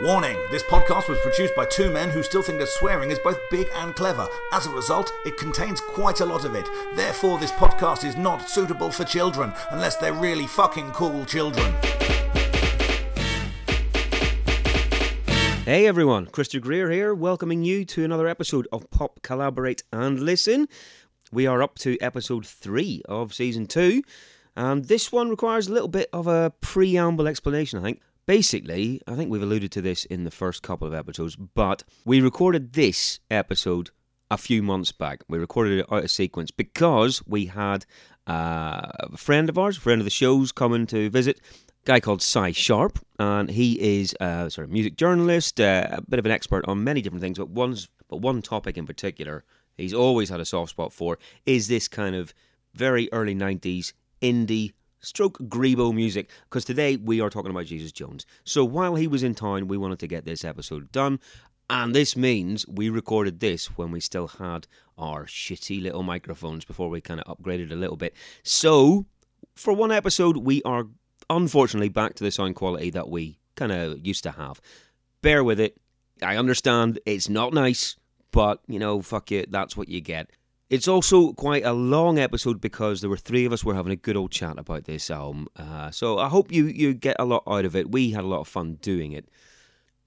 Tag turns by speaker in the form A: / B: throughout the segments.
A: Warning this podcast was produced by two men who still think that swearing is both big and clever. As a result, it contains quite a lot of it. Therefore, this podcast is not suitable for children, unless they're really fucking cool children.
B: Hey everyone, Christy Greer here, welcoming you to another episode of Pop Collaborate and Listen. We are up to episode three of season two, and this one requires a little bit of a preamble explanation, I think. Basically, I think we've alluded to this in the first couple of episodes, but we recorded this episode a few months back. We recorded it out of sequence because we had uh, a friend of ours, a friend of the show's, coming to visit. A guy called Cy Sharp, and he is uh, sort of music journalist, uh, a bit of an expert on many different things, but one's but one topic in particular he's always had a soft spot for is this kind of very early '90s indie stroke grebo music because today we are talking about jesus jones so while he was in town we wanted to get this episode done and this means we recorded this when we still had our shitty little microphones before we kind of upgraded a little bit so for one episode we are unfortunately back to the sound quality that we kind of used to have bear with it i understand it's not nice but you know fuck it that's what you get it's also quite a long episode because there were three of us were having a good old chat about this album. Uh, so I hope you you get a lot out of it. We had a lot of fun doing it,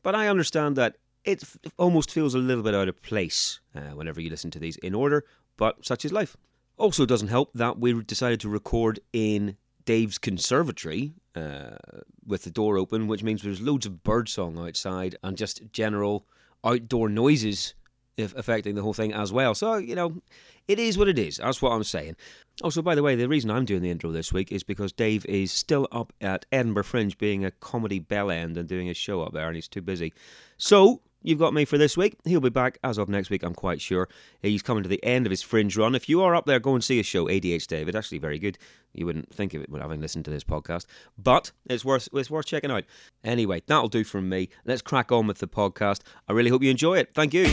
B: but I understand that it f- almost feels a little bit out of place uh, whenever you listen to these in order. But such is life. Also, doesn't help that we decided to record in Dave's conservatory uh, with the door open, which means there's loads of birdsong outside and just general outdoor noises if affecting the whole thing as well. So, you know, it is what it is. That's what I'm saying. Also, by the way, the reason I'm doing the intro this week is because Dave is still up at Edinburgh Fringe being a comedy bell end and doing a show up there, and he's too busy. So, you've got me for this week. He'll be back as of next week, I'm quite sure. He's coming to the end of his Fringe run. If you are up there, go and see his show, ADH David. Actually, very good. You wouldn't think of it when having listened to this podcast, but it's worth it's worth checking out. Anyway, that'll do from me. Let's crack on with the podcast. I really hope you enjoy it. Thank you.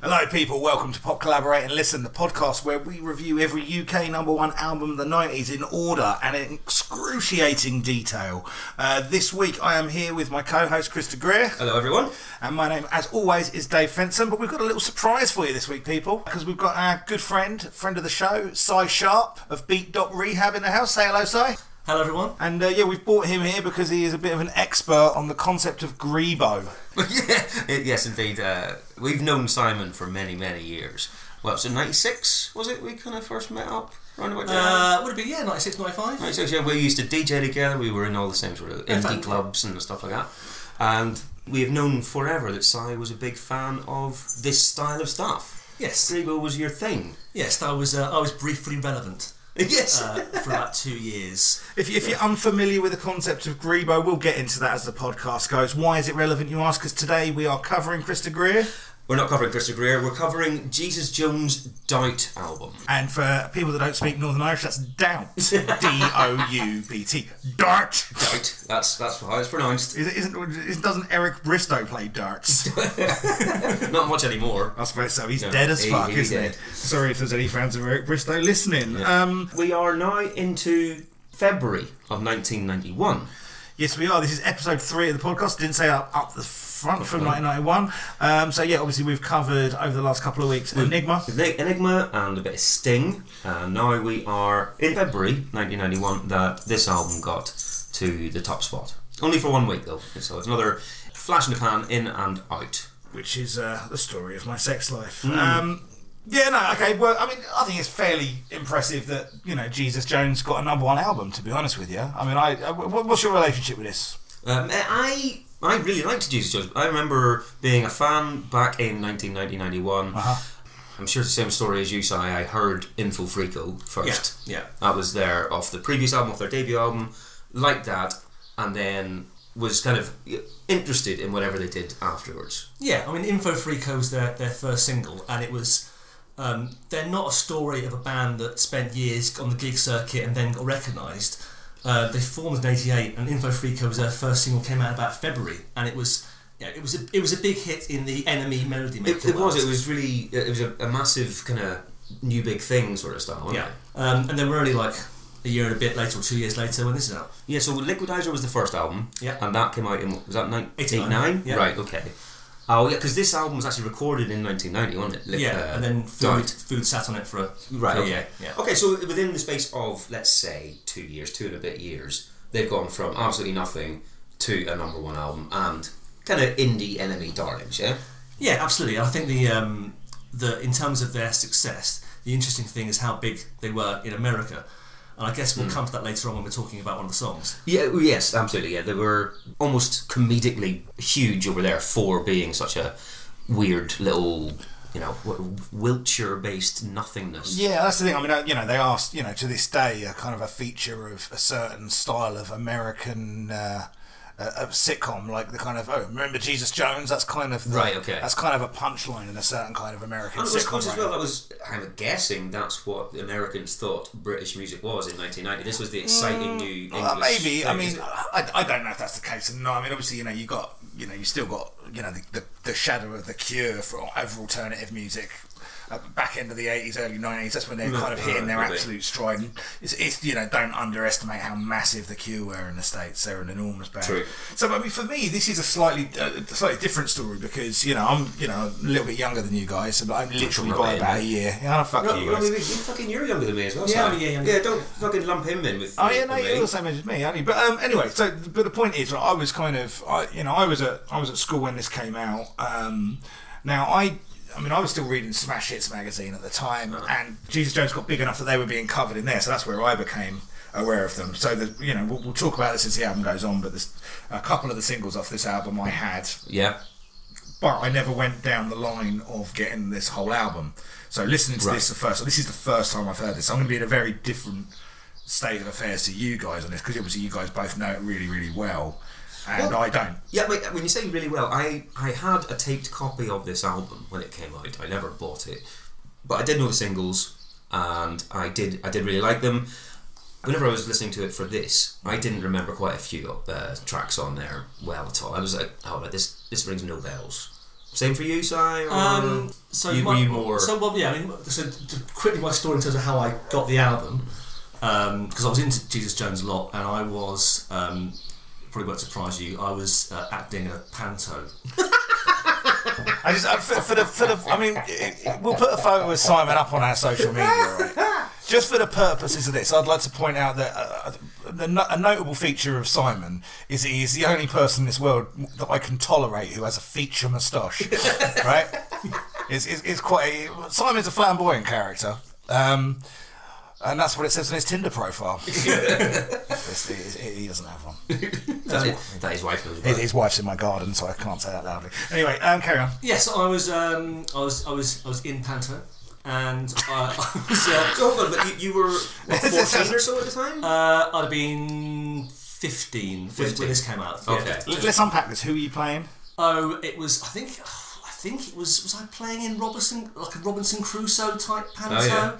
A: Hello, people. Welcome to Pop Collaborate and Listen, the podcast where we review every UK number one album of the 90s in order and in excruciating detail. Uh, this week, I am here with my co host, Krista Greer.
C: Hello, everyone.
A: And my name, as always, is Dave Fenson. But we've got a little surprise for you this week, people, because we've got our good friend, friend of the show, Cy Sharp of Beat Dot Rehab in the house. Say hello, Cy.
C: Hello, everyone.
A: And uh, yeah, we've brought him here because he is a bit of an expert on the concept of grebo.
C: yeah, yes, indeed. Uh, we've known Simon for many, many years. Well, so 96, was it, we kind of first met up? Round about there?
D: Uh, would it be yeah, 96, 95?
C: 96, yeah, we used to DJ together. We were in all the same sort of
D: Yeah,
C: indie
D: thank-
C: clubs and stuff like that. And we have known forever that Cy was a big fan of this style of stuff.
D: Yes,
C: Grebo was your thing.
D: yes, I was. Uh, I was briefly relevant
C: Yes.
D: uh, for about two years.
A: If, you, if you're unfamiliar with the concept of grebo, we'll get into that as the podcast goes. Why is it relevant, you ask? Because today we are covering Krista Greer.
C: we're not covering Christopher Greer, we're covering Jesus Jones' Doubt album.
A: And for people that don't speak Northern Irish, that's doubt. D O U B T. Dart!
C: Doubt, that's, that's how it's pronounced.
A: Is it, isn't, is, doesn't Eric Bristow play darts?
C: Not much anymore.
A: I suppose so. He's
C: No,
A: dead as
C: he-
A: fuck,
C: he's
A: isn't
C: dead.
A: he? Sorry if there's any fans of Eric Bristow listening. Um,
C: We are now into February of 1991.
A: yes, we are. This is episode three of the podcast. Didn't say up, up the front from 1991. Um, so, yeah, obviously, we've covered over the last couple of weeks Enigma.
C: With Nick Enigma and a bit of Sting, and now we are in February 1991 that this album got to the top spot. Only for one week though, so it's another flash in the pan, in and out.
A: which is uh, the story of my sex life.
C: Hmm.
A: Um, yeah, no, okay. Well, I mean, I think it's fairly impressive that you know Jesus Jones got a number one album. To be honest with you, I mean, I, I wh- what's your relationship with this?
C: Um, I I
D: Uh-huh.
C: really liked Jesus Jones. I remember being a fan back in 1990 91.
B: I'm sure it's the same story as you, Si. I heard Info Freako first.
D: Yeah, yeah.
B: That was their off the previous album, off their debut album, like that, and then was kind of interested in whatever they did afterwards.
D: Yeah, I mean, Info Freako was their, their first single, and it was. Um, they're not a story of a band that spent years on the gig circuit and then got recognised. Uh, they formed in '88, and Info Freako was their first single. Came out about February, and it was. Yeah, it was a it was a big hit in the enemy melody
B: It,
D: maker.
B: it was.
D: world.
B: It was really. It was a, a massive kind of new big thing sort of style. Wasn't
D: Yeah,
B: It?
D: um, and then we're only like a year and a bit later, or two years later, when this is out.
B: Yeah, so Liquidizer was the first album.
D: Yeah.
B: And that came out in, what was that nine-
D: 89?
B: 89?
D: Yeah.
B: Right, okay. Oh, yeah, because this album was actually recorded in 1990, wasn't it? Liq-
D: Yeah,
B: uh,
D: and then food,
B: Died.
D: food sat on it for a
B: Right,
D: for a
B: okay.
D: year. Yeah.
B: Okay, so within the space of, let's say, two years, two and a bit years, they've gone from absolutely nothing to a number one album and kind of indie enemy darlings, yeah?
D: Yeah, absolutely. I think the um, the in terms of their success, the interesting thing is how big they were in America, and I guess we'll come to that later on when we're talking about one of the songs.
B: Yeah, well, yes, absolutely. Yeah, they were almost comedically huge over there for being such a weird little, you know, Wiltshire-based nothingness.
A: Yeah, that's the thing. I mean, uh, you know, they are, you know, to this day, a kind of a feature of a certain style of American uh, uh, of sitcom, like the kind of oh, remember Jesus Jones? That's kind of the-
B: Right, okay.
A: That's kind of a punchline in a certain kind of American
B: And it was
A: sitcom.
B: course as
A: right?
B: well. That was I'm guessing that's what the Americans thought British music was in 1990. This was the exciting new English.
A: Well, maybe. I
B: thing,
A: mean,
B: isn't it?
A: I, I don't know if that's the case or not. I mean, obviously, you know, you got, you know, you still got, you know, the, the, the shadow of the cure for over alternative music. Uh, back end of the 80s, early 90s, that's when they're kind of hitting their
B: maybe.
A: absolute stride. And It's, it's, you know, don't underestimate how massive the Cure were in the States. They're an enormous band.
B: True.
A: So, I mean, for me, this is a slightly uh, slightly different story because, you know, I'm, you know, a little bit younger than you guys, so I'm literally
B: not
A: by
B: really,
A: about a
B: mate.
A: year. Yeah, fuck
B: Well,
A: you.
B: well, I
A: guys.
B: mean, you fucking you're younger than me as well.
D: Yeah,
B: Sam.
D: yeah, yeah.
B: yeah. Don't fucking lump him in with.
A: Oh yeah, no,
B: with me.
A: you're the same age as me, aren't you? But um, anyway, so but the point is, like, I was kind of, I, you know, I was at I was at school when this came out. Um, now I, I mean, I was still reading Smash Hits magazine at the time, and Jesus Jones got big enough that they were being covered in there, so that's where I became aware of them. So that you know, we'll, we'll talk about this as the album goes on, but this, a couple of the singles off this album I had
B: Yeah.
A: but I never went down the line of getting this whole album. So listening to
B: Right.
A: this the first, this is the first time I've heard this. I'm going to be in a very different state of affairs to you guys on this because obviously you guys both know it really, really well, and
B: Well-
A: I don't.
B: Yeah, wait, when you say really well, I, I had a taped copy of this album when it came out. I never bought it, but I did know the singles, and I did I did really like them. Whenever I was listening to it for this, I didn't remember quite a few uh, tracks on there well at all. I was like, oh, this this rings no bells. Same for you, Si? Or,
D: Um, so
B: you,
D: my-
B: were you more?
D: So well, yeah. I mean, so to quickly my story in terms of how I got the album, because I was into Jesus Jones a lot, and I was um, probably won't surprise you. I was uh, acting a panto.
A: I just I, for, for the for the. I mean, it- it- we'll put a photo of Simon up on our social media. Right? Just for the purposes of this, I'd like to point out that uh, the, no- a notable feature of Simon is that he is the only person in this world that I can tolerate who has a feature moustache. right? It's, it's, it's quite. Simon's a flamboyant character. Um, and that's what it says on his Tinder profile. It's- it- it- he doesn't have one.
B: That's it. That is wife knows. about.
A: His wife's in my garden, so I can't say that loudly. Anyway, um, carry on.
D: Yes, I was. Um, I was. I was. I was in panto, and uh, I was. Uh,
B: So hold on, but you, you were what, fourteen or so at the time.
D: Uh, I'd have been 15, when- when this came out. yeah.
B: okay.
A: Let- Let's unpack this. Who are you playing?
D: Oh, it was. I think. I think it was. Was I playing in Robinson, like a Robinson Crusoe type panto?
B: Oh, yeah.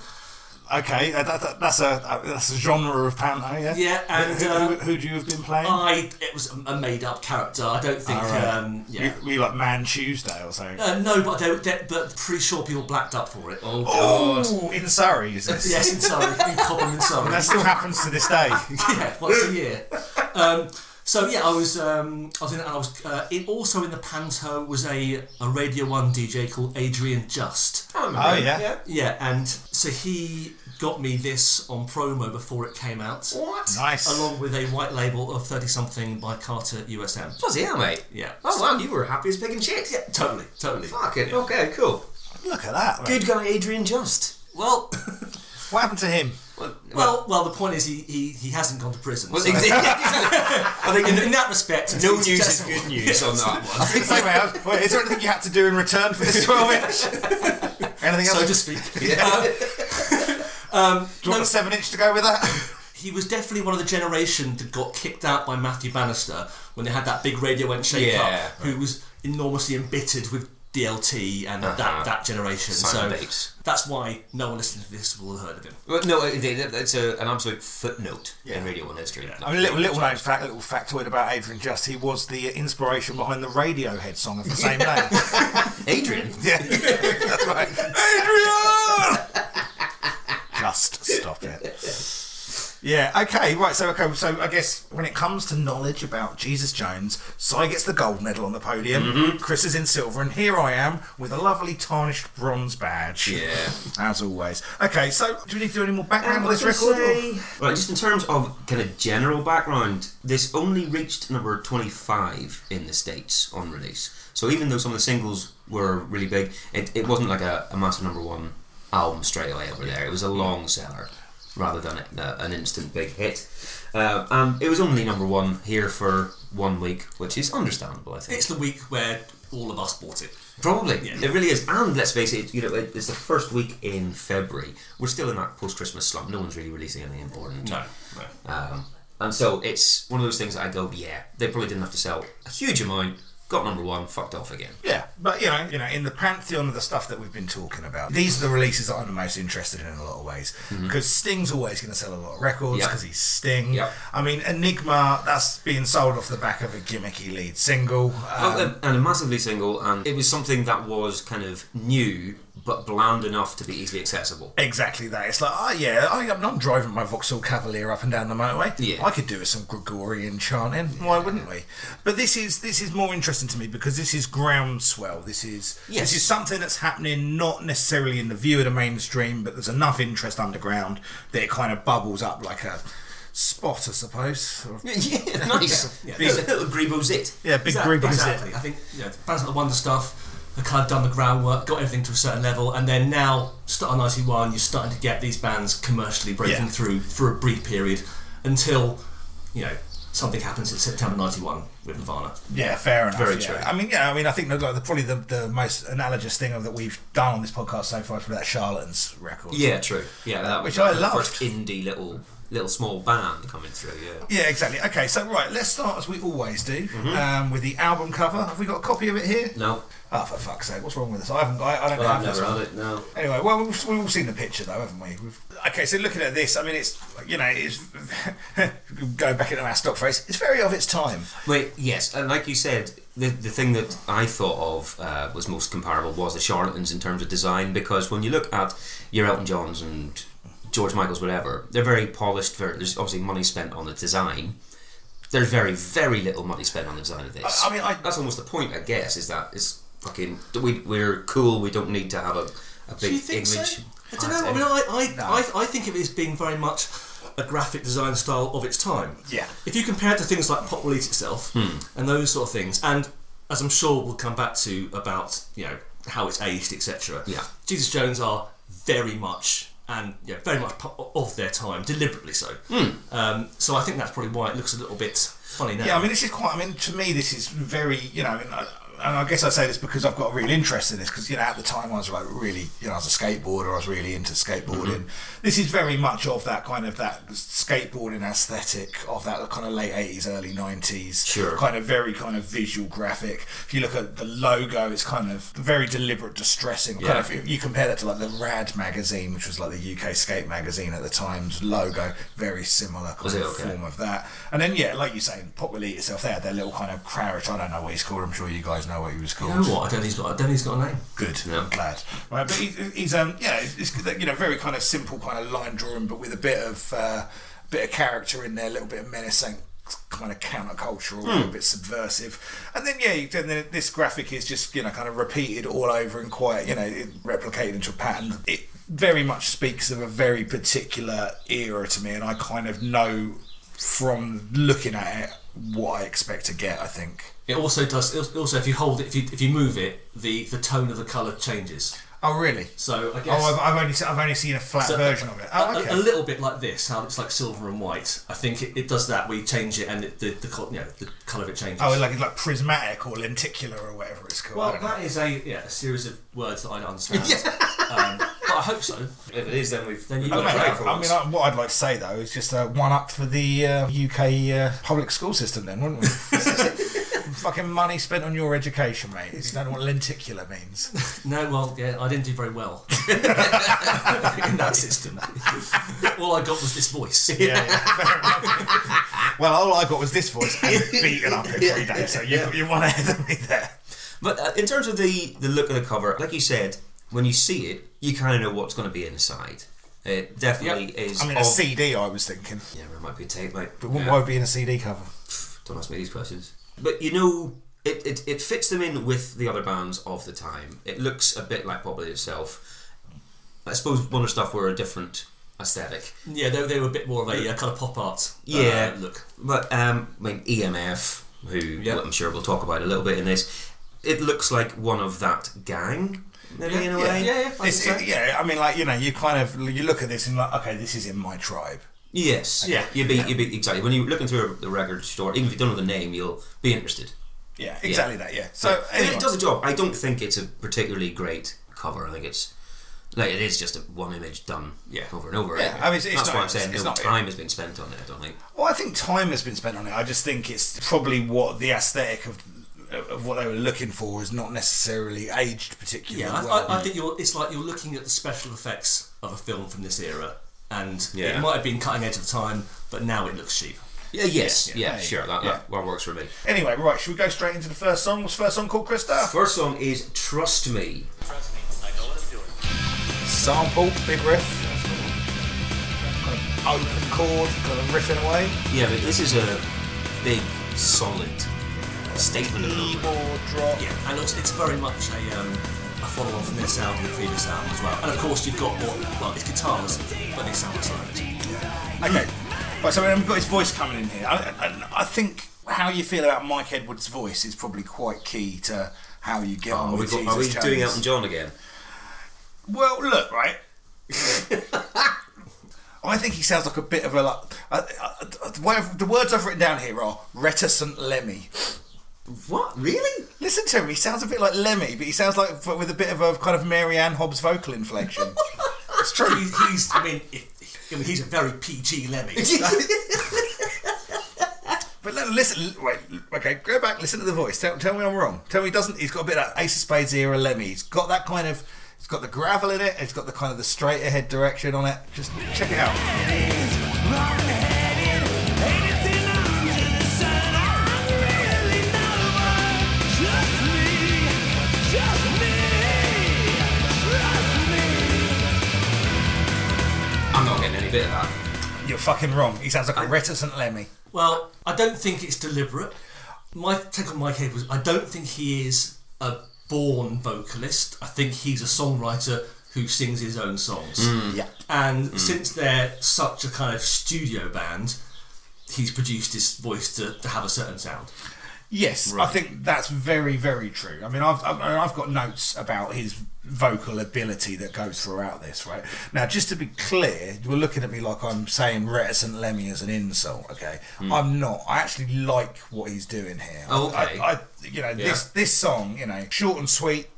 A: Okay, uh, that, that, that's a uh, that's a genre of panto, yeah.
D: Yeah, and,
A: who,
D: uh,
A: who, who do you have been playing?
D: I. It was a- a made up character. I don't think.
A: Alright.
D: Um, yeah.
A: We like Man Tuesday or something.
D: Uh, no, but they, they, but pretty sure people blacked up for it.
B: Oh God.
A: oh, in Surrey is this?
D: Yes, in Surrey, in Cobham, in Surrey.
A: That still happens to this day. Oh,
D: yeah, once a year. Um, so yeah, I was um, I was in, I was uh, in, also in the panto was a, a Radio One DJ called Adrian Just.
B: I remember
A: Oh,
B: him,
A: yeah.
D: Yeah, and so he got me this on promo before it came out,
B: What?
A: Nice.
D: along with a white label of thirty something by Carter USM.
B: Fuzzy, yeah, mate.
D: Yeah.
B: Oh wow, you were happy as pig and shit. Yeah.
D: Totally, totally.
B: Fuck it. Okay, cool.
A: Look at that.
B: Good guy, Adrian Just.
D: Well,
A: What happened to him?
D: well, well. The point is, he, he, he hasn't gone to prison.
B: Well,
D: so-
B: exactly. I think
D: in, in that respect,
B: no
D: it's
B: news is
D: accessible.
B: good news on that one.
A: Anyway, uh, wait, is there anything you had to do in return for this 12 inch? Anything else?
D: so to speak.
A: Do you want a seven inch to go with that?
D: He was definitely one of the generation that got kicked out by Matthew Bannister when they had that big radio and shake up,
B: Yeah.
D: who was enormously embittered with DLT and
B: Uh-huh.
D: that, that generation.
B: Simon
D: so
B: Bates.
D: that's why no one listening to this will have heard of him.
B: Well, no, it- it- it's a, an absolute footnote in Radio One history.
A: I mean, little, little known fact, little factoid about Adrian Just, he was the inspiration behind the Radiohead song of the same name.
B: Adrian.
A: Yeah, that's right. Adrian! Just stop it. Yeah, okay, right, so okay, so I guess when it comes to knowledge about Jesus Jones, Cy gets the gold medal on the podium, Chris is in silver, and here I am with a lovely tarnished bronze badge.
B: Yeah.
A: As always. Okay, so do we need to do any more background
B: Um,
A: on this
B: I was
A: record?
B: gonna
A: or-
B: say- Right, just in terms of kind of general background, this only reached number 25 in the States on release. So even though some of the singles were really big, it, it wasn't like a, a massive number one album straight away over there. It was a long seller rather than a, a- an instant big hit. Uh, and it was only number one here for one week, which is understandable, I think.
D: It's the week where all of us bought it.
B: Probably,
D: Yeah.
B: it really is. And let's face it, you know, it- it's the first week in February. We're still in that post-Christmas slump. No one's really releasing anything important.
D: no.
B: Um, and so it's one of those things that I go, yeah, they probably didn't have to sell a huge amount. Got number one, fucked off again.
A: Yeah, but you know, you know, in the pantheon of the stuff that we've been talking about, these are the releases that I'm the most interested in in a lot of ways because Sting's always going to sell a lot of records
B: Mm-hmm. Yeah.
A: because he's Sting.
B: Yeah.
A: I mean, Enigma that's being sold off the back of a gimmicky lead single. Um,
B: Oh, and a massively single, and it was something that was kind of new, but bland enough to be easily accessible.
A: Exactly that. It's like, oh yeah, I, I'm not driving my Vauxhall Cavalier up and down the motorway.
B: Yeah.
A: I could do with some Gregorian chanting. Why wouldn't we? But this is this is more interesting to me because this is groundswell. This is
B: Yes.
A: this is something that's happening not necessarily in the view of the mainstream, but there's enough interest underground that it kind of bubbles up like a spot, I suppose. Or-
B: yeah, nice.
D: Yeah.
B: It's a little Grebo's it.
A: yeah, big
D: Exact-
A: group.
D: Exactly. I think you know, the Bands of the Wonder stuff have kind of done the groundwork, got everything to a certain level, and then now, start on 91, you're starting to get these bands commercially breaking
A: Yeah.
D: through for a brief period until, you know, something happens in September 91 with Nirvana.
A: Yeah, fair enough.
B: Very
A: yeah.
B: true.
A: I mean, yeah, I mean, I think that, like, the, probably the, the most analogous thing that we've done on this podcast so far is probably that Charlatans record.
B: Yeah, true. Yeah, that was
A: Which I
B: the
A: loved.
B: first indie little little small band coming through. Yeah.
A: Yeah, exactly. Okay, so right, let's start as we always do um, with the album cover. Have we got a copy of it here?
B: Mm-hmm. No,
A: Oh, for fuck's sake, what's wrong with us? I haven't. I, I don't
B: well,
A: have
B: I've
A: this
B: never
A: one.
B: had it. No.
A: Anyway, well, we've, we've all seen the picture though, haven't we? We've, okay, so looking at this, I mean, it's you know, it's going back into our stock phrase. It's very of its time.
B: Wait, yes, and like you said, the, the thing that I thought of uh, was most comparable was the Charlatans in terms of design, because when you look at your Elton Johns and George Michaels, whatever, they're very polished. Very, there's obviously money spent on the design. There's very, very little money spent on the design of this.
A: I- I mean, I-
B: that's almost the point, I guess, is that it's fucking we we're cool. We don't need to have a, a big
D: Do you think
B: image.
D: so? I don't know. I mean, I, I, I, I think of it as being very much a graphic design style of its time.
A: Yeah.
D: If you compare it to things like Pop Release itself
B: Hmm.
D: and those sort of things, and as I'm sure we'll come back to about you know how it's aged, etc.
B: Yeah.
D: Jesus Jones are very much and yeah, very much po- of their time, deliberately so.
B: Hmm.
D: Um, so I think that's probably why it looks a little bit funny now.
A: Yeah, I mean, this is quite. I mean, to me, this is very. You know, and I, and I guess I say this because I've got a real interest in this. Because you know, at the time, I was like really, you know, I was a skateboarder. I was really into skateboarding.
B: Mm-hmm.
A: This is very much of that kind of that skateboarding aesthetic of that kind of late eighties, early nineties.
B: Sure.
A: Kind of very kind of visual graphic. If you look at the logo, it's kind of very deliberate, distressing. Kind
B: Yeah.
A: of, if you compare that to like the Rad magazine, which was like the UK skate magazine at the time's logo, very similar kind
B: Was it
A: of
B: okay?
A: form of that. And then yeah, like you say, Pop Elite itself, they had their little kind of crowd. I don't know what he's called. I'm sure you guys know what he was
D: you
A: called.
D: know what? I don't think he's got. I don't think he's got a name.
A: Good,
B: Yeah.
A: I'm glad. Right, but he, he's um yeah, it's you know very kind of simple kind of line drawing, but with a bit of uh, bit of character in there, a little bit of menacing. Kind of countercultural, a little bit subversive, and then yeah, you- then this graphic is just you know kind of repeated all over and quite you know it replicated into a pattern. It very much speaks of a very particular era to me, and I kind of know from looking at it what I expect to get. I think.
D: It also does. it Also, if you hold it, if you if you move it, the the tone of the color changes.
A: Oh really?
D: So I guess
A: Oh, I've, I've only se- I've only seen a flat
D: So- uh,
A: version of it. Oh,
D: a-
A: okay.
D: a, little bit like this, how it's like silver and white. I think it, it does that. We change it, and it, the the col- you know, the color of it changes.
A: Oh, like like prismatic or lenticular or whatever it's called. I
D: well,
A: don't know.
D: that is a yeah a series of words that I don't understand. Um, but I hope so.
B: If it is, then we've
D: Then
B: we've
D: you-
B: got
D: Okay,
B: a break
A: I,
B: for
A: I
B: once.
A: mean, I, what I'd like to say though is just uh, one up for the uh, UK uh, public school system, then, wouldn't we? Fucking money spent on your education, mate. You don't know what lenticular means.
D: No, well, yeah, I didn't do very well in that system. All I got was this voice.
A: Yeah, yeah, fair enough. well, all I got was this voice and beaten up every day, so you, you want ahead of me there.
B: But uh, in terms of the the look of the cover, like you said, when you see it, you kind of know what's going to be inside. It definitely is.
A: I mean,
B: of-
A: a CD, I was thinking.
B: Yeah, it might be a tape, mate.
A: But what
B: Yeah.
A: would be in a CD cover?
B: Don't ask me these questions. But you know, it, it, it fits them in with the other bands of the time. It looks a bit like Bobbly itself. I suppose Wonder Stuff were a different aesthetic.
D: Yeah, they, they were a bit more of a uh, kind of pop art. uh,
B: Yeah.
D: look.
B: But um, I mean, EMF, who
D: Yep.
B: I'm sure we'll talk about a little bit in this, it looks like one of that gang, maybe in a
D: yeah,
B: way.
D: yeah, yeah, I
A: It's,
D: think so.
A: it- yeah, I mean, like you know, you kind of you look at this and like, okay, this is in my tribe.
B: Yes.
D: Yeah.
B: You'd be, you'd be exactly when you're looking through the record store. Even if you don't know the name, you'll be interested.
A: Yeah, exactly that. Yeah. So
B: Yeah. I mean,
A: anyway.
B: it does a job. I don't think it's a particularly great cover. I think it's like it is just a one image done
D: Yeah.
B: over and over.
A: Yeah,
B: again.
A: I mean, it's- it's
B: That's
A: not-
B: why I'm
A: it's-
B: saying
A: it's
B: no
A: not-
B: time has been spent on it. I don't think.
A: Well, I think time has been spent on it. I just think it's probably what the aesthetic of of what they were looking for is not necessarily aged particularly
D: Yeah, I,
A: well.
D: I, I think you're, it's like you're looking at the special effects of a film from this era, and
B: Yeah.
D: it might have been cutting edge of the time, but now it looks cheap.
B: Yeah. Yes. Yeah.
A: yeah, yeah,
B: sure. That,
A: yeah.
B: that one works for me.
A: anyway, right, should we go straight into the first song? What's the first song called, Krista?
B: First song is "Trust Me."
A: Sample, big riff. Got an open chord, got a riffing away.
B: Yeah, but this is a big, solid statement of the number.
A: Keyboard drop.
D: Yeah, and it's, it's very much a, um, a follow on from this album, the previous album as well. And of course, you've got what? Well, it's guitars, but they sound silent.
A: Okay. Right, so we've got his voice coming in here. I, I, I think how you feel about Mike Edwards' voice is probably quite key to how you get on
B: Oh, Are we,
A: with
B: go-
A: Oh, Jesus
B: are we doing
A: Jones.
B: Elton John again?
A: Well, look, right. I think he sounds like a bit of a like. Uh, uh, uh, the way I've- the words I've written down here are reticent Lemmy.
B: What? Really?
A: Listen to him; he sounds a bit like Lemmy, but he sounds like but with a bit of a kind of Mary Ann Hobbs vocal inflection. it's true.
D: He's, he's I mean, if, I mean, he's a very PG Lemmy.
A: But let, listen, l- wait, l- okay, go back, listen to the voice. Tell, tell me I'm wrong. Tell me he doesn't. He's got a bit of that Ace of Spades era Lemmy. He's got that kind of. It's got the gravel in it. It's got the kind of the straight ahead direction on it. Just check it out.
B: I'm not getting any bit of that.
A: You're fucking wrong. He sounds like a reticent Lemmy.
D: Well, I don't think it's deliberate. My take on Mike Edwards, I don't think he is a born vocalist. I think he's a songwriter who sings his own songs.
A: Yeah.
D: And since they're such a kind of studio band, he's produced his voice to, to have a certain sound.
A: Yes, I think that's very, very true. I mean, I've I've, I mean, I've got notes about his vocal ability that goes throughout this. Right now, just to be clear, you're looking at me like I'm saying reticent Lemmy as an insult. Okay,
B: Hmm.
A: I'm not. I actually like what he's doing here.
B: Oh,
A: I-
B: okay.
A: I, I you know this this song, you know, short and sweet,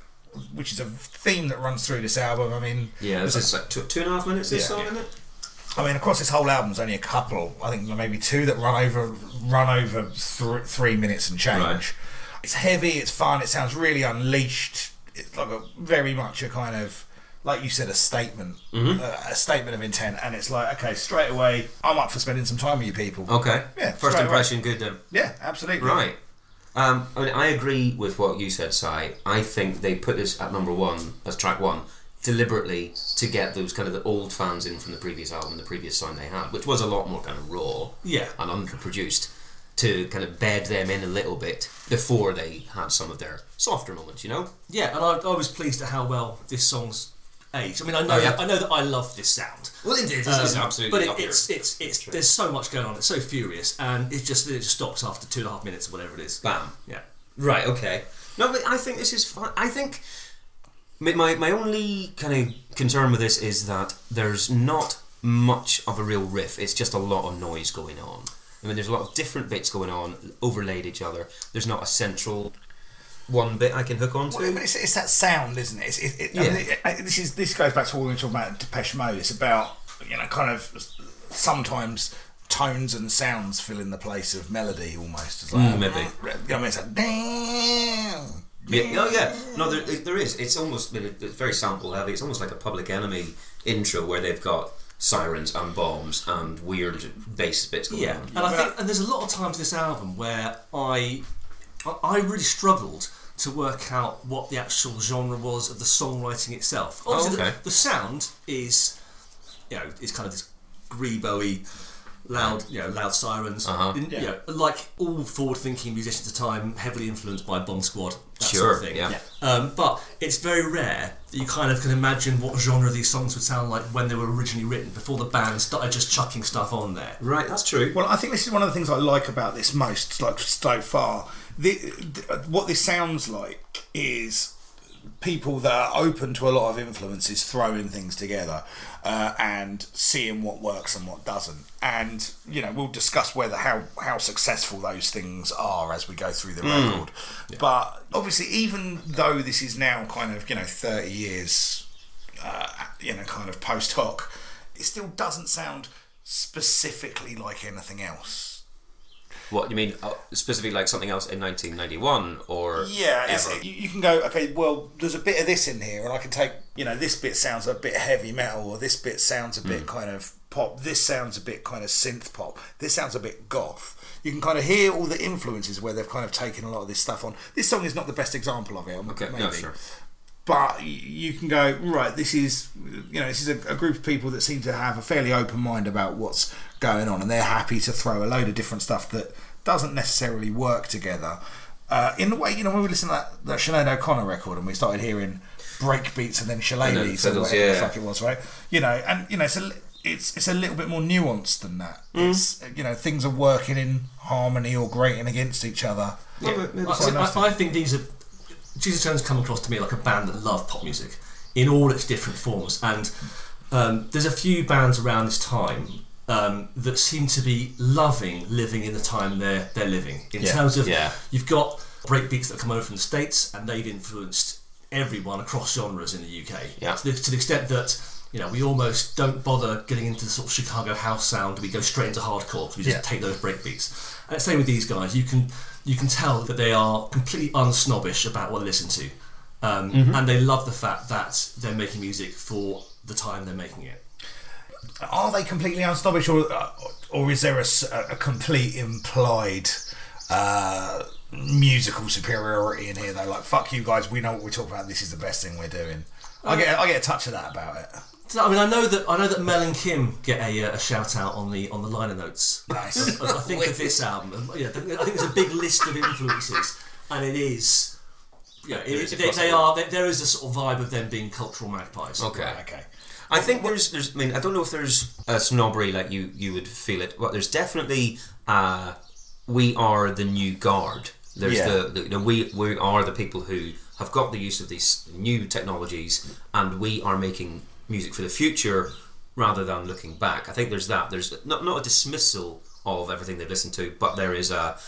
A: which is a theme that runs through this album. I mean,
B: Yeah, this is like two, two and a half minutes. This
A: Yeah.
B: song, isn't it?
A: I mean, across this whole album, there's only a couple. I think maybe two that run over run over th- three minutes and change.
B: Right.
A: It's heavy. It's fun. It sounds really unleashed. It's like a very much a kind of like you said, a statement,
B: Mm-hmm.
A: uh, a statement of intent. And it's like, okay, straight away, I'm up for spending some time with you people.
B: Okay.
A: Yeah,
B: First
A: straight
B: impression, good then.
A: Yeah, absolutely.
B: Right. Um, I, mean, I agree with what you said, Si. I think they put this at number one as track one deliberately to get those kind of the old fans in from the previous album, the previous song they had, which was a lot more kind of raw
D: Yeah.
B: and underproduced, to kind of bed them in a little bit before they had some of their softer moments. You know.
D: Yeah, and I, I was pleased at how well this song's aged. I mean, I know,
B: Oh, yeah.
D: I know that I love this sound.
B: Well, it is.
D: Um, but it, it's it's it's there's so much going on. It's so furious, and it just it just stops after two and a half minutes or whatever it is.
B: bam.
D: Yeah,
B: Right. Okay. No, but I think this is fine. I think my my, my only kind of concern with this is that there's not much of a real riff. It's just a lot of noise going on. I mean, there's a lot of different bits going on, overlaid each other. There's not a central one bit I can hook onto.
A: Well, but it's, it's that sound, isn't it? It's, it, it, I
B: Yeah.
A: mean, it- I- this is this goes back to what we were talking about Depeche Mode. It's about you know kind of sometimes tones and sounds fill in the place of melody almost. It's like,
B: Mm, maybe.
A: You know, I mean, it's like damn.
B: Yeah. Oh, yeah. No, there, there is. It's almost it's very sample heavy. It's almost like a Public Enemy intro where they've got sirens and bombs and weird bass bits going
D: Yeah,
B: on.
D: and I think and there's a lot of times this album where I, I I really struggled to work out what the actual genre was of the songwriting itself. Obviously, the-
B: Oh, okay.
D: the, sound is, you know, is kind of this grebo-y, loud, you know, loud sirens.
B: Uh-huh.
D: In- you know, like all forward-thinking musicians at the time, heavily influenced by Bomb Squad. That sort
B: Sure.
D: of thing.
B: Yeah.
D: Um, but it's very rare that you kind of can imagine what genre these songs would sound like when they were originally written, before the band started just chucking stuff on there.
B: Right. That's true.
A: Well, I think this is one of the things I like about this most, like so far. The, the, what this sounds like is people that are open to a lot of influences throwing things together uh, and seeing what works and what doesn't. And you know, we'll discuss whether how how successful those things are as we go through the record. But obviously, even though this is now kind of you know thirty years uh, you know, kind of post hoc, it still doesn't sound specifically like anything else.
B: What you mean? Uh, specifically, like something else in 1991 or
A: Yeah, it's,
B: ever.
A: you, you can go, okay, well, there's a bit of this in here, and I can take, you know, this bit sounds a bit heavy metal, or this bit sounds a
B: Mm.
A: bit kind of pop, this sounds a bit kind of synth pop, this sounds a bit goth. You can kind of hear all the influences where they've kind of taken a lot of this stuff on. This song is not the best example of it, I'm-
B: Okay, no,
A: maybe.
B: sure.
A: but y- you can go right. This is you know this is a, a group of people that seem to have a fairly open mind about what's going on, and they're happy to throw a load of different stuff that doesn't necessarily work together. Uh, in the way you know when we listened to that, that Sinead O'Connor record and we started hearing break beats and then
B: And then
A: shillelaghs and
B: fiddles,
A: whatever the
B: yeah.
A: fuck it was, right? You know, and you know it's a, li- it's it's a little bit more nuanced than that.
B: Mm.
A: It's you know things are working in harmony or grating against each other.
D: I,
A: quite nice
D: I, I think these are Jesus Jones come across to me like a band that love pop music in all its different forms, and um, there's a few bands around this time um, that seem to be loving living in the time they're they're living. In
B: Yeah,
D: terms of
B: yeah.
D: you've got breakbeats that come over from the states, and they've influenced everyone across genres in the UK.
B: Yeah.
D: To, the, to the extent that. You know, we almost don't bother getting into the sort of Chicago house sound. We go straight into hardcore 'cause we just
A: Yeah.
D: take those breakbeats. And same with these guys. You can you can tell that they are completely unsnobbish about what they listen to, um, and they love the fact that they're making music for the time they're making it.
A: are they completely unsnobbish or uh, or is there a, s- a complete implied uh, musical superiority in here though like fuck you guys we know what we're talking about this is the best thing we're doing I get I get a touch of that about it
D: So, I mean, I know that I know that Mel and Kim get a, uh, a shout out on the on the liner notes.
A: nice
D: I I think of this album. and, Yeah, I think there's a big list of influences, and it is. Yeah, it,
B: is a
D: they, they
B: crossover.
D: are. They, there is a sort of vibe of them being cultural magpies.
B: Okay.
A: okay
B: I think there's, there's. I mean, I don't know if there's a snobbery like you you would feel it, but there's definitely. Uh, we are the new guard. There's
A: Yeah.
B: the, the you know, we we are the people who have got the use of these new technologies, and we are making music for the future rather than looking back. I think there's that. There's not not a dismissal of everything they've listened to, but there is a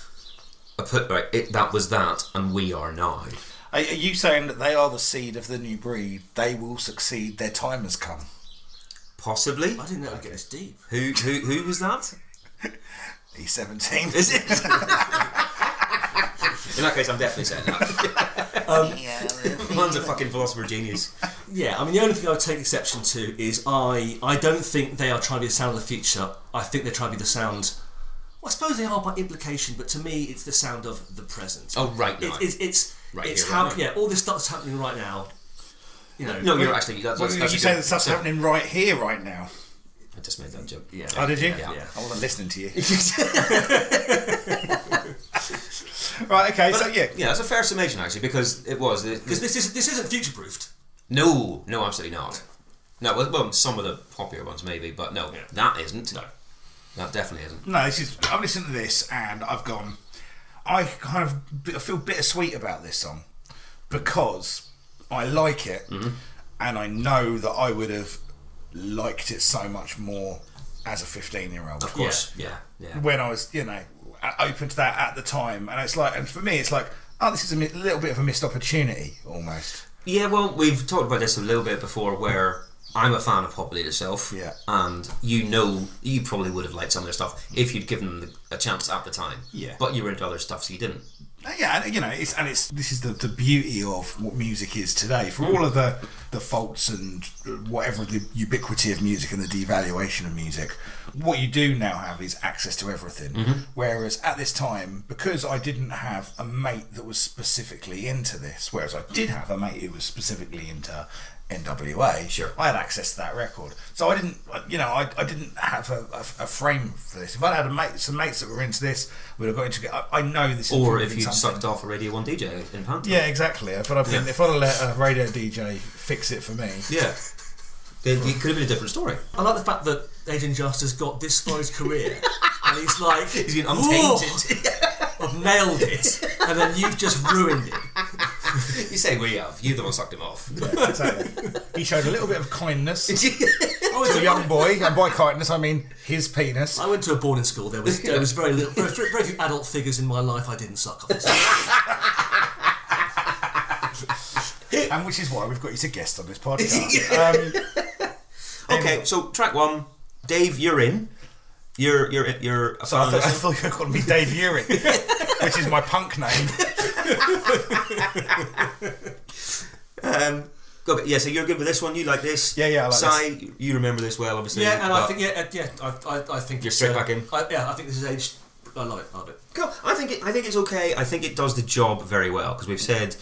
B: a put right. It, that was that, and we are now.
A: are, are you saying that they are the seed of the new breed they will succeed their time has come
B: Possibly.
D: I didn't know it would get this deep.
B: Who who who was that?
A: he's 17
B: Is it? In that case, I'm definitely saying that. Man's a fucking philosopher genius.
D: Yeah, I mean, the only thing I would take exception to is I I don't think they are trying to be the sound of the future. I think they're trying to be the sound. Well, I suppose they are by implication, but to me, it's the sound of the present.
B: Oh, right now.
D: It- it's it's,
B: Right
D: it's
B: here,
D: how
B: right now.
D: yeah all this stuff's happening right now. You know,
B: No, you're actually. That's,
A: Well,
B: that's,
A: you
B: that's a
A: say
B: good-
A: that stuff's happening right here right now
B: I just made that joke.
D: Yeah.
A: oh did you
D: Yeah.
A: I wasn't listening to you right okay so yeah
B: Yeah, that's a fair summation actually, because it was. the-
D: because this is this isn't future proofed.
B: no, no, absolutely not. No, well, well, some of the popular ones maybe, but no,
D: Yeah.
B: that isn't.
D: No.
B: that definitely isn't.
A: No, this is. I've listened to this and I've gone. I kind of b- feel bittersweet about this song because I like it
B: Mm-hmm.
A: and I know that I would have liked it so much more as a 15 year old
B: Of course. Yeah, yeah.
A: when I was, you know, o- open to that at the time. And it's like, and for me, it's like, oh, this is a mi- little bit of a missed opportunity almost.
B: Yeah, well, we've talked about this a little bit before where I'm a fan of Popular yourself.
A: Yeah.
B: And you know, you probably would have liked some of their stuff if you'd given them a chance at the time.
A: Yeah.
B: But you were into other stuff, so you didn't.
A: Uh, Yeah, and, you know, it's and it's this is the, the beauty of what music is today. For all of the the faults and whatever the ubiquity of music and the devaluation of music, what you do now have is access to everything. Whereas at this time, because I didn't have a mate that was specifically into this, whereas I did have a mate who was specifically into NWA,
B: Sure.
A: I had access to that record. So I didn't, uh, you know, I, I didn't have a, a, a frame for this. If I'd had a mate, some mates that were into this, we'd have got into. I, I know this. is
B: Or
A: probably
B: if you'd
A: something-
B: sucked off a Radio 1 DJ in Panto.
A: Yeah, exactly. If I'd have been, if I'd have let a radio DJ fix it for me.
B: Yeah. Then it could have been a different story.
D: I like the fact that Adrian Just has got this far in his career, and he's like,
B: He's been
D: "Whoa,
B: untainted.
D: I've nailed it, and then you've just ruined it.
B: you say we have. You're the one sucked him off.
A: Yeah, exactly. he showed a little bit of kindness to
D: Oh,
A: a young boy, and by kindness I mean his penis.
D: I went to a boarding school. There was there was very little, very, very few adult figures in my life. I didn't suck off.
A: And which is why we've got you to guest on this podcast. Um,
B: Okay, so track one, Dave, you're in. You're you're you're a
A: I,
B: fan.
A: thought, I thought you were calling me Dave Urich, which is my punk name.
B: um, okay, yeah, so you're good with this one. You like this?
A: Yeah, yeah, I like
B: Sai, you remember this well, obviously.
D: Yeah, and I
B: but-
D: think yeah, uh, yeah, I, I, I think
B: You're
D: it's,
B: straight
D: uh,
B: back in.
D: I, yeah, I think this is aged. I love it. Love it.
B: Cool. I think it, I think it's okay. I think it does the job very well because we've said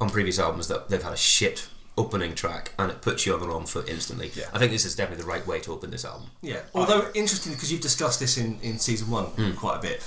B: on previous albums that they've had a shit opening track and it puts you on the wrong foot instantly.
A: Yeah.
B: I think this is definitely the right way to open this album.
D: Yeah. Although interesting because you've discussed this in, in season one quite a bit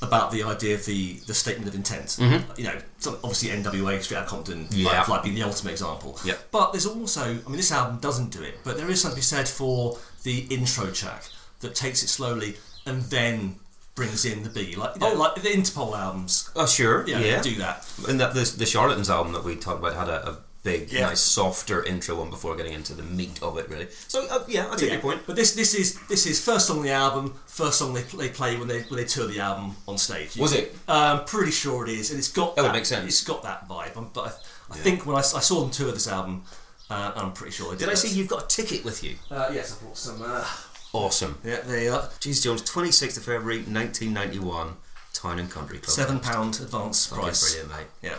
D: about the idea of the, the statement of intent. You know, so obviously NWA Straight Outta Compton
B: Yeah.
D: like, like being the ultimate example.
B: Yeah.
D: But there's also, I mean, this album doesn't do it, but there is something to be said for the intro track that takes it slowly and then brings in the B, like you know, like the Interpol albums.
B: Oh sure,
D: Yeah,
B: yeah,
D: do that.
B: And that this the Charlatans album that we talked about had a, a big,
A: Yeah.
B: nice, softer intro one before getting into the meat of it really. So uh, yeah, I take
D: Yeah.
B: your point.
D: But this this is this is first song on the album, first song they, they play when they when they tour the album on stage.
B: Was it?
D: Um, pretty sure it is, and it's got
B: That would
D: that-
B: make sense.
D: It's got that vibe. Um, But I, I think when I, s- I saw them tour this album, uh, I'm pretty sure.
B: Did I see you've got a ticket with you?
D: Uh, yes, I bought some. Uh,
B: Awesome.
D: yeah, they are
B: Jeez Jones, 26th of February 1991, Town and Country Club.
D: seven pound advance
B: Fucking
D: price.
B: Brilliant, mate.
D: Yeah.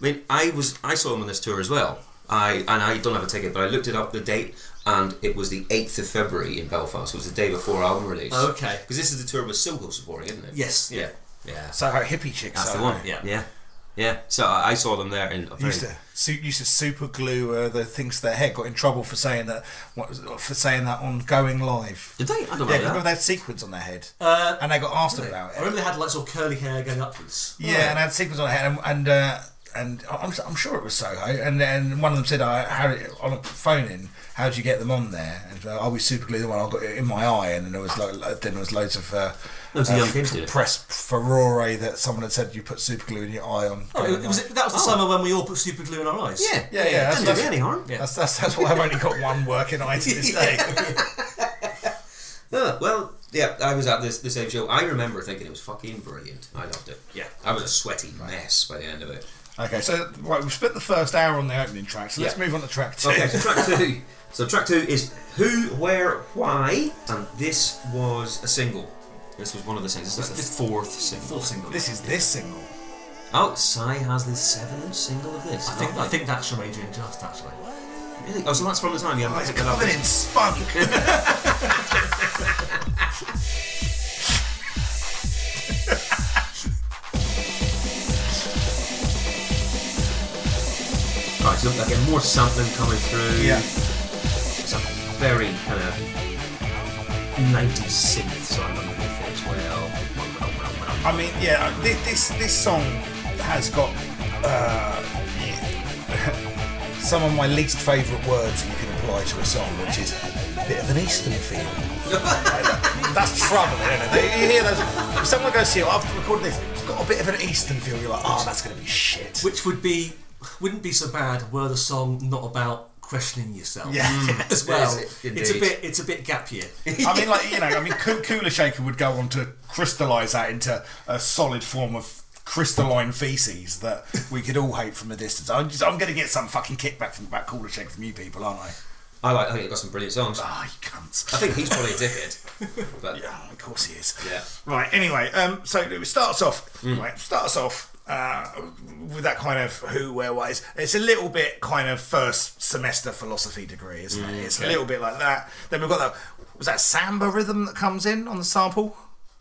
B: I mean, I was I saw him on this tour as well. I and I don't have a ticket, but I looked it up the date, and it was the eighth of February in Belfast. It was the day before album release.
D: Okay.
B: because this is the tour with Silco supporting, isn't it?
D: Yes.
B: Yeah. Yeah.
A: So how hippie chicks
B: That's
A: are.
B: the one.
D: Yeah.
B: Yeah. Yeah. So I I saw them there in. A very,
A: Used to, su- used to super glue uh, the things to their head. Got in trouble for saying that. What, for saying that on going live.
B: Did they? I don't
A: Yeah,
B: know
A: remember
B: that. Uh,
A: they had sequins on their head, and they got asked about
D: I
A: it.
D: remember they had like sort of curly hair going upwards.
A: Yeah, and they had sequins on their head, and and, uh, and I'm, I'm sure it was Soho. And then one of them said, "I how did- on a phone in, how'd you get them on there?" And uh, I was super glued the one I got it in my eye, and then there was like lo- then there was loads of. Uh,
B: Loads of
A: uh,
B: young kids did it.
A: press furore that someone had said you put super glue in your eye on.
D: Oh, it, it was that was the
B: Oh.
D: summer when we all put super glue in our eyes.
B: Yeah.
A: yeah, yeah,
B: Doesn't
A: that's-
B: do me any harm.
A: that's, that's that's why I've only got one working eye to this day.
B: Uh, well, yeah, I was at this the same show. I remember thinking it was fucking brilliant. I loved it.
D: Yeah.
B: I was a sweaty mess by the end of it.
A: okay, so right, we've spent the first hour on the opening track, so let's
B: Yeah.
A: move on to track two.
B: Okay, so track two. So track two is Who, Where, Why, and this was a single. This was one of the singles. This is like the fourth single.
D: Full single.
A: This is this single.
B: Oh, Psy has the seventh single of this. Oh,
D: I think I think that's from Adrian Just actually.
B: Really? Oh, so that's from the time. Yeah,
A: Oh, it's
B: that's a good album.
A: covered in spunk.
B: Right, so again, more sampling coming through.
A: Yeah.
B: It's a very kind of 90s synth sound on the riff as well.
A: I mean, yeah, this this, this song has got uh, yeah, some of my least favourite words you can apply to a song, which is a bit of an eastern feel. Like that- That's trouble, isn't it? You hear those? If someone goes to you after recording this, it's got a bit of an eastern feel. You're like, oh, that's going to be shit.
D: Which would be wouldn't be so bad were the song not about questioning yourself.
A: Yeah.
D: As well.
B: Yes,
D: it's a
B: indeed.
D: bit it's a bit gap year.
A: I mean, like you know, I mean, Coo- Cooler Shaker would go on to crystallise that into a solid form of crystalline feces that we could all hate from a distance. I'm, just, I'm going to get some fucking kickback from about Cooler Shake from you people, aren't I?
B: I like. I think they've got some brilliant songs. I
A: Ah, you cunts.
B: think he's probably a dickhead, but yeah.
A: Yeah, of course he is. Right. Anyway, um, so it starts off. Right, starts off uh, with that kind of who, where, what is. It's a little bit kind of first semester philosophy degree, isn't it? It's a little bit like that. Then we've got that. Was that samba rhythm that comes in on the sample?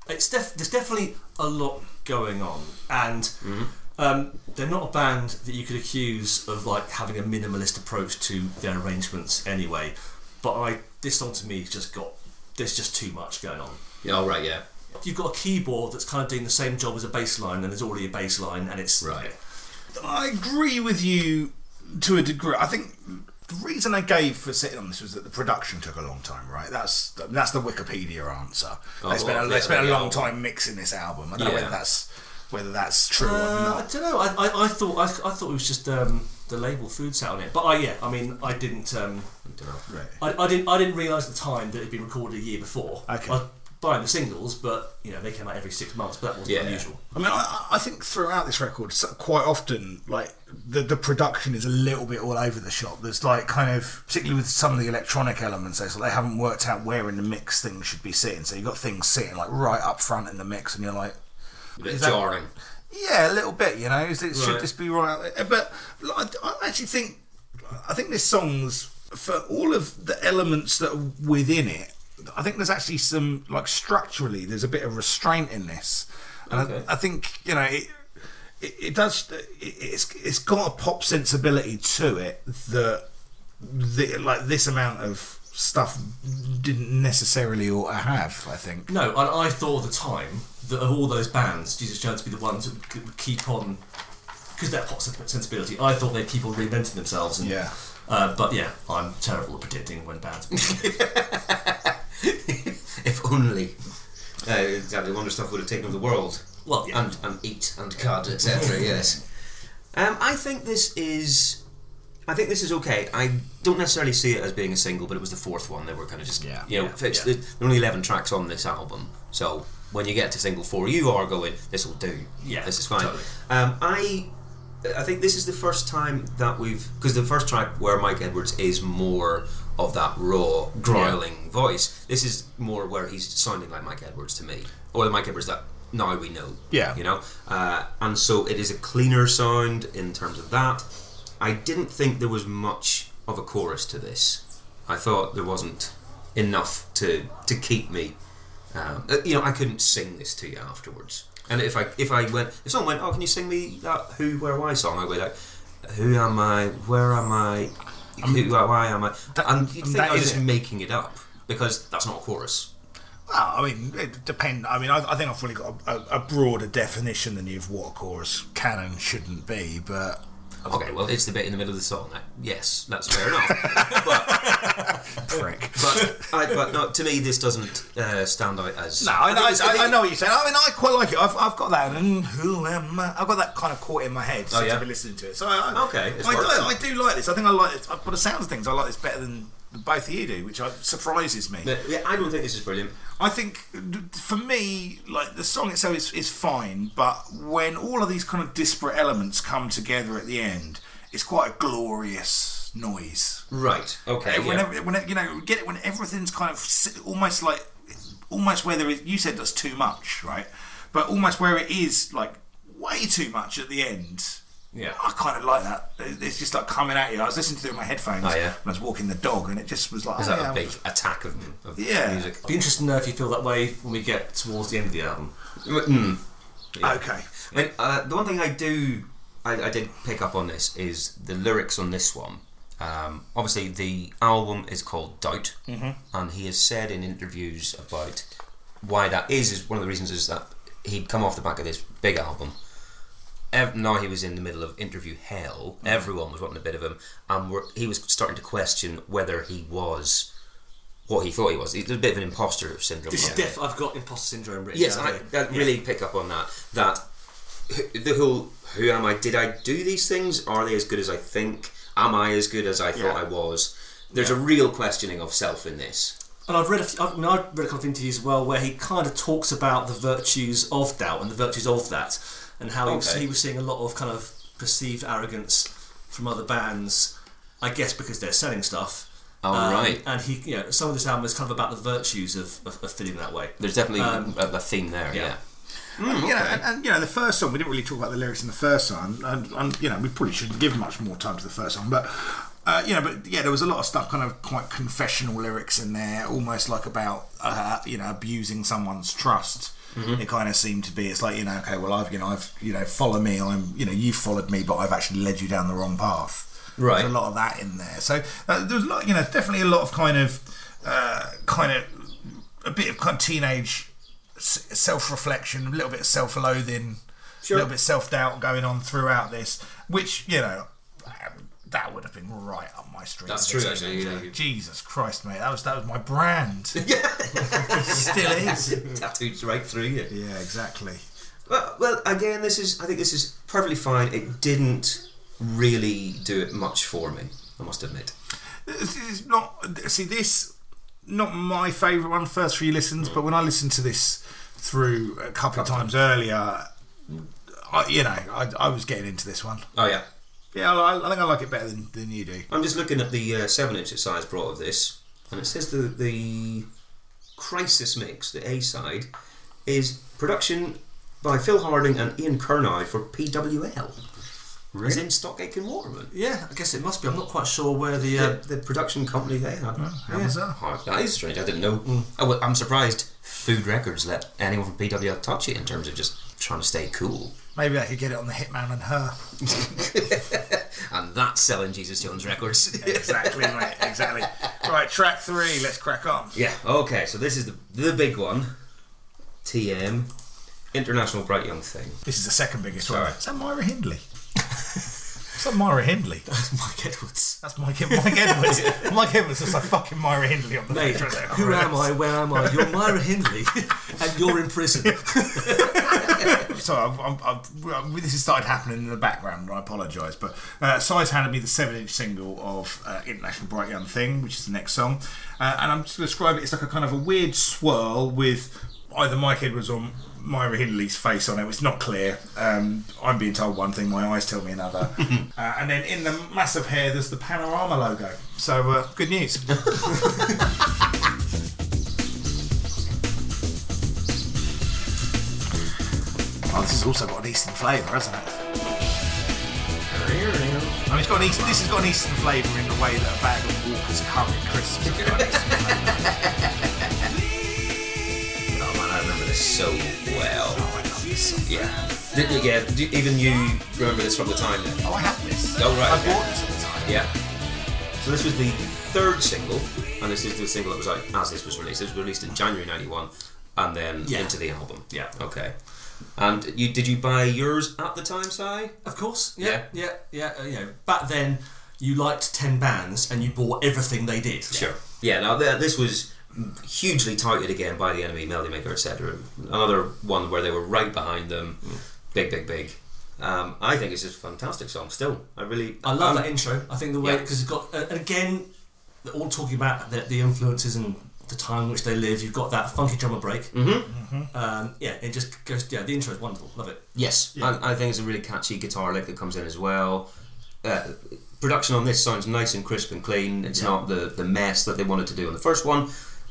D: it's def- there's definitely a lot going on, and
B: Mm-hmm.
D: um, they're not a band that you could accuse of like having a minimalist approach to their arrangements anyway. But I this song to me has just got there's just too much going on.
B: Yeah. All right. Yeah.
D: You've got a keyboard that's kind of doing the same job as a bass line, and there's already a bass line, and it's
B: Right.
A: I agree with you to a degree. I think the reason I gave for sitting on this was that the production took a long time, right? That's that's the Wikipedia answer. they spent
B: well,
A: a, they
B: yeah,
A: spent a
B: yeah.
A: long time mixing this album. I don't know
B: Yeah.
A: whether that's whether that's true or
D: Uh,
A: not.
D: I don't know. I, I, I thought I, I thought it was just um, the label food sat on it, but I yeah. I mean, I didn't. Um,
B: Dunno.
D: I, I didn't. I didn't realise at the time that it had been recorded a year before.
A: Okay.
D: I was buying the singles, but you know they came out every six months, but that wasn't
B: Yeah.
D: unusual.
A: I mean, I, I think throughout this record, so- quite often, like the the production is a little bit all over the shop. There's like kind of, particularly with some of the electronic elements, they so they haven't worked out where in the mix things should be sitting. So you've got things sitting like right up front in the mix, and you're like,
B: A bit
A: Is that-
B: jarring.
A: yeah, a little bit, you know. Is it, Should
B: Right.
A: this be right? out there? But like, I I actually think I think this song's for all of the elements that are within it. I think there's actually some like structurally, there's a bit of restraint in this, and
B: Okay.
A: I, I think you know it. It, it does. It, it's it's got a pop sensibility to it that the, like this amount of stuff didn't necessarily ought to have. I think.
D: No, I, I thought at the time that of all those bands, Jesus Jones would be the ones that would keep on because they're pop sens- sensibility. I thought they'd keep on reinventing themselves. And,
A: Yeah.
D: Uh, but yeah, I'm terrible at predicting when bands.
B: If only. Uh, exactly. Wonder stuff would have taken over the world.
D: well, yeah.
B: and and eat and cut etc. yes. Um, I think this is. I think this is okay. I don't necessarily see it as being a single, but it was the fourth one. They were kind of just,
A: Yeah.
B: you know,
D: Yeah,
B: fixed.
D: yeah.
B: The, there are only eleven tracks on this album, so when you get to single four, you are going, "This will do.
D: Yeah,
B: this is fine."
D: totally.
B: Um, I, I think this is the first time that we've because the first track where Mike Edwards is more of that raw, growling voice. This is more where he's sounding like Mike Edwards to me, or the Mike Edwards that now we know.
A: Yeah.
B: you know know? Uh, and so it is a cleaner sound in terms of that. I didn't think there was much of a chorus to this. I thought there wasn't enough to to keep me. Um, uh, you know, I couldn't sing this to you afterwards. And if I if I went if someone went, oh, can you sing me that Who Where Why song? I'd be like, Who am I? Where am I? Who why am I? and you'd
A: and
B: think
A: that
B: I was
A: is
B: just
A: it.
B: making it up because that's not a chorus.
A: Well, I mean, it depend. I mean, I, I think I've probably got a, a, a broader definition than you've what a chorus can and shouldn't be, but
B: Okay, well, it's the bit in the middle of the song. Uh, Yes, that's fair enough. but
A: prick.
B: but I, but no, to me this doesn't uh, stand out as
A: No, I, know-
B: think it's-
A: I, I
B: think-
A: know what you're saying. I mean, I quite like it. I've, I've got that. And who am I? I've got that kind of caught in my head since
B: Oh, yeah?
A: I've been listening to it. So I, I,
B: Okay, it's
A: I,
B: worked.
A: I, I do like this. I think I like it. By the sounds of things, I like this better than both of you do, which I, surprises me.
B: But, yeah, I don't think this is brilliant.
A: I think for me, like the song itself is, is fine, but when all of these kind of disparate elements come together at the end, it's quite a glorious noise.
B: Right. Okay.
A: And
B: yeah.
A: Whenever, whenever, you know, get it when everything's kind of s- almost like, almost where there is. You said that's too much, right? But almost where it is like way too much at the end.
D: Yeah.
A: I kind of like that. It- It's just like coming at you. I was listening to it in my headphones
B: Oh, yeah.
A: when I was walking the dog, and it just was like,
B: is
A: oh,
B: that
A: yeah,
B: a big attack of, of
A: Yeah.
B: music?
D: Be interesting to know if you feel that way when we get towards the end of the album.
B: Mm.
A: okay.
B: I mean, uh, the one thing I do, I, I did pick up on this is the lyrics on this one. Um, obviously, the album is called Doubt, and he has said in interviews about why that is. Is one of the reasons is that he'd come off the back of this big album. Ev- now he was in the middle of interview hell. Everyone was wanting a bit of him, and were, he was starting to question whether he was what he thought he was. He's a bit of an imposter syndrome.
D: This
B: I
D: is
B: think.
D: def. I've got imposter syndrome written.
B: Yes,
D: down
B: I,
D: here.
B: I really pick up on that. That wh- the whole who am I? Did I do these things? Are they as good as I think? Am I as good as I thought I was? There's a real questioning of self in this.
D: And I've read a few, I've, I mean, I've read a couple of interviews as well where he kind of talks about the virtues of doubt and the virtues of that, and how he, was,
B: Okay.
D: he was seeing a lot of kind of perceived arrogance from other bands, I guess because they're selling stuff. Um,
B: Oh, right.
D: And he, you know, some of this album is kind of about the virtues of, of, of feeling that way.
B: There's definitely a, a theme there. Yeah.
D: yeah.
A: Mm, you know, and, and you know, the first song we didn't really talk about the lyrics in the first song, and, and you know, we probably shouldn't give much more time to the first song, but uh, you know, but yeah, there was a lot of stuff, kind of quite confessional lyrics in there, almost like about uh, you know abusing someone's trust. It kind of seemed to be. It's like you know, okay, well, I've you know, I've you know, follow me. I'm you know, you followed me, but I've actually led you down the wrong path.
B: Right.
A: There's a lot of that in there. So uh, there was a lot, you know, definitely a lot of kind of, uh, kind of, a bit of kind of teenage s- self-reflection, a little bit of self-loathing, a little bit self-doubt going on throughout this, which you know, that would have been right up my street.
B: That's true, actually, yeah.
A: Jesus Christ, mate, that was that was my brand. Yeah, still is.
B: Tattooed right through you.
A: Yeah, exactly.
B: Well, well, again, this is. I think this is perfectly fine. It didn't really do it much for me. I must admit.
A: This is not see this not my favourite one first few listens, but when I listened to this through a couple of times earlier, I, you know, I, I was getting into this one.
B: Oh yeah.
A: Yeah, I, I think I like it better than, than you do.
B: I'm just looking at the uh, seven inch that size brought of this, and it says the the Crisis mix, the A side, is production by Phil Harding and Ian Kernow for PWL. Really? As in Stock Aitken Waterman.
D: Yeah, I guess it must be. I'm not quite sure where the. Uh,
B: The, the production company they had.
A: How bizarre.
B: Oh, that is strange. I didn't know.
D: Mm.
B: I am surprised Food Records let anyone from PWL touch it in terms of just trying to stay cool.
A: Maybe I could get it on the Hitman and her.
B: And that's selling Jesus Jones records.
A: Exactly, mate. Exactly. Right, track three. Let's crack on.
B: Yeah. Okay. So this is the the big one. TM, International Bright Young Thing.
A: This is the second biggest one.
B: Sorry.
A: Is that Myra Hindley? Is that Myra Hindley?
D: Mike Edwards.
A: That's Mike, Mike Edwards. Mike Edwards looks like fucking Myra Hindley on the
D: Mate,
A: page right there.
B: "Oh,
D: who am I? Where am I? You're Myra Hindley, and you're in prison.
B: Oh,
A: So I've, I've, I've, I've- this has started happening in the background, and I apologise. But uh, Size handed me the seven-inch single of uh, International Bright Young Thing, which is the next song, uh, and I'm just going to describe it. It's like a kind of a weird swirl with either Mike Edwards or Myra Hindley's face on it. It's not clear. Um, I'm being told one thing, my eyes tell me another. uh, and then in the massive hair, there's the panorama logo. So uh, good news. Oh, this has also got an Eastern flavour, hasn't it? I mean, it's got an East, this has got an Eastern flavour in the way that a bag of Walker's curry crisps have got an Eastern
B: Oh man, I remember this so well.
A: flavour. Oh, I love this song.
B: Yeah. Did, yeah. do- even you remember this from the time then?
A: Oh, I have this.
B: Oh, right,
A: I
B: okay.
A: bought this at the time.
B: Yeah. So this was the third single, and this is the single that was out as this was released. It was released in January '91, and then
D: Yeah.
B: into the album.
D: Yeah.
B: Okay. And you did you buy yours at the time, Si?
D: Of course, yeah, yeah, yeah. uh, you know, back then you liked ten bands and you bought everything they did.
B: Sure. Yeah. Now th- this was hugely touted again by the enemy, Melody Maker, etc. Another one where they were right behind them, big, big, big. Um, I think it's just a fantastic song. Still, I really,
D: I love
B: um,
D: that intro. I think the way
B: yeah.
D: because it's got uh, and again, they're all talking about the, the influences and the time in which they live. You've got that funky drummer break. Um, yeah, it just goes. Yeah, the intro is wonderful. Love it.
B: Yes, I, I think it's a really catchy guitar lick that comes in as well. Uh, production on this sounds nice and crisp and clean. It's not the, the mess that they wanted to do on the first one.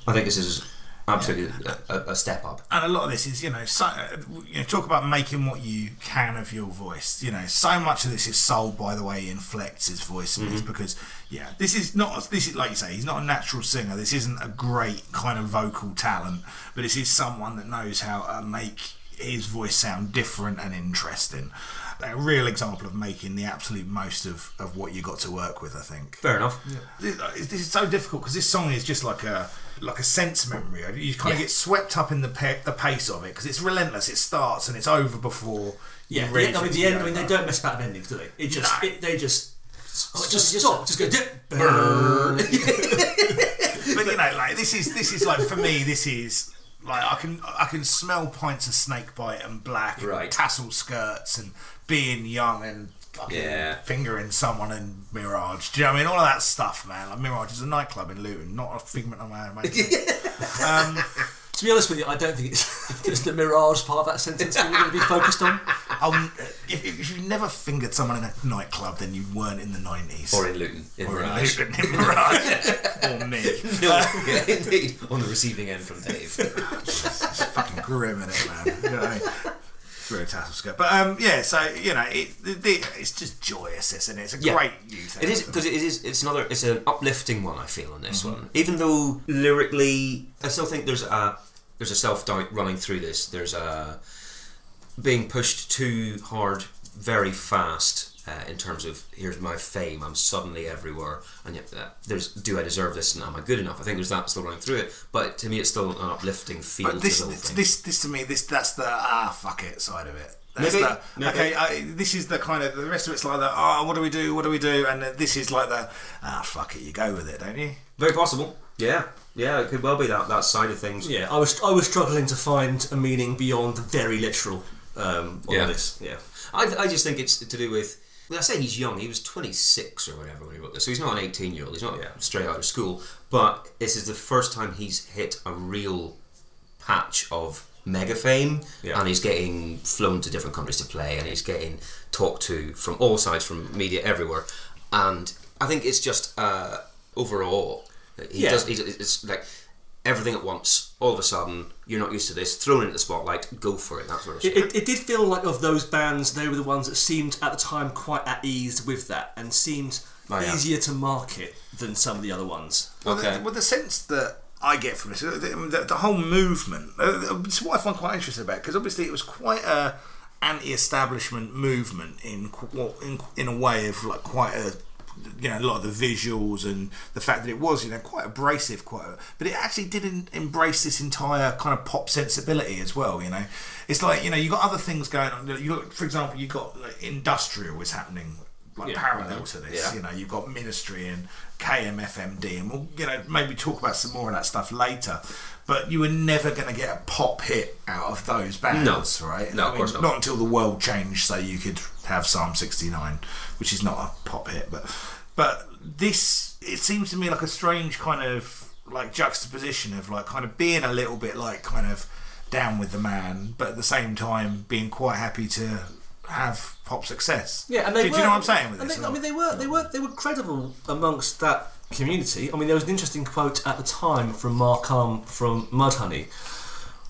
B: I think this is absolutely a, a, a step up.
A: And a lot of this is, you know, so, uh, you know, talk about making what you can of your voice. You know, so much of this is sold by the way he inflects his voice in this because, yeah, this is not, this is, like you say, he's not a natural singer. This isn't a great kind of vocal talent, but this is someone that knows how to make his voice sound different and interesting. A real example of making the absolute most of, of what you got to work with, I think
B: Fair enough.
A: this uh, this is so difficult because this song is just like a like a sense memory. You kind of
B: Yeah.
A: get swept up in the pe- the pace of it because it's relentless. It starts and it's over before. you
D: Yeah,
A: really
D: yeah. I mean,
A: think
D: the
A: it's
D: end. I mean, they
A: over.
D: don't mess about with endings, do they? It just
A: No.
D: it, they just. Oh, it
B: just-
D: just stop. Just go. Dip, burn.
A: But you know, like this is this is like for me, this is like I can I can smell pints of snakebite and black and
B: Right.
A: tassel skirts and being young and fucking
B: Yeah.
A: fingering someone in Mirage. Do you know what I mean? All of that stuff, man. Like Mirage is a nightclub in Luton, not a figment of my imagination. um,
D: To be honest with you, I don't think it's, it's the mirage part of that sentence that we're going to be focused on.
A: I'll, uh, if, if you never fingered someone in a nightclub, then you weren't in the 90s.
B: Or in Luton. In
A: Or in
B: Mirage.
A: Luton, in Mirage. or me.
B: yeah, indeed. On the receiving end from Dave.
A: fucking grim in it, man. You know what I mean? It's really tassel skirt. But um, yeah, so you know, it, it, it's just joyous, isn't it? It's a
B: Yeah.
A: great youth.
B: It is because it is. It's another. It's an uplifting one. I feel
A: Mm-hmm.
B: on this one, even though lyrically, I still think there's a there's a self doubt running through this. There's a being pushed too hard, very fast. Uh, in terms of here's my fame, I'm suddenly everywhere, and yet uh, there's do I deserve this and am I good enough? I think there's that still running through it, but to me it's still an uplifting feel
A: But this,
B: to the whole
A: this,
B: thing.
A: this, to me, this that's the ah fuck it side of it. That's
B: Maybe.
A: the,
B: Maybe.
A: okay, I, this is the kind of the rest of it's like the ah what do we do? What do we do? And then this is like the ah fuck it, you go with it, don't you?
B: Very possible. Yeah, yeah, it could well be that that side of things.
D: Yeah, I was I was struggling to find a meaning beyond the very literal um, on
B: Yeah.
D: this. Yeah,
B: I, I just think it's to do with. Well, I say he's young. He was 26 or whatever when he wrote this, so he's not an 18 year old. He's not straight out of school. But this is the first time he's hit a real patch of mega fame,
D: Yeah.
B: and he's getting flown to different countries to play, and he's getting talked to from all sides, from media everywhere. And I think it's just uh, overall, he
D: Yeah.
B: does. He's, it's like everything at once, all of a sudden. You're not used to this. Thrown into the spotlight, go for it. That sort of shit.
D: it, it, it did feel like of those bands, they were the ones that seemed at the time quite at ease with that and seemed
B: Oh, yeah.
D: easier to market than some of the other ones.
A: Well,
B: Okay.
A: the, well, the sense that I get from this, the, the, the whole movement, uh, it's what I find quite interesting about because obviously it was quite a anti-establishment movement in qu- well, in in a way of like quite a you know a lot of the visuals and the fact that it was you know quite abrasive quite a, but it actually did en- embrace this entire kind of pop sensibility as well you know it's like you know you got other things going on you look for example you got like, industrial is happening like parallel to this
B: Yeah.
A: you know you've got ministry and KMFMD and we'll you know maybe talk about some more of that stuff later but you were never going to get a pop hit out of those bands
B: No.
A: right
B: No, of course not.
A: until the world changed so you could have Psalm 69 which is not a pop hit but but this it seems to me like a strange kind of like juxtaposition of like kind of being a little bit like kind of down with the man but at the same time being quite happy to have pop success
D: Yeah, and they
A: do,
D: were,
A: do you know what I'm saying with
D: and
A: this
D: they- I mean, they were they were they were credible amongst that community. I mean, there was an interesting quote at the time from Mark Arm from Mudhoney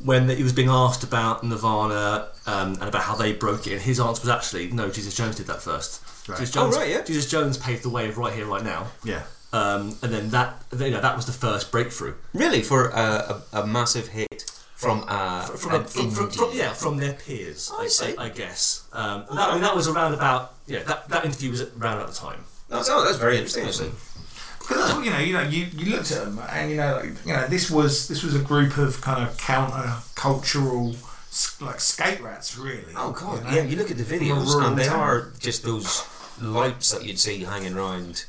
D: when he was being asked about Nirvana um, and about how they broke it, and his answer was actually, "No, Jesus Jones did that first.
A: Right.
D: Jesus Jones,
B: Oh, right, yeah.
D: Jesus Jones paved the way of right here, right now."
A: yeah
D: Um, and then that you know, that was the first breakthrough
B: Really, for uh, a, a massive hit from uh,
D: from,
B: an
D: from, from,
B: indie-
D: from- yeah from their peers.
B: I
D: I,
B: see.
D: I, I guess um, and that, I mean, that was around about yeah that, that interview was around at the time.
B: That's, oh, that's very interesting. Actually,
A: Because that's what you know. You know, you, you looked at them, and you know, like, you know, this was this was a group of kind of counter cultural like skate rats, really.
B: oh god,
A: You know?
B: yeah. You look at the videos,
A: Rural
B: and they
A: town.
B: are just those lights that you'd see hanging around,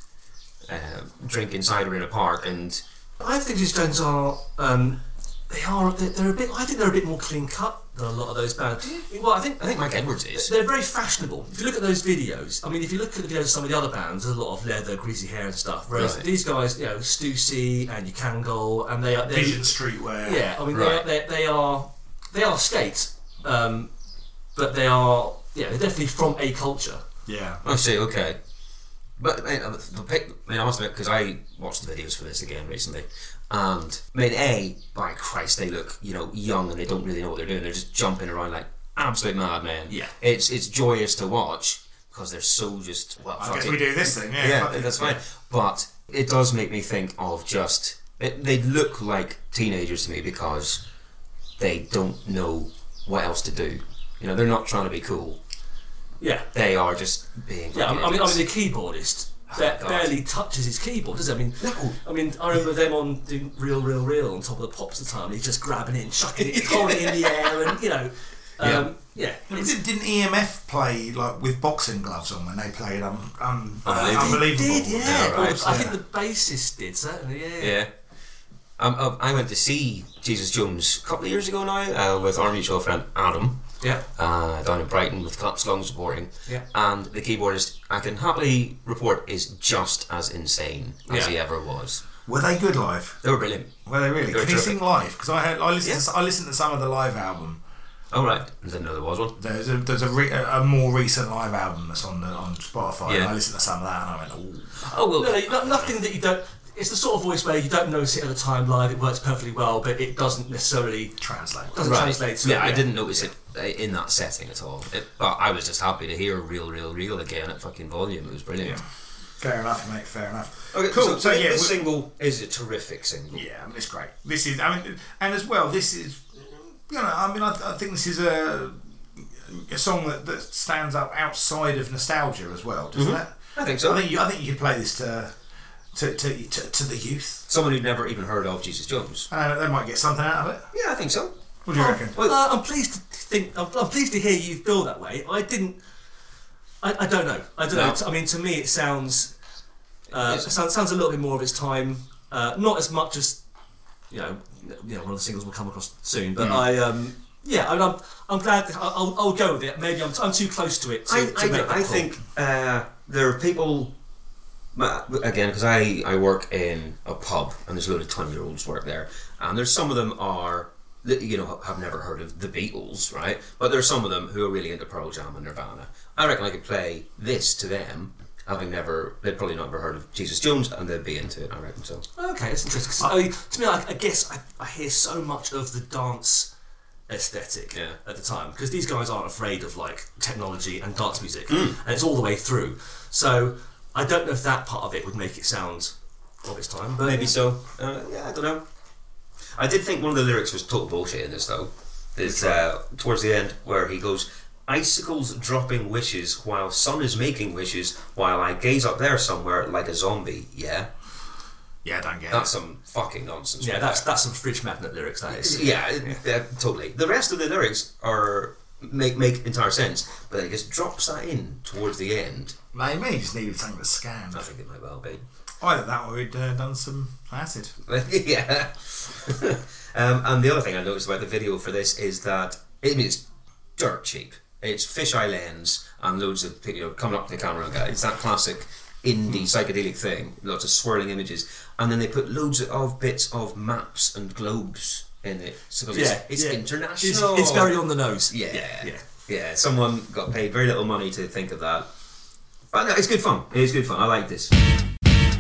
B: uh, drinking cider in a park, and
D: I think these Jones are um, they are they're, they're a bit I think they're a bit more clean cut than a lot of those bands. Well, I think
B: I think Mike Edwards is.
D: they're very fashionable. If you look at those videos, I mean, if you look at the videos of some of the other bands, there's a lot of leather, greasy hair, and stuff. Whereas
B: Right.
D: these guys, you know, Stussy and Ukangol, and they are they,
A: Vision streetwear.
D: Yeah, I mean
B: Right.
D: they, are, they, they are they are skate, um, but they are yeah they're definitely from a culture.
A: yeah.
B: I see. Oh, Okay. But I mean, uh, the pic, I mean, I must admit, because I watched the videos for this again recently, and I mean, a by Christ, they look you know young and they don't really know what they're doing. They're just jumping around like absolute madmen.
D: Yeah.
B: it's it's joyous to watch because they're so just. Well,
A: I
B: fuck
A: guess
B: it.
A: we do this thing. Yeah,
B: yeah,
A: fuck it.
B: that's fine. But it does make me think of just it, they look like teenagers to me because they don't know what else to do. You know, they're not trying to be cool.
D: Yeah,
B: They are just being.
D: yeah. I mean, I mean, I
B: idiots.
D: mean the keyboardist ba-
B: Oh, God.
D: barely touches his keyboard, does he? I mean, I mean, I remember them on doing real, real, real on top of the pops at the time. He's just grabbing it, and chucking it, holding it in the air, and you know, um, yeah. It's-
A: Didn't, didn't EMF play like with boxing gloves on when they played um, um, uh,
B: Unbelievable.
A: unbelievable?
D: Did yeah,
B: Yeah,
D: Or the-
B: right,
D: I think the bassist did certainly. Yeah,
B: Yeah. Um, uh, I went to see Jesus Jones a couple of years ago now uh, with our mutual friend Adam,
D: Yeah.
B: uh, down in Brighton with Cops Long supporting.
D: Yeah.
B: And the keyboardist, I can happily report, is just as insane as
D: Yeah.
B: he ever was.
A: Were they good live?
B: They were brilliant.
A: Were they really?
B: They were
A: Can you
B: terrific.
A: sing live? Because I heard, I listened,
B: Yeah.
A: to, I listened to some of the live album.
B: Oh, right. I didn't know there was one.
A: There's a there's a, re, a, a more recent live album that's on the, on Spotify. And
B: Yeah.
A: I listened to some of that and I went, ooh.
B: Oh, well.
D: No, no, no, nothing that you don't. It's the sort of voice where you don't notice it at the time live. It works perfectly well, but it doesn't necessarily
A: Translate.
D: doesn't translate. To
B: yeah, I
D: it,
B: didn't notice it it in that setting at all. It, but I was just happy to hear real, real, real again at fucking volume. It was brilliant.
A: Fair enough, mate. Fair enough.
B: Okay,
A: cool.
B: So,
A: So, yeah,
B: this
A: we-
B: single is a terrific single.
A: yeah, I mean, it's great. This is, I mean, and as well, this is, you know, I mean, I, I think this is a a song that, that stands up outside of nostalgia as well, doesn't it?
B: Mm-hmm. I think so.
A: I think you, I think you could play this to to to, to, to the youth,
B: Someone who'd never even heard of Jesus Jones.
A: and they might get something out of it.
B: Yeah, I think so.
A: What do you reckon?
B: Well,
D: Uh, I'm pleased to think. I'm, I'm pleased to hear you feel that way. I didn't. I, I don't know. I don't
B: No.
D: know. T- I mean, to me, it sounds. Uh,
B: It is.
D: sounds, sounds a little bit more of its time. Uh, not as much as, you know, you know, one of the singles we'll come across soon.
B: Mm.
D: But I, um, yeah, I mean, I'm, I'm glad. I- I'll, I'll go with it. Maybe I'm, I'm too close to it to,
B: I, I,
D: to make that
B: I
D: call.
B: think uh, there are people ma- again because I, I work in a pub and there's a load of 20 year olds work there and there's some of them are that, you know have never heard of the Beatles right but there's some of them who are really into Pearl Jam and Nirvana I reckon I could play this to them having never they'd probably never heard of Jesus Jones and they'd be into it I reckon so
D: Okay, that's interesting.
B: Uh,
D: 'cause, I mean, to me, I, I guess I, I hear so much of the dance aesthetic
B: Yeah.
D: at the time because these guys aren't afraid of like technology and dance music,
B: Hmm.
D: and it's all the way through. So I don't know if that part of it would make it sound of its time, but
B: maybe so uh, yeah I don't know I did think one of the lyrics was total bullshit in this though. It's uh, towards the end where he goes, "Icicles dropping wishes while sun is making wishes while I gaze up there somewhere like a zombie." Yeah,
A: Yeah, I don't get
B: that's some fucking nonsense.
D: yeah,
B: right
D: that's
B: there.
D: that's some fridge magnet lyrics. That is.
B: yeah, it- yeah, totally. The rest of the lyrics are make make entire sense, but it just drops that in towards the end.
A: it. Maybe he just needed something to scan.
B: I think it might well be.
A: Either that, or he'd uh, done some acid.
B: yeah. um, and the other thing I noticed about the video for this is that it is dirt cheap. It's fisheye lens and loads of you know coming up to the camera and that. It's that classic indie psychedelic thing. Lots of swirling images, and then they put loads of bits of maps and globes in it. So it's,
D: Yeah,
B: it's
D: yeah.
B: international.
D: It's, it's very on the nose.
B: yeah,
D: yeah, yeah.
B: yeah. Someone got paid very little money to think of that. But no, it's good fun. It is good fun. I like this.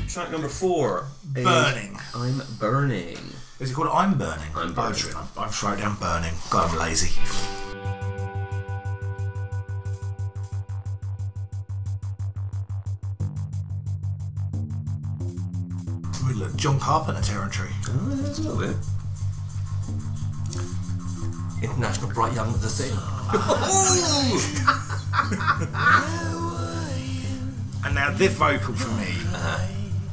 B: Track number four. is
A: Burning.
B: I'm burning.
A: Is it called I'm Burning?
B: I'm
A: Oh,
B: Burning.
A: sure, I'm, I'm straight down burning. God, I'm lazy. Ooh, look, John Carpenter territory.
B: Oh, that's a little bit.
D: International bright young the thing.
A: And now this vocal for me,
B: Uh-huh.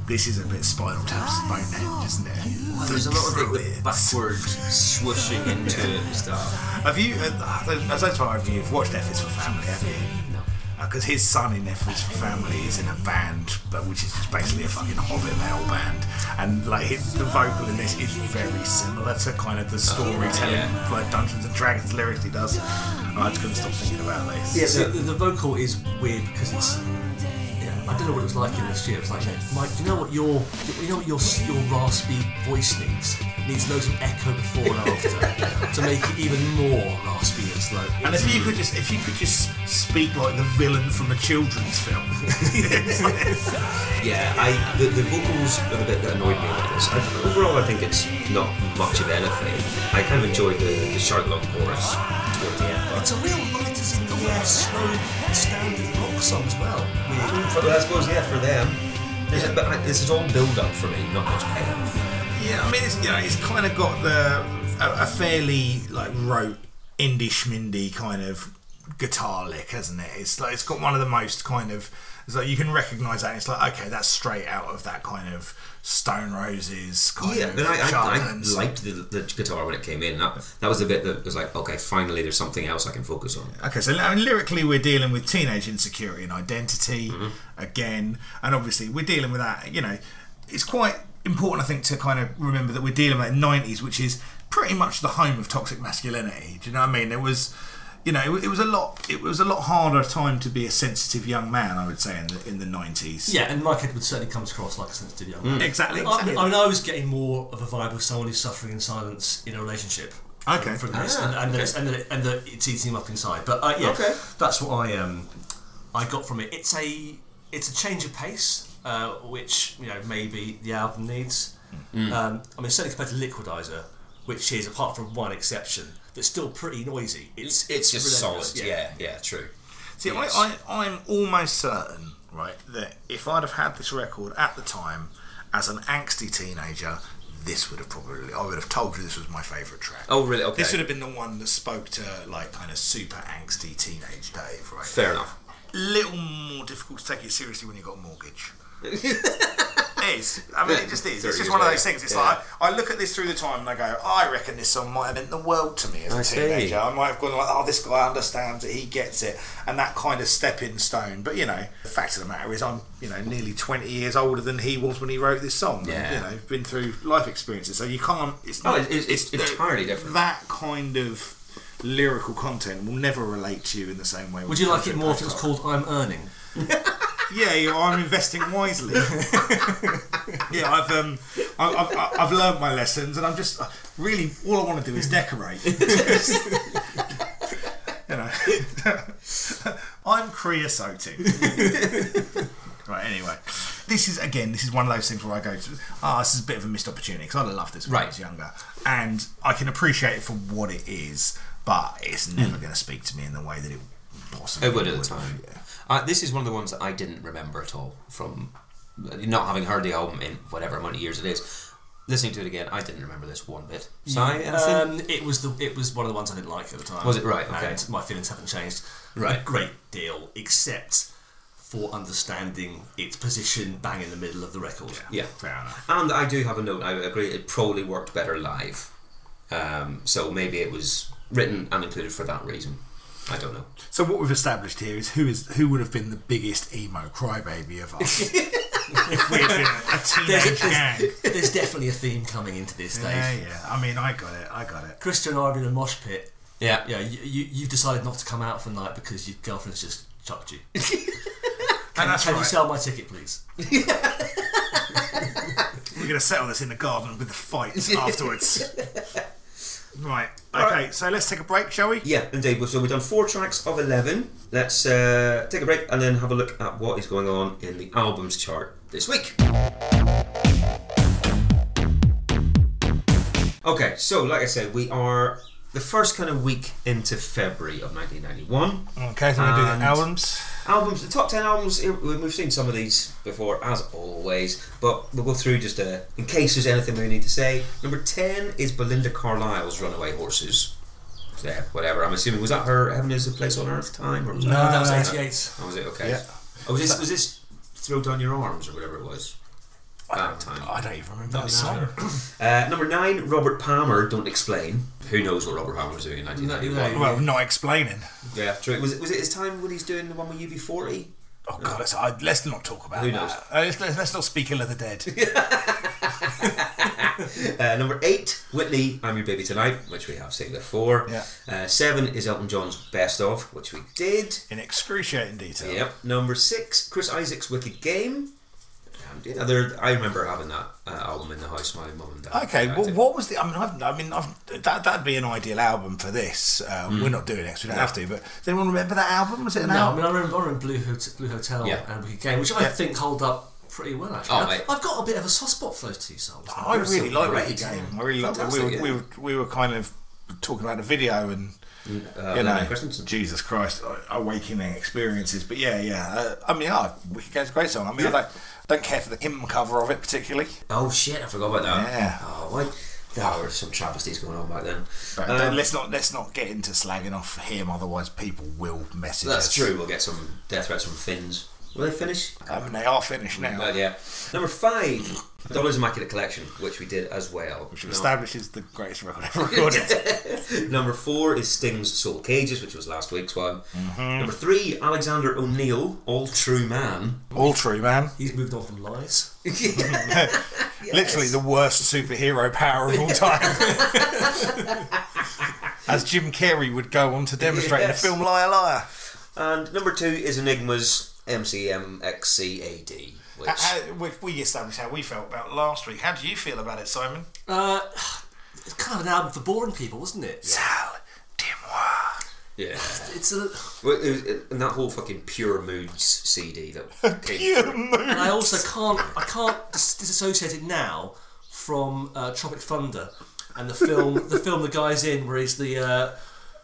A: this is a bit Spinal Tap Stonehenge, isn't it?
B: There's a lot of it
A: Druids.
B: with backward swooshing into it and stuff.
A: Have you? Uh, I don't- I don't know if you've watched F is for Family, have you? No. Because his son in F is for Family is in a band, but which is just basically a fucking Hobbit metal band, and like his, the vocal in this is very similar to kind of the storytelling,
B: yeah.
A: like Dungeons and Dragons lyrics he does. I just couldn't stop thinking about this.
D: Yeah, the, the vocal is weird because it's. Yeah, I don't know what it was like in this year. It's like, Mike, do you know what your you know what your s- your raspy voice needs? It needs loads of echo before and after to make it even more raspy and slow.
A: And if you could just if you could just speak like the villain from a children's film,
B: Yeah, I the, the vocals are the bit that annoyed me about this. I, overall, I think it's not much of anything. I kind of enjoyed the, the short long chorus towards the end.
D: It's a real lighters in the air, slow, standard rock song as well. Weird.
B: But I suppose yeah, for them, this is, but I- this is all build up for me, not much payoff.
A: Yeah, I mean, it's you know, it's kind of got the a, a fairly like rote indie schmindy kind of guitar lick, hasn't it? It's like it's got one of the most kind of it's like you can recognise that. And it's like okay, that's straight out of that kind of Stone Roses kind
B: Oh, Yeah,
A: of.
B: but I, I, I
A: Charlatans.
B: liked the, the guitar when it came in. That, that was the bit that was like, okay, finally, there's something else I can focus on.
A: Okay, so I mean, lyrically, we're dealing with teenage insecurity and identity again, and obviously, we're dealing with that. You know, it's quite important, I think, to kind of remember that we're dealing with the '90s, which is pretty much the home of toxic masculinity. Do you know what I mean? There was you know, it was a lot. It was a lot harder time to be a sensitive young man. I would say in the in the nineties.
D: Yeah, and Mikehead would certainly comes across like a sensitive young man.
A: Mm. exactly.
D: I, I
A: exactly.
D: mean, I was getting more of a vibe of someone who's suffering in silence in a relationship.
A: Okay.
D: From this,
B: Ah,
D: and, and, that
B: okay.
D: it's, and, that it, and that it's eating him up inside. But uh, yeah,
B: Okay.
D: that's what I um, I got from it. It's a it's a change of pace, uh, which you know maybe the album needs. Um, I mean, certainly compared to Liquidizer, which is apart from one exception, that's still pretty noisy. It's
B: It's just
D: relentless,
B: solid. Yeah, yeah, true.
A: See,
B: Yes.
A: I, I, I'm almost certain, right, that if I'd have had this record at the time as an angsty teenager, this would have probably, I would have told you this was my favourite track.
B: Oh, really? Okay.
A: This would have been the one that spoke to, like, kind of super angsty teenage Dave, right?
B: Fair enough.
A: Little more difficult to take it seriously when you've got a mortgage. it is. I mean, it just is.
B: Thirty
A: It's
B: years
A: just one of those
B: later.
A: things. It's
B: Yeah.
A: like, I look at this through the time and I go, I reckon this song might have meant the world to me as a
B: I see.
A: teenager. I might have gone like, oh, this guy understands it, he gets it, and that kind of stepping stone. But you know, the fact of the matter is, I'm you know nearly twenty years older than he was when he wrote this song.
B: Yeah.
A: and, you know, been through life experiences, so you can't. It's
B: Oh,
A: not.
B: it- it's- it's
A: the-
B: entirely different.
A: That kind of lyrical content will never relate to you in the same way.
D: Would you like it more if it was called "I'm Earning"?
A: Yeah, you know, I'm investing wisely. yeah, I've um, I- I've, I've, I've learned my lessons, and I'm just uh, really all I want to do is decorate. you know, I'm creosoting. right. Anyway, this is again, this is one of those things where I go, to, ah, this is a bit of a missed opportunity because I loved this when I
B: Right.
A: was younger, and I can appreciate it for what it is, but it's never going to speak to me in the way that it possibly
B: I Mm. would at the
A: would.
B: time.
A: Yeah.
B: Uh, this is one of the ones that I didn't remember at all from uh, not having heard the album in whatever amount of years it is. Listening to it again, I didn't remember this one bit. Sorry,
A: Mm,
B: anything?
D: Um, it was the it was one of the ones I didn't like at the time.
B: Was it? Right, okay.
D: And my feelings haven't changed
B: Right.
D: a great deal, except for understanding its position bang in the middle of the record.
B: yeah.
A: Fair enough.
B: And I do have a note. I agree. It probably worked better live. Um, so maybe it was written and included for that reason. I don't know.
A: So what we've established here is who is who would have been the biggest emo crybaby of us if we had been a teenage gang.
D: There's definitely a theme coming into this, Dave.
A: Yeah, yeah. I mean, I got it. I got it.
D: Christian are in a mosh pit.
B: Yeah.
D: Yeah, you, you you've decided not to come out for the night because your girlfriend's just chucked you. Can,
A: and that's
D: can
A: right.
D: you sell my ticket, please?
A: We're going to settle this in the garden with the fight afterwards. right. Okay. So let's take a break, shall we?
B: Yeah, indeed. So we've done four tracks of 11. Let's uh, take a break and then have a look at what is going on in the albums chart this week. Okay, so like I said, we are the first kind of week into February of 1991.
A: Okay. So we're going to do
B: And-
A: the albums.
B: Albums, the top 10 albums, eh, we- we've seen some of these before, as always, but we'll go through just uh, in case there's anything we need to say. Number 10 is Belinda Carlisle's Runaway Horses. Yeah, whatever. I'm assuming was that her Heaven Is a Place on Earth time, or was
D: No,
B: that?
D: that was
A: no, no.
D: 88.
B: Oh, was it okay?
A: Yeah.
B: Oh, was this was this Throw Down Your Arms or whatever it was? That time.
A: I don't even remember that song.
B: Uh, number nine, Robert Palmer. Don't explain. Who knows what Robert Palmer was doing in
D: No,
B: 1991?
A: Well, not explaining.
B: Yeah, true. Was it was it his time when he's doing the one with UB40?
A: Oh God, it's, I, let's not talk about
B: Who
A: that.
B: knows?
A: Uh, let's, let's, let's not speak ill of the dead.
B: Uh, number eight, Whitney, I'm Your Baby Tonight, which we have seen before.
A: Yeah.
B: Uh, seven is Elton John's Best Of, which we did.
A: In excruciating detail.
B: Yep. Number six, Chris Isaac's Wicked Game. And Another, I remember having that uh, album in the house, my mum and dad. Uh,
A: Okay,
B: Yeah, I
A: well,
B: did.
A: what was the? I mean, I've, I mean, I've, that that'd be an ideal album for this. Um, We're not doing it, so we don't have to. But does anyone remember that album? Was it an
D: No, I
A: album?
D: mean, I remember, I remember Blue, Hot- Blue Hotel
B: Yeah.
D: and Wicked Game, which I
A: Yeah.
D: think hold up pretty well, actually.
B: Oh,
D: I've-
B: mate. Oh,
D: I've got a bit of a soft spot for those two songs.
A: I
B: They're
A: really
B: so
A: like
B: great.
A: Wicked Game. I really like. We
B: Fantastic,
A: were,
B: yeah.
A: we were we were kind of talking about the video and
B: Uh,
A: you know,
B: Lenny Christensen.
A: Jesus Christ, a- awakening experiences. But yeah, yeah. Uh, I mean, yeah, Wicked Game's a great song. I mean, I don't, don't care for the hymn cover of it particularly.
B: Oh shit, I forgot about that.
A: Yeah.
B: Oh, why? There were some travesties going on back then.
A: But
B: Um,
A: don't- let's not let's not get into slagging off him, otherwise people will message
B: that's
A: us.
B: true. We'll get some death threats from Finns. Will they finish?
A: I mean, they are finished now,
B: Oh, yeah. Number five, Dollars Immaculate Collection, which we did as well.
A: which
B: No.
A: establishes the greatest record ever recorded.
B: Number four is Sting's Soul Cages, which was last week's one. Number three, Alexander O'Neill, All True Man.
A: All true, man.
D: He's moved on from lies.
A: Literally the worst superhero power of all time. as Jim Carrey would go on to demonstrate
B: Yes.
A: in the film Liar Liar.
B: And number two is Enigma's MCMXCAD, which
A: Uh, how- we, we established how we felt about it last week. How do you feel about it, Simon?
D: Uh, it's kind of an album for boring people, wasn't it?
A: Sal, Dimois.
B: yeah,
D: It's a,
B: well, it was, it- and that whole fucking Pure Moods CD that came through.
D: and I also can't I can't dis- disassociate it now from uh, Tropic Thunder and the film the film the guy's in where he's the uh,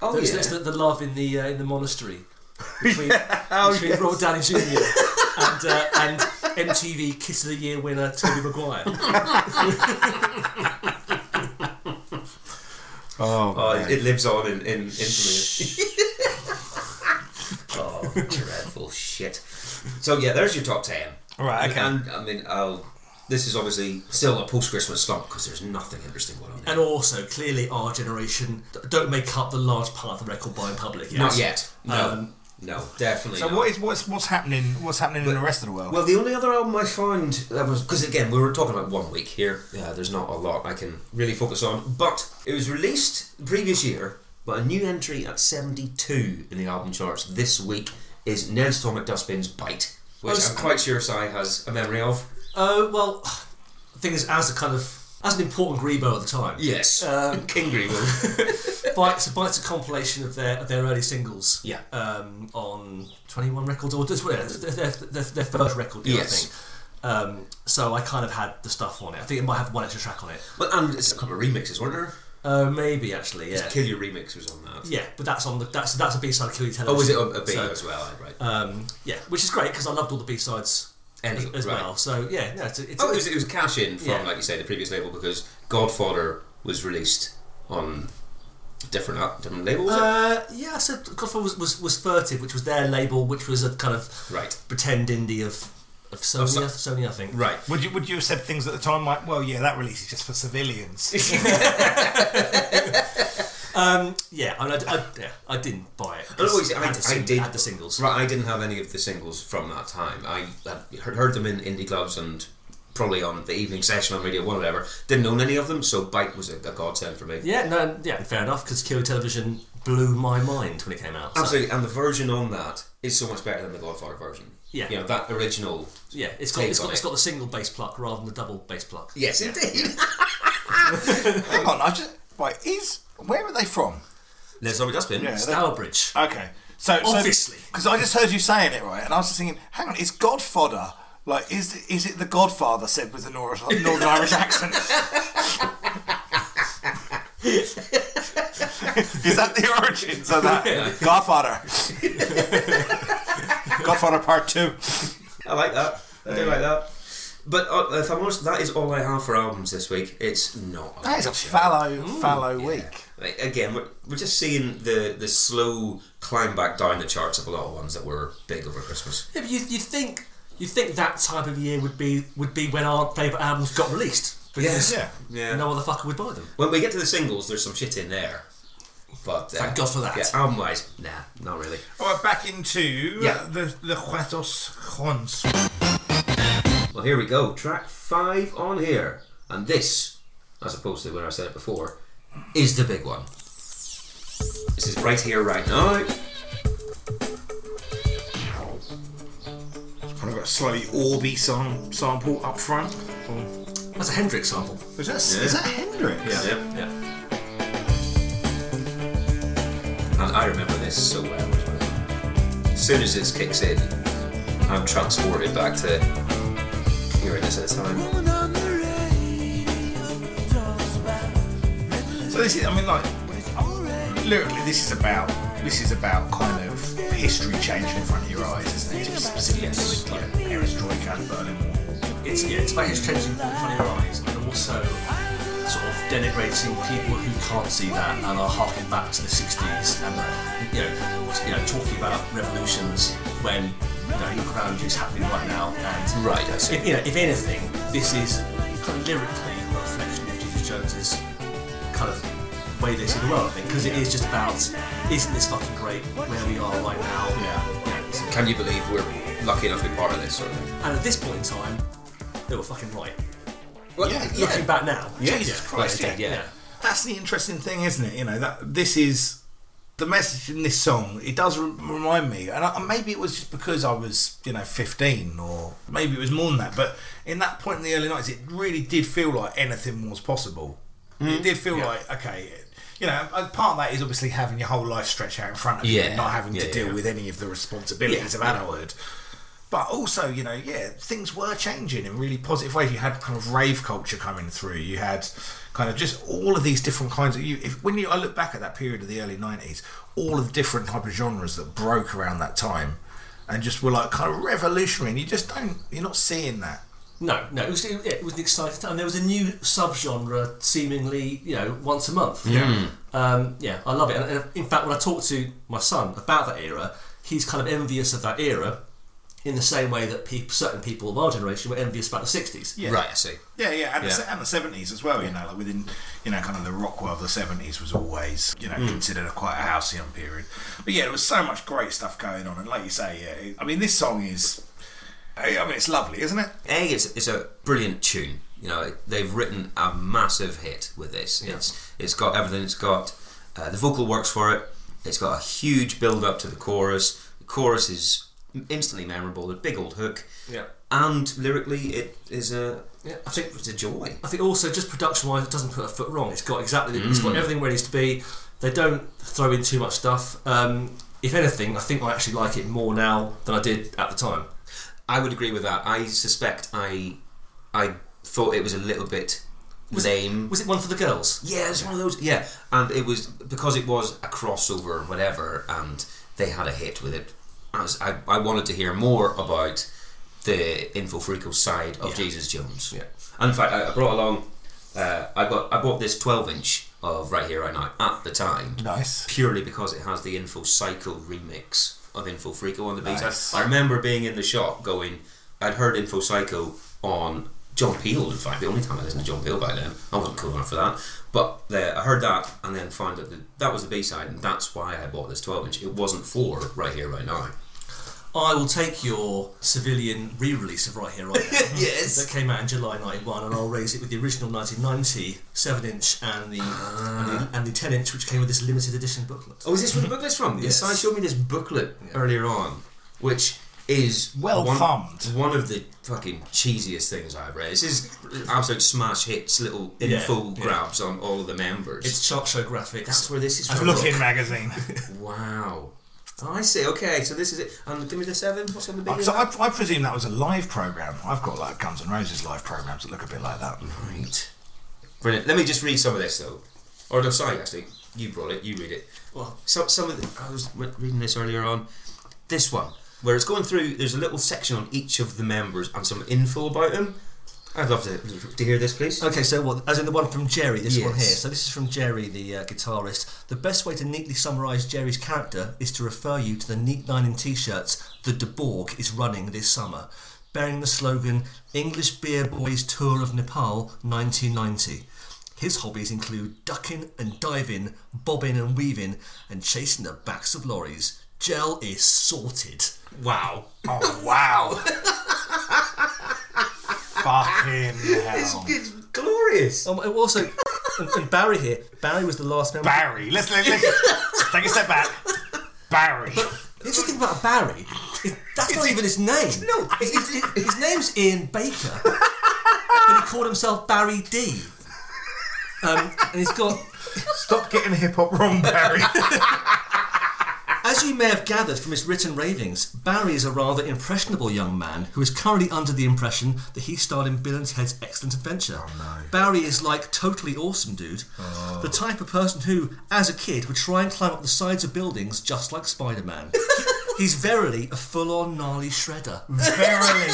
B: Oh,
D: there's,
B: yeah.
D: there's the, the love in the uh, in the monastery between,
B: Oh,
D: between Robert Downey Jr. and uh, and MTV Kiss of the Year winner Toby Maguire.
A: Oh,
B: Oh, it- it lives on in, in infamy. oh, dreadful shit. So yeah, there's your top ten.
A: Right, okay.
B: And, and, I mean, I'll, this is obviously still a post-Christmas slump because there's nothing interesting going on. There.
D: And also, clearly, our generation d- don't make up the large part of the record buying public. Yet.
B: Not yet. No,
D: Um,
B: no, definitely.
A: so
B: not.
A: what is what's what's happening? What's happening in the rest of the world?
B: Well, the only other album I found that was because again we were talking about one week here. Yeah, there's not a lot I can really focus on, but it was released the previous year, but a new entry at 72 in the album charts this week is Ned's Atomic Dustbin's Bite, which
D: was-
B: I'm quite sure Si has a memory of.
D: Oh well, the thing is, as a kind of as an important Grebo at the time,
B: Yes,
D: Um,
B: King Greenwood.
D: Bites, Bites a compilation of their of their early singles.
B: Yeah.
D: Um, on Twenty One Records or just whatever their, their, their, their first record deal,
B: Yes.
D: I think. Um, so I kind of had the stuff on it. I think it might have one extra track on it.
B: but and it's a couple of remixes, weren't there?
D: Uh, maybe actually, yeah.
B: Kill Your Remix was on that.
D: Yeah, but that's on the that's that's a B side Kill Your
B: Oh,
D: Television.
B: was it a, a B
D: So,
B: as well? Right.
D: um, yeah, which is great because I loved all the B sides as,
B: Anyway,
D: as
B: right.
D: well. So yeah, no, it's, a- it's a-
B: Oh, it was, it was cash in from,
D: Yeah.
B: like you say, the previous label because Godfather was released on different uh, different label, was
D: Uh, yeah, so Godfather was, was, was Furtive, which was their label, which was a kind of
B: it? Right.
D: pretend indie of, of Sony,
B: so-
D: Sony, I think.
B: Right.
A: would you would you have said things at the time like, well, yeah, that release is just for civilians?
D: Um, yeah, I, mean, I, I, yeah, I didn't buy it.
B: Oh, no, wait, I-
D: had the, sing-
B: I did-
D: had the singles.
B: Right, I didn't have any of the singles from that time. I had heard, heard them in indie clubs and probably on the evening session on Radio 1 or whatever. Didn't own any of them, so Bite was a, a godsend for me.
D: Yeah, no, yeah, fair enough, because Kyo Television blew my mind when it came out. so-
B: Absolutely, and the version on that is so much better than the Godfather version.
D: Yeah.
B: You know, that original.
D: Yeah, it's got,
B: Take
D: it's,
B: on
D: got, it's
B: it.
D: got the single bass pluck rather than the double bass pluck.
B: Yes, indeed.
A: Hang on, I just wait. Is where are they from?
B: Let's not be dustbin.
A: Yeah, they-
B: Uh,
D: Stourbridge.
A: okay. So
D: Obviously.
A: because I just heard you saying it right, and I was just thinking, hang on, is Godfather like is is it the Godfather said with a Nor- Northern Irish accent? is that the origins of that? Godfather. Godfather Part Two.
B: I like that. I do like that. But uh, if I'm honest, that is all I have for albums this week. It's not.
A: That is a
B: good show.
A: fallow, fallow week.
B: Like, again, we're, we're just seeing the, the slow climb back down the charts of a lot of ones that were big over Christmas.
D: Yeah, but you, you think you think that type of year would be would be when our favourite albums got released because
A: Yeah.
B: Yeah.
D: no other fucker would buy them.
B: When we get to the singles, there's some shit in there. But uh,
D: Thank God for that.
B: Yeah, album wise, nah, not really.
A: All right, back into
B: Yeah.
A: the the Juatos Jons.
B: Well, here we go. Track five on here, and this, as opposed to when I said it before, is the big one. This is right here, right now.
A: I've got a slightly orby sam- sample up front.
D: That's a Hendrix sample.
A: Is that, is
B: Yeah.
A: that Hendrix?
B: Yep.
D: Yeah.
B: And I remember this so well. As soon as this kicks in, I'm transported back to hearing this at the time.
A: So this is, I mean, like, lyrically, this is about this is about kind of history changing in front of your eyes, isn't it? It's specifically like Perestroika, Berlin Wall.
D: It's yeah, it's about his changing in front of your eyes and also sort of denigrating people who can't see that and are harking back to the sixties and uh, you know t- you know, talking about revolutions when you know you look around you, it's happening right now and
B: Right, I see.
D: if, you know, if anything, this is kind of lyrically a reflection of Jesus Jones's kind of way they see the world, I think, because it is just about isn't this fucking great where we are right now? Yeah.
B: Can you believe we're lucky enough to be part of this sort of thing?
D: And at this point in time, they were fucking right.
B: Well,
A: Yeah,
D: Looking back now,
B: Yeah,
A: Jesus
B: yeah,
A: Christ,
B: like I said,
D: yeah.
B: yeah.
E: that's the interesting thing, isn't it? You know that this is the message in this song. It does re- remind me, and I, and maybe it was just because I was you know 15, or maybe it was more than that. But in that point in the early 90s, it really did feel like anything was possible.
B: Hmm.
E: It did feel like okay. It, you know, a part of that is obviously having your whole life stretched out in front of you, and
B: Yeah.
E: not having
B: Yeah,
E: to deal
B: yeah.
E: with any of the responsibilities of adulthood. But also, you know, yeah, things were changing in really positive ways. You had kind of rave culture coming through. You had kind of just all of these different kinds of. You, if, when you, I look back at that period of the early '90s, all of the different type of genres that broke around that time, and just were like kind of revolutionary. And you just don't, you're not seeing that.
D: No, no, it was it, it was an exciting time. There was a new subgenre, seemingly, you know, once a month. Yeah, um, yeah, I love it. And, and in fact, when I talk to my son about that era, he's kind of envious of that era, in the same way that peop certain people of our generation were envious about the sixties.
E: Yeah.
B: Right, I see.
E: Yeah, yeah, and,
B: Yeah.
E: The, se- and the 70s as well, you know, like within, you know, kind of the rock world, the 70s was always, you know, considered a quite a halcyon period. But yeah, there was so much great stuff going on, and like you say, yeah, it- I mean, this song is, I I mean, it's lovely, isn't it?
B: A, it's, it's a brilliant tune. You know, they've written a massive hit with this. It's it's got everything. It's got uh, the vocal works for it. It's got a huge build up to the chorus. The chorus is instantly memorable. The big old hook.
D: Yeah.
B: And lyrically, it is a
D: Yeah,
B: I
D: I think-
B: think it's a joy.
D: I think also just production wise, it doesn't put a foot wrong. It's got exactly, it's
B: Mm.
D: got everything where it needs to be. They don't throw in too much stuff. Um, if anything, I think I actually like it more now than I did at the time.
B: I would agree with that. I suspect I I thought it was a little bit lame.
D: Was it one for the girls?
B: Yeah, it's one of those. Yeah, and it was because it was a crossover, or whatever, and they had a hit with it. I, was, I, I wanted to hear more about the info freako side of Jesus Jones.
D: Yeah.
B: and in fact, I, I brought along. Uh, I got I bought this twelve inch of right here right now at the time
E: Nice.
B: purely because it has the Info Cycle remix of Info Freako on the B
E: Nice.
B: side. I remember being in the shop going, I'd heard Info Psycho on John Peel, in fact, the only time I listened to John Peel by then. I wasn't cool enough for that. But the, I heard that and then found that the, that was the B side, and that's why I bought this 12 inch. It wasn't for Right Here, Right Now.
D: I will take your civilian re-release of Right Here Right Now. That
B: yes!
D: came out in July '91, and I'll raise it with the original 1990 7-inch and the, and the and the 10-inch, which came with this limited edition booklet.
B: Ah. Oh, is this where the booklet's from? Yes. I
D: Yes.
B: showed me this booklet earlier on, which is
E: Well
B: one,
E: thumbed.
B: One of the fucking cheesiest things I've read. This is absolute smash hits, little
D: Yeah,
B: info
D: yeah.
B: grabs on all of the members.
D: It's chart show graphics.
B: That's where this is
E: Look
B: from.
E: Looking magazine.
B: Wow. Oh, I see. Okay, so this is it. And give me the seven. What's on the big?
E: so I, I presume that was a live program. I've got like Guns N' Roses live programs that look a bit like that.
B: Right. Brilliant. Let me just read some of this though. Or no, sorry, actually, you brought it. You read it.
D: Well-
B: so, some of the I was re- reading this earlier on. This one, where it's going through. There's a little section on each of the members and some info about them. I'd love to, to hear this, please.
D: Okay, so what? As in the one from Jerry, this one here.
B: Yes.
D: So this is from Jerry, the uh, guitarist. The best way to neatly summarise Jerry's character is to refer you to the Neat Nine in T-shirts the De Borg is running this summer, bearing the slogan "English Beer Boys Tour of Nepal 1990." His hobbies include ducking and diving, bobbing and weaving, and chasing the backs of lorries. Gel is sorted.
B: Wow.
E: Oh, wow. Fucking hell.
B: It's glorious.
D: Um, and also, and, and Barry here. Barry was the last member.
E: Barry. Let's, let's, let's take a step back. Barry.
D: The interesting thing about Barry is that's not even his name. No, his, his, his name's Ian Baker, but he called himself Barry D. Um, and he's got,
E: Stop getting hip hop wrong, Barry.
D: as you may have gathered from his written ravings, Barry is a rather impressionable young man who is currently under the impression that he starred in Bill and Ted's Excellent Adventure. Barry is like totally awesome, dude. The type of person who, as a kid, would try and climb up the sides of buildings just like Spider Man. He's verily a full on gnarly shredder.
E: Verily.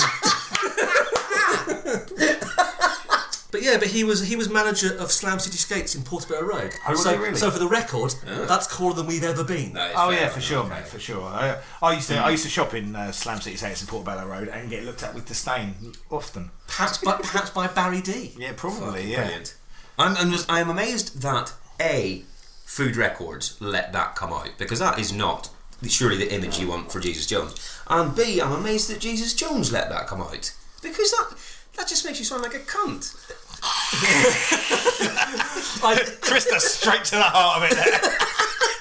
D: But yeah, but he was he was manager of Slam City Skates in Portobello Road.
E: Oh, was
D: so,
E: he really?
D: so for the record, that's cooler than we've ever been.
E: Oh yeah, for sure, mate, for sure. I, I used to I used to shop in uh, Slam City States in Portobello Road and get looked at with disdain often.
D: Perhaps by, perhaps by Barry D.
E: Yeah, probably. Yeah.
B: Brilliant. I'm, I'm just I'm amazed that a Food Records let that come out because that is not surely the image you want for Jesus Jones. And b I'm amazed that Jesus Jones let that come out because that that just makes you sound like a cunt.
D: I,
E: Krista straight to the heart of it there.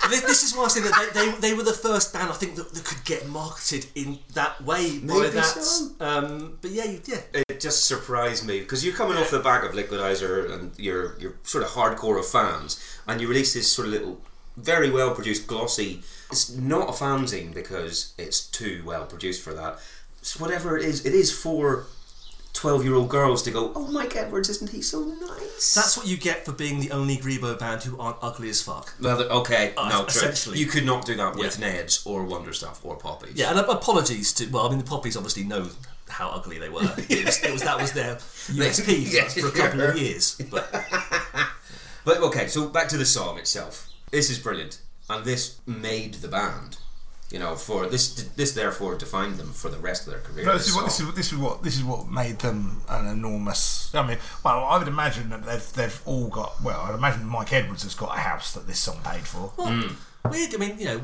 D: This, this is why I say that they, they, they were the first band I think that, that could get marketed in that way by
B: Maybe
D: that.
B: so.
D: Um, but yeah, you- yeah.
B: It just surprised me because you're coming off the back of Liquidizer and you're you're sort of hardcore of fans, and you release this sort of little, very well produced, glossy. It's not a fanzine because it's too well produced for that. It's whatever it is, it is for twelve-year-old girls to go. Oh, Mike Edwards, isn't he so nice?
D: That's what you get for being the only Grebo band who aren't ugly as fuck.
B: well, th- okay. no, true.
D: essentially.
B: you could not do that with Neds or Wonder Stuff or Poppies.
D: Yeah, and uh, apologies to. Well, I mean, the Poppies obviously know how ugly they were. It was, it was that was their USP for,
B: Yes,
D: for a couple of
B: sure.
D: years. But
B: But okay, so back to the song itself. This is brilliant, and this made the band. You know, for this, this therefore defined them for the rest of their career.
E: No, this is what
B: song.
E: this is, this is what this is what made them an enormous. I mean, well, I would imagine that they've, they've all got. Well, I'd imagine Mike Edwards has got a house that this song paid for.
D: Mm. weird. I mean, you know,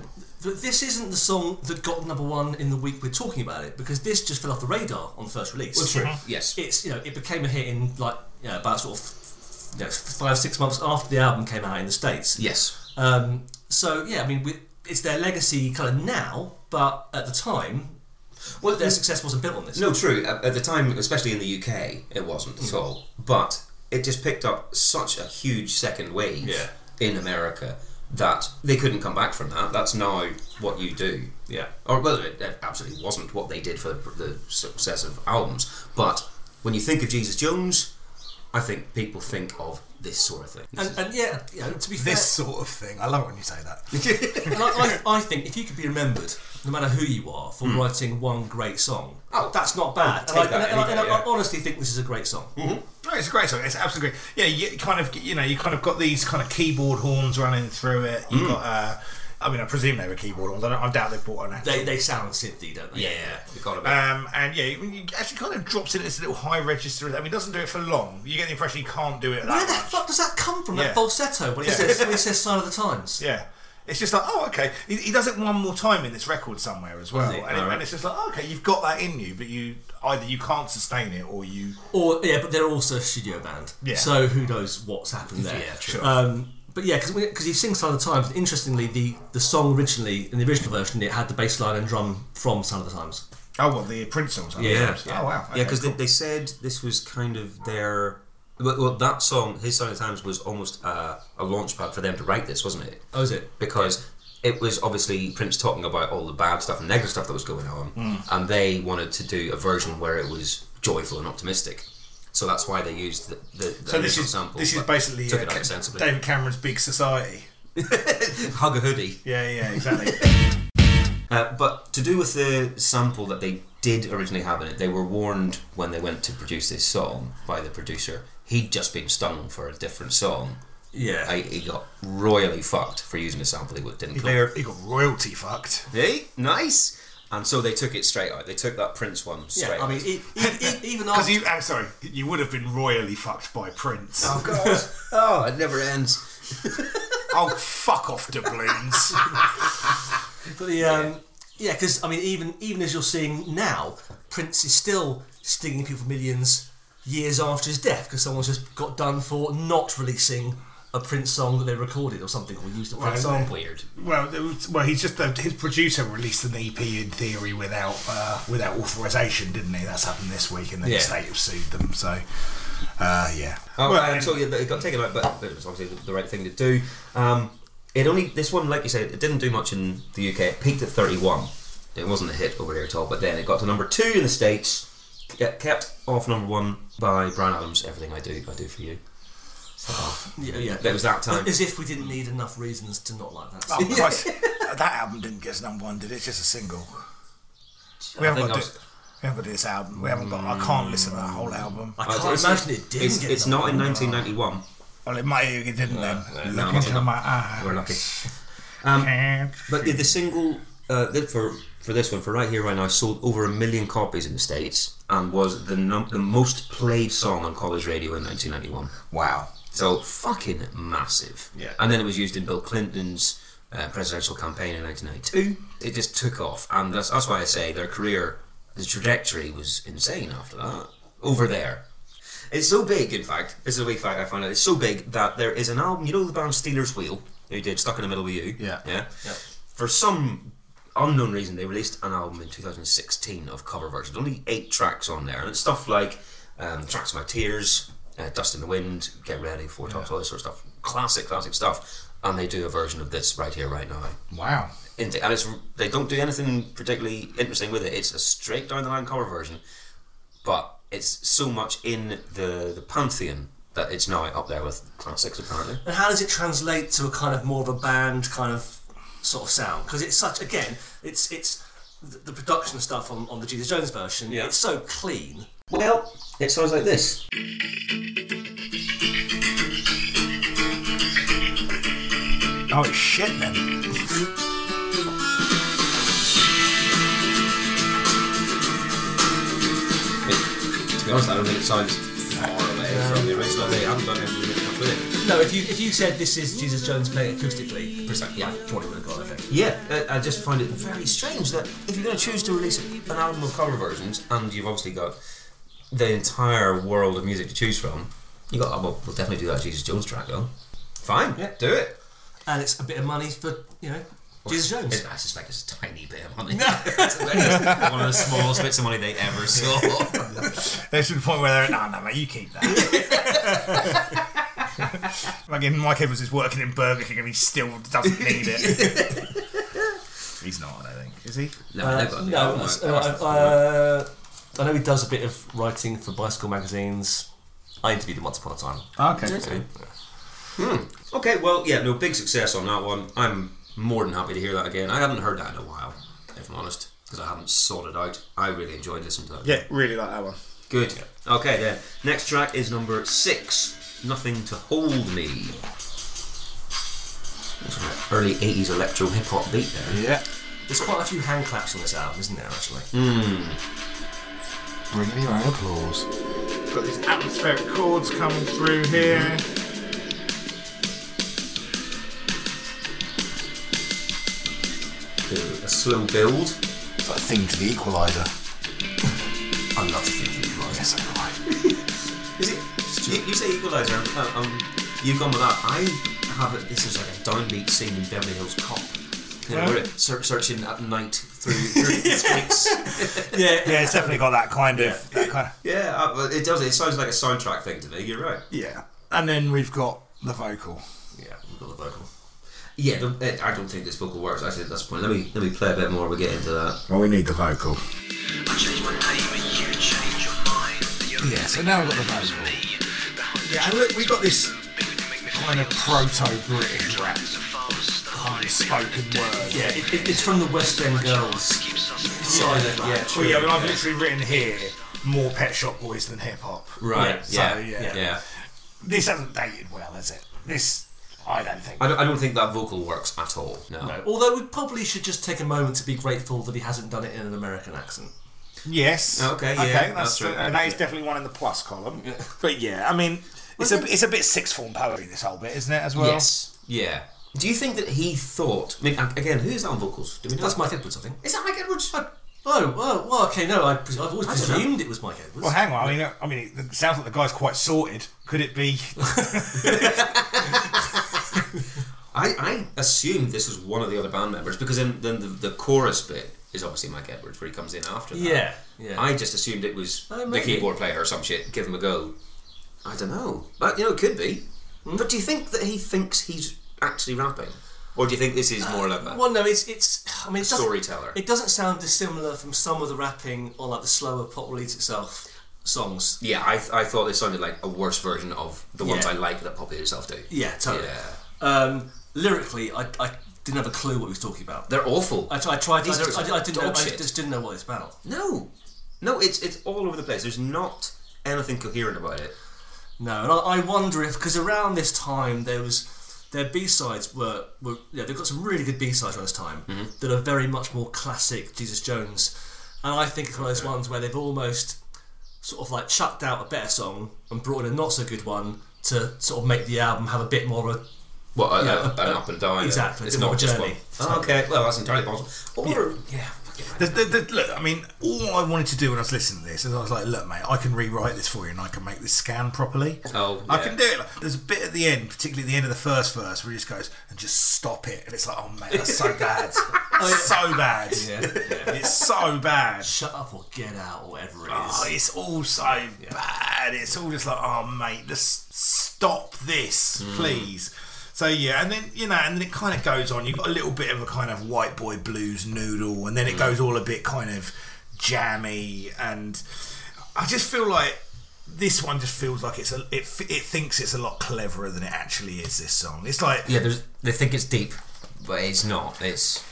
D: th- this isn't the song that got number one in the week we're talking about it because this just fell off the radar on first release.
B: Well, true. Yes.
D: it's you know it became a hit in like you know, about sort of you know, five six months after the album came out in the states.
B: yes.
D: Um, so yeah, I mean we, it's their legacy kind of now, but at the time, well, their success wasn't built on this.
B: No, true. At, at the time, especially in the UK, it wasn't
D: Hmm.
B: at all. But it just picked up such a huge second wave
D: Yeah.
B: in America that they couldn't come back from that. That's now what you do.
D: Yeah.
B: Or well, it it absolutely wasn't what they did for the successive albums. But when you think of Jesus Jones, I think people think of this sort of thing.
D: And, and yeah, you know, to be fair,
E: This sort of thing. I love it when you say that.
D: and I, I, I think if you could be remembered, no matter who you are, for writing one great song,
B: Oh,
D: that's not bad.
B: take
D: Hmm. And I,
B: that
D: and I-
B: any
D: and
B: day,
D: I- and I
B: yeah.
D: honestly think this is a great song.
E: No, it's a great song. It's absolutely great. Yeah, you kind of you know you kind of got these kind of keyboard horns running through it. You have got. Uh, I mean, I presume they were keyboard horns. I, don't, I doubt they bought an. actual
D: They, they sound synthy, don't they?
B: you got to
E: Um, and yeah, it actually kind of drops in this little high register. I mean, it doesn't do it for long. You get the impression he can't do it that
D: Where the
E: much.
D: fuck does that come from?
E: Yeah.
D: That falsetto when he
E: Yeah.
D: says when he says "Sign of the Times."
E: Yeah. It's just like, oh, okay. He, he does it one more time in this record somewhere as well.
B: he?
E: And, it-
B: Alright.
E: and it's just like, oh, okay, you've got that in you, but you either you can't sustain it or you.
D: Or yeah, but they're also a studio band.
E: Yeah.
D: So who knows what's happened there?
B: Yeah, true.
D: Um, but yeah, because he sings "Sign of the Times." And interestingly, the, the song originally in the original version it had the bass line and drum from "Sign of the Times."
E: Oh, well, the Prince songs. are
B: Yeah.
E: those. Oh, wow.
B: yeah,
E: Okay,
B: because
E: cool.
B: they, they said this was kind of their. Well, well, that song, His Sign of the Times, was almost uh, a launch pad for them to write this, wasn't it?
D: Oh, is it?
B: Because it was obviously Prince talking about all the bad stuff and negative stuff that was going on,
E: Hmm.
B: and they wanted to do a version where it was joyful and optimistic. So that's why they used the, the, the
E: So this
B: original
E: is
B: sample.
E: this is
B: but
E: basically
B: took
E: uh,
B: it out sensibly.
E: David Cameron's Big Society.
B: Hug a hoodie.
E: Yeah, yeah, exactly.
B: Uh, but to do with the sample that they did originally have in it, they were warned when they went to produce this song by the producer. He'd just been stung for a different song.
D: Yeah.
B: I, he got royally fucked for using a sample he didn't clear.
E: Clear. He got royalty fucked.
B: Hey, nice. And so they took it straight out. They took that Prince one
D: yeah.
B: straight.
D: I mean, e e- e- even
B: Oh.
E: Because
D: after
E: you, I'm sorry, you would have been royally fucked by Prince.
B: out. oh god. oh, it never ends.
E: oh, fuck off, doubloons.
D: but the um, yeah, because I mean, even even as you're seeing now, Prince is still stinging people for millions years after his death because someone's just got done for not releasing a Prince song that they recorded or something or used a Prince
E: Right.
D: sample.
B: Weird.
E: Well, there was- well, he's just uh, his producer released an EP in theory without uh, without authorization, didn't he? That's happened this week, and then
B: Yeah.
E: the state have sued them. So, uh, yeah.
B: Oh,
E: well,
B: and so yeah, it got taken out, but it was obviously the, the right thing to do. Um, it only this one, like you said, it didn't do much in the UK. It peaked at thirty-one. It wasn't a hit over here at all. But then it got to number two in the states. It kept off number one by Brian Adams. Everything I do, I do for you.
D: Yeah, yeah.
B: That was that time.
D: As if we didn't need enough reasons to not like that.
E: oh, Christ. that album didn't get us number one, did it? It's just a single. We haven't
B: think
E: got
B: I
E: to,
B: was-
E: we haven't got to this album. We haven't got. I can't listen to that whole album.
D: I can't
B: It's-
D: imagine it didn't.
B: It's,
D: get
B: it's
D: that
B: not
D: one.
B: in nineteen ninety-one.
E: Well, it might have, it didn't then. Look
B: no,
E: into
B: no.
E: my eyes.
B: We're lucky.
E: Can't
B: But the, the single uh, that for for this one for right here right now sold over a million copies in the states and was the num- the most played song on college radio in 1991.
E: Wow.
B: So fucking massive.
D: Yeah.
B: And then it was used in Bill Clinton's uh, presidential campaign in 1992. It just took off, and that's that's why I say their career, the trajectory was insane after that. Over there. It's so big, in fact, this is a weak fact I found out. It's so big that there is an album. You know the band Steeler's Wheel, who did Stuck in the Middle with You.
A: Yeah.
B: yeah.
D: Yeah.
B: For some unknown reason, they released an album in 2016 of cover versions. Only eight tracks on there, and it's stuff like um, tracks about tears, uh, dust in the wind, get ready, four tops, all this sort of stuff. Classic, classic stuff. And they do a version of this right here, right now.
A: Wow.
B: Int- And it's they don't do anything particularly interesting with it. It's a straight down the line cover version, but it's so much in the the pantheon that it's now up there with classics apparently.
D: And how does it translate to a kind of more of a band kind of sort of sound? Because it's such again, it's it's the, the production stuff on, on the Jesus Jones version.
B: Yeah.
D: It's so clean.
B: Well, it sounds like this.
A: Oh, it's shit then.
B: It- to be honest, I don't think it sounds far away from the original. They haven't done anything really with it.
D: No, if you if you said this is Jesus Jones playing acoustically,
B: Precisely, yeah.
D: I probably would have got it. I think.
B: Yeah, I I just find it very strange that if you're going to choose to release an album of cover versions, and you've obviously got the entire world of music to choose from, you got oh, well, we'll definitely do that Jesus Jones track though. Fine, yeah, do it.
D: And it's a bit of money for you know Jesus Jones.
B: It- I suspect it's a tiny bit of money. It's one of the smallest bits of money they ever saw.
A: There's to the point where they're no, no, mate, you keep that. like in Mike Evans is working in Burger King and he still doesn't need it. He's not, I don't think. Is he?
B: no,
D: Uh,
B: they've got the
D: no,
B: album
D: it's-
B: out.
D: uh,
B: That's the
D: uh, I know he does a bit of writing for bicycle magazines. I interviewed him once upon a time.
A: Okay.
B: problem. Okay, well, yeah, no, big success on that one. I'm more than happy to hear that again. I haven't heard that in a while, if I'm honest, because I haven't sorted out. I really enjoyed listening to that.
A: Yeah, really like that one.
B: Good. Okay, then. Next track is number six Nothing to Hold Me. That's an Early 80s electro hip hop beat there.
A: Yeah.
D: There's quite a few hand claps on this album, isn't there? Actually,
A: Bring me round applause. Got these atmospheric chords coming through here.
B: A slow build.
A: It's like thing to the equalizer.
B: I love thinking about
A: Yes, I'm right.
B: Is it? You, you say equaliser. Um, um, um, you've gone with that. I have it. This is like a downbeat scene in Beverly Hills Cop. You know,
A: Yeah.
B: where it ser- searching at night through, through the streets.
D: yeah.
A: Yeah, it's definitely got that kind of that kind of
B: Yeah, uh, well, it does. It sounds like a soundtrack thing to me. You're right.
A: Yeah. And then we've got the vocal.
D: Yeah, we've got the vocal.
B: Yeah, the, it, I don't think this vocal works. Actually, at this point, let me let me play a bit more. We get into that.
A: Well we need the vocal. Yeah, so now we've got the vocal. Yeah, and look, we've got this kind of proto-British rap, kind of spoken word.
D: Yeah, it, it, it's from the West End Girls. Side of that.
A: Well, yeah, but I've literally written here more Pet Shop Boys than hip hop.
B: Right.
A: Yeah,
B: Yeah.
A: so,
B: yeah.
A: yeah. This hasn't dated well, has it? This, I don't think.
B: I, don't, I don't think that vocal works at all. No.
D: No, although we probably should just take a moment to be grateful that he hasn't done it in an American accent.
A: Yes.
B: Okay, yeah,
A: Okay. That's,
B: that's true.
A: and that is definitely one in the plus column. But yeah, I mean, it's a it's a bit sixth form poetry. This whole bit, isn't it? As well.
B: Yes. Yeah. Do you think that he thought? I mean, again, who is that on vocals? Do we know?
D: That's Mike Edwards, I think.
B: Is that Mike Edwards?
D: Oh, well, well okay, no, I, pres- I've always
B: don't know.
D: presumed it was Mike Edwards.
A: Well, hang on. I mean, I mean, it sounds like the guy's quite sorted. Could it be?
B: I, I assumed this was one of the other band members because then, then the, the chorus bit is obviously Mike Edwards where he comes in after that.
D: yeah, yeah.
B: I just assumed it was
D: Oh,
B: the
D: maybe.
B: keyboard player or some shit. Give him a go. I don't know. But, you know, it could be. But do you think that he thinks he's actually rapping? Or do you think this is more like a.
D: well, no, it's it's. I mean, it doesn't-
B: Storyteller.
D: It doesn't sound dissimilar from some of the rapping or like the slower pop release itself songs.
B: Yeah, I, I thought this sounded like a worse version of the ones
D: Yeah.
B: I like that Poppy herself do.
D: Yeah, totally.
B: Yeah.
D: Um, lyrically, I, I didn't have a clue what he was talking about.
B: They're awful.
D: I, tri- I tried. I,
B: These lyrics
D: just- I,
B: are
D: I didn't. Know,
B: dog
D: I
B: shit.
D: just didn't know what it's about.
B: no. No, it's, it's all over the place. There's not anything coherent about it.
D: No, and I, I wonder if because around this time there was their B sides were were yeah they've got some really good B sides around this time that are very much more classic Jesus Jones, and I think it's one of those ones where they've almost sort of like chucked out a better song and brought in a not so good one to sort of make the album have a bit more of a
B: Well, a-
D: Yeah,
B: a-
D: a-
B: an up and down.
D: exactly,
B: It's
D: a bit
B: not
D: more
B: just
D: journey.
B: one. Oh, okay, well that's entirely possible. Or yeah,
E: The, the, the, look, I mean, all I wanted to do when I was listening to this is I was like, look, mate, I can rewrite this for you and I can make this scan properly.
B: Oh,
E: I
B: yeah.
E: can do it. Like, there's a bit at the end, particularly the end of the first verse, where he just goes and just stop it, and it's like, oh mate, that's so bad,
B: Oh,
E: so bad. It's so bad.
D: Shut up or get out, or whatever it is.
E: Oh, it's all so bad. It's all just like, oh mate, just stop this, please. So yeah, and then you know, and then it kind of goes on. You've got a little bit of a kind of white boy blues noodle, and then it goes all a bit kind of jammy, and I just feel like this one just feels like it's a it, f- it thinks it's a lot cleverer than it actually is. This song, it's like
B: Yeah, there's, they think it's deep, but it's not. It's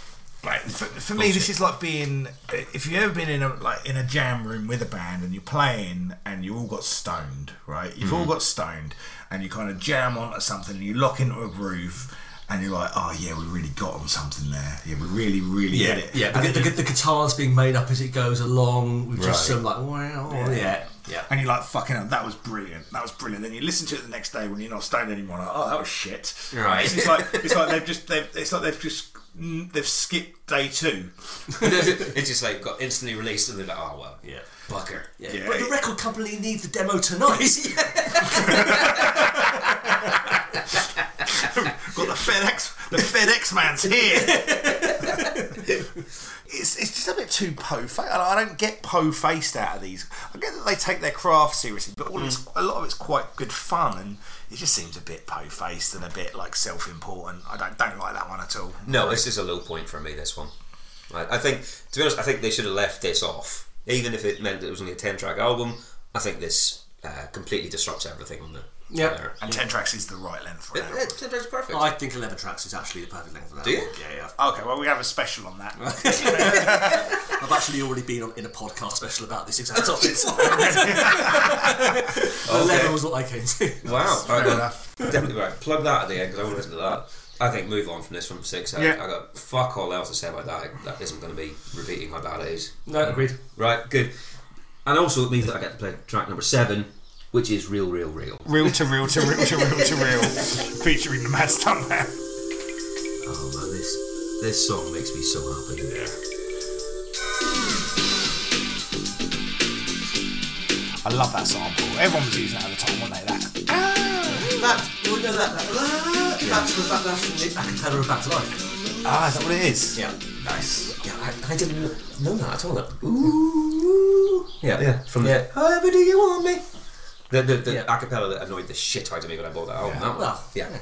E: Like for, for me, this is like being uh, if you've ever been in a like in a jam room with a band and you're playing and you all got stoned, right? You've
D: Mm.
E: all got stoned and you kind of jam onto something and you lock into a groove and you're like, oh yeah, we really got on something there. Yeah, we really, really
D: Yeah,
E: hit it.
D: yeah.
E: and,
D: The, the, the guitar's being made up as it goes along. with just
B: Right.
D: some like, wow, yeah, yeah.
E: and you're like, fucking hell, that was brilliant. That was brilliant. Then you listen to it the next day when you're not stoned anymore. Like, oh, that was shit.
B: Right.
E: It's just like it's like they've just they've it's like they've just mm, they've skipped day two.
B: it's just like got instantly released, and they're like, oh well,
D: Yeah.
B: fucker.
D: Yeah.
E: Yeah.
D: But the record company needs the demo tonight.
E: Got the FedEx, the FedEx man's here. it's, it's just a bit too po faced. I don't get po faced out of these. I get that they take their craft seriously, but all it's, a lot of it's quite good fun, and it just seems a bit po faced and a bit like self important. I don't don't like that one at all.
B: No, it's just a low point for me. This one, I, I think. To be honest, I think they should have left this off, even if it meant it was only a ten-track album. I think this uh, completely disrupts everything on the.
D: Yep.
B: there.
E: And ten tracks is the right length for it.
B: It- it- it's perfect.
D: I think 11 tracks is actually the perfect length for that.
B: Do you? Oh.
D: one. Yeah, yeah.
E: Okay, well we have a special on that.
D: I've actually already been on, in a podcast special about this exact topic. The level was what I came to.
B: Wow. All right,
E: Fair
B: well,
E: enough.
B: Definitely right. Plug that at the end because I want to listen to that. I think move on from this from six. I,
E: Yeah.
B: I got fuck all else to say about that. That isn't going to be repeating how bad it is.
D: No, agreed.
B: Right, good. And also it means that I get to play track number seven, which is real, real, real.
E: Real to real to real to real to real, featuring the Mad Stuntman.
B: Oh man, this this song makes me so happy. Yeah.
E: I love that sample. Everyone was using it at the time, weren't they? That.
D: That, you know that, that, that, that's, the, that that's the acapella of Back to Life.
E: Ah, is that what it is?
D: Yeah.
E: Nice.
B: Yeah, I, I didn't know that at all. That, ooh. Yeah, yeah. From the However do you want me. The the, the
D: Yeah.
B: acapella that annoyed the shit out of me when I bought that album. That one.
D: Well,
B: yeah.
D: yeah.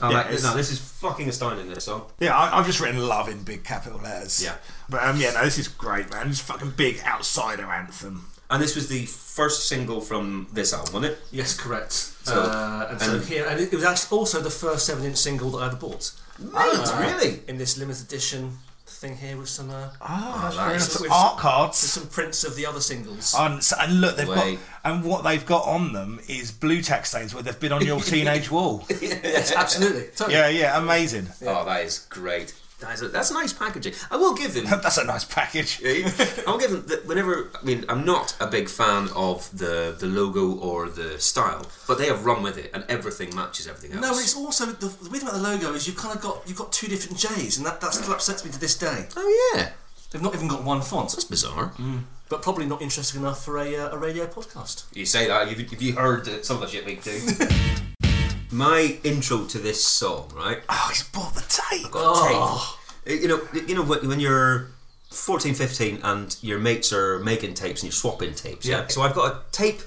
B: Oh,
E: Yeah,
B: like,
E: it's-
B: no, this is fucking astounding. This song.
E: Yeah, I, I've just written love in big capital letters.
B: Yeah.
E: But um, yeah, no, this is great, man. This fucking big outsider anthem.
B: And this was the first single from this album, wasn't it?
D: Yes, correct. uh, and so
B: and-
D: here, and it, it was actually also the first seven-inch single that I ever bought. Mate,
B: really? Ah.
D: In this limited edition thing here with some uh,
A: Ah,
E: Oh,
D: nice.
E: With art cards.
D: some prints of the other
B: Ah.
D: singles.
E: And, so- and look, they've
B: Wait.
E: got and what they've got on them is blue tack stains where they've been on your teenage wall.
D: yes, absolutely. Totally.
E: Yeah, yeah, amazing.
B: Oh, that is great. That is a, that's nice packaging. I will give them.
E: That's a nice package.
B: I will give them. That whenever I mean, I'm not a big fan of the the logo or the style, but they have run with it, and everything matches everything else.
D: No, but it's also the, the weird about the logo is you've kind of got you've got two different J's, and that, that still upsets me to this day.
B: oh yeah,
D: They've not even got one font,
B: that's bizarre.
D: but probably not interesting enough for a, uh, a radio podcast.
B: You say that. Have you, have you heard that some of the shit we do? My intro to this song, right?
E: Oh, he's bought the tape.
D: Oh.
B: tape. Uh, You know, you know when, when you're 14, 15 and your mates are making tapes and you're swapping tapes. Yeah.
D: Yeah.
B: So I've got a tape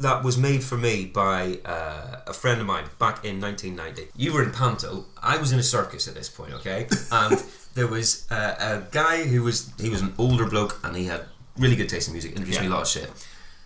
B: that was made for me by uh, a friend of mine back in 1990. You were in Panto. I was in a circus at this point, okay? And there was uh, a guy who was he was an older bloke and he had really good taste in music. Introduced me a lot of shit.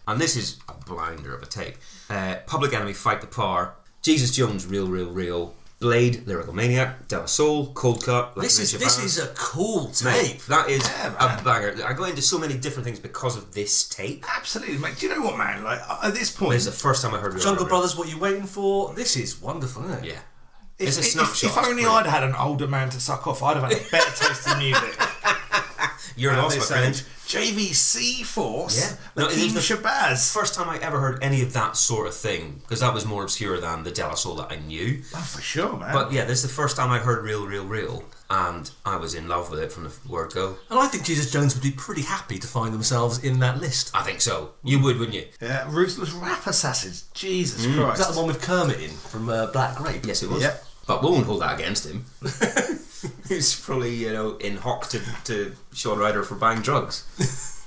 B: And this is a blinder of a tape. Uh, Public Enemy, Fight the Power, Jesus Jones, Real, Real, Real, Blade, Lyrical Maniac, De La Soul, Cold Cut. Like
D: This is this is a cool tape.
B: That is a banger. I go into so many different things because of this tape.
E: Absolutely, mate. Do you know what, man? Like uh, at this point,
B: It's the first time I heard Real,
D: Jungle
B: Real, Real.
D: Brothers, what you waiting for? This is wonderful, isn't it?
B: Yeah.
E: if,
B: it's a
E: if-
B: snapshot.
E: If, only I'd had an older man to suck off, I'd have had a better taste in music.
B: You're
E: And
B: lost,
E: they
B: my
E: sang
B: friend.
E: JVC Force.
B: Yeah.
E: No,
B: No, it
E: Lakeem
B: was the-
E: Shabazz.
B: First time I ever heard any of that sort of thing because that was more obscure than the De La Soul that I knew.
E: Oh, for sure, man.
B: But yeah, this is the first time I heard "Real, Real, Real," and I was in love with it from the word go.
D: And I think Jesus Jones would be pretty happy to find themselves in that list.
B: I think so. You would, wouldn't you?
E: yeah, Ruthless Rap Assassins. Jesus
D: Is
E: Christ.
D: that the one with Kermit in from uh, Black Grape?
B: Mm. Yes, it was.
E: Yeah.
B: But we won't hold that against him. He's probably, you know, in hock to, to Sean Ryder for buying drugs.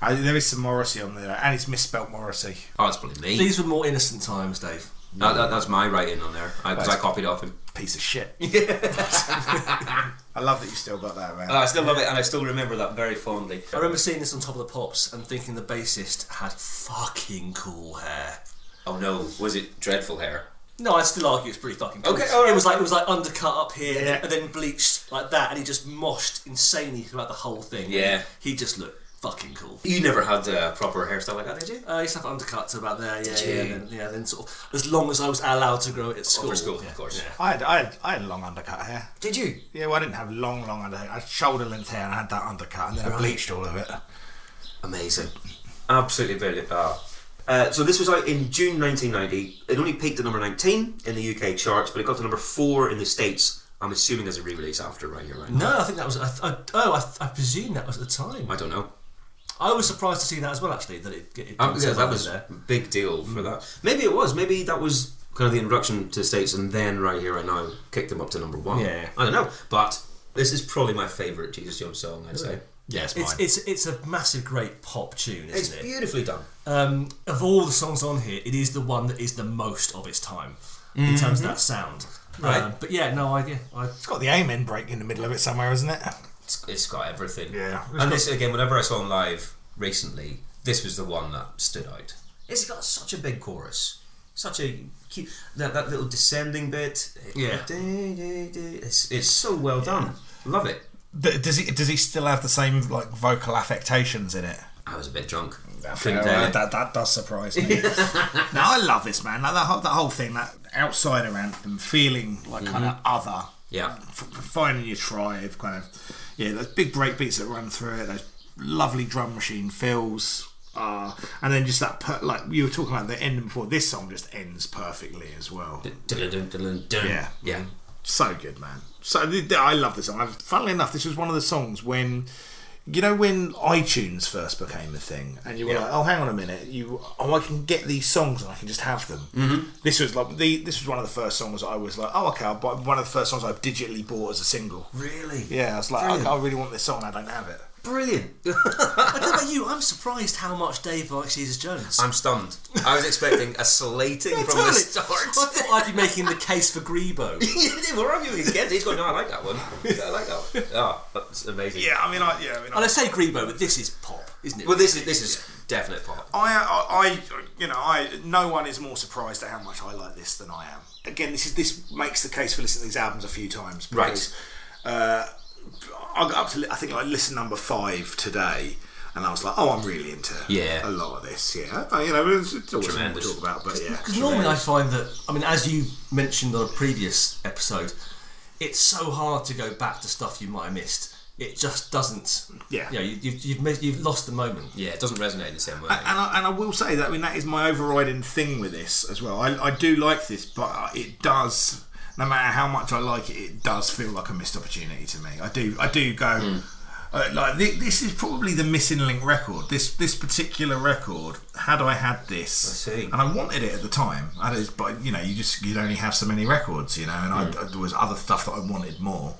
E: I, Uh, there is some Morrissey on there, and it's misspelt Morrissey.
B: Oh, it's probably me.
D: These were more innocent times, Dave.
B: That, that, that's my writing on there because I copied off him.
E: Piece of shit. I love that you still got that, man.
B: I still love it, and I still remember that very fondly.
D: I remember seeing this on Top of the Pops and thinking the bassist had fucking cool hair.
B: Oh no, was it dreadful hair?
D: No, I'd still argue it's pretty fucking cool.
B: Okay, all right.
D: It was like it was like undercut up here
E: Yeah.
D: and then bleached like that, and he just moshed insanely throughout the whole thing.
B: Yeah.
D: he just looked fucking cool.
B: You never had a proper hairstyle like that, did you?
D: Uh, I used to have undercut to about there, yeah,
B: Did
D: yeah,
B: you? Oh,
D: then, yeah. Then sort of as long as I was allowed to grow it at school.
B: For school,
D: yeah.
B: of course.
E: I, had, I, had, I had long undercut hair.
B: Did you?
E: Yeah, well, I didn't have long, long undercut. I had shoulder length hair, and I had that undercut, and then I bleached all of it.
B: Amazing. Absolutely brilliant. Ah. Uh, so this was out in June 1990. It only peaked at number 19 in the UK charts, but it got to number four in the States. I'm assuming there's a re-release after right here, right?
D: No, I think that was. I, I, oh, I, I presume that was at the time.
B: I don't know.
D: I was surprised to see that as well. Actually, that it. it, it
B: Um, yeah, that
D: survived
B: was
D: there.
B: a big deal for that. Maybe it was. Maybe that was kind of the introduction to the States, and then right here, right now, kicked them up to number one.
D: Yeah.
B: I don't know. But this is probably my favourite Jesus Jones song, I'd say.
E: Yeah, it's mine.
D: It's, it's it's a massive, great pop tune,
B: It's
D: isn't it?
B: beautifully done.
D: um, of all the songs on here, it is the one that is the most of its time in terms of that sound.
B: Mm-hmm. Right.
D: Um, but yeah, no idea. I,
E: it's got the amen break in the middle of it somewhere, isn't it?
B: It's, it's got everything.
E: Yeah.
B: And this, again, whenever I saw him live recently, this was the one that stood out. It's got such a big chorus. Such a cute. That, that little descending bit.
D: Yeah.
B: It's, it's so well done. Love it.
E: D- Does he does he still have the same like vocal affectations in it?
B: I was a bit drunk.
E: Yeah,
B: Couldn't
E: well,
B: tell you.
E: that, that does surprise me. now I love this man. Like that whole, that whole thing, that outsider anthem, feeling like kind of other,
B: Mhm. Yeah.
E: f- f- finding your tribe, kind of. Yeah, those big break beats that run through it, those lovely drum machine fills, uh, and then just that per- like you were talking about the ending before. This song just ends perfectly as well. Yeah.
B: Yeah. Yeah.
E: so good, man. So th- th- I love this song. I've, funnily enough, this was one of the songs when you know when iTunes first became a thing, and you were
B: Yeah.
E: like, "Oh, hang on a minute, you oh, I can get these songs and I can just have them." Mm-hmm. This was like the this was one of the first songs I was like, "Oh, okay." I'll buy, one of the first songs I digitally bought as a single.
D: really?
E: Yeah, I was like, okay, "I really want this song. and I don't have it."
B: Brilliant.
D: I don't know about you, I'm surprised how much Dave likes Jesus Jones.
B: I'm stunned. I was expecting a slating from the
D: Totally. I
B: start.
D: thought I'd be making the case for Grebo.
B: We're arguing again. He's going, no, I like that one. Yeah, I like that one. Oh, that's amazing.
E: Yeah, I mean, I yeah, I mean, I,
D: And I say Grebo, but this is pop, isn't it?
B: Well, this is this is definite pop.
E: I, I, you know, I. No one is more surprised at how much I like this than I am. Again, this is this makes the case for listening to these albums a few times. Because, Uh, I got up to li- I think like listen number five today, and I was like, oh, I'm really into
B: Yeah.
E: a lot of this. Yeah, I- you know, it's, it's always something to
B: Tremendous.
E: talk about, but yeah.
D: Because normally I find that, I mean, as you mentioned on a previous episode, it's so hard to go back to stuff you might have missed. It just doesn't.
E: Yeah.
D: You know, you, you've, you've, missed, you've lost the moment.
B: Yeah, it doesn't resonate in the same way.
E: And I, and I will say that I mean that is my overriding thing with this as well. I, I do like this, but it does. No matter how much I like it, it does feel like a missed opportunity to me. I do. I do go. Uh, like thi- this is probably the missing link record. This this particular record. Had I had this,
B: I see.
E: and I wanted it at the time. I just, but you know, you just you'd only have so many records, you know. And I,
B: Mm.
E: there was other stuff that I wanted more.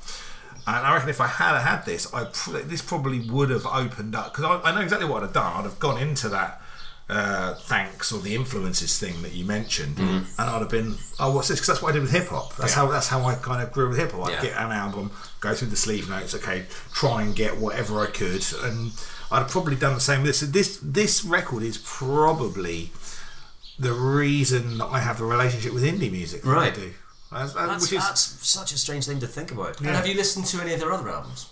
E: And I reckon if I had had this, I pr- this probably would have opened up because I, I know exactly what I'd have done. I'd have gone into that uh, thanks or the influences thing that you mentioned,
B: Mm.
E: and I'd have been, oh, what's this? Because that's what I did with hip hop. That's how that's how I kind of grew with hip hop. I'd
B: Yeah.
E: get an album, go through the sleeve notes, okay, try and get whatever I could, and I'd have probably done the same with this. So this this record is probably the reason that I have the relationship with indie music that
B: Right.
E: I do. That's- that-
B: that's,
E: which is
B: that's such a strange thing to think about.
D: And have you listened to any of their other albums?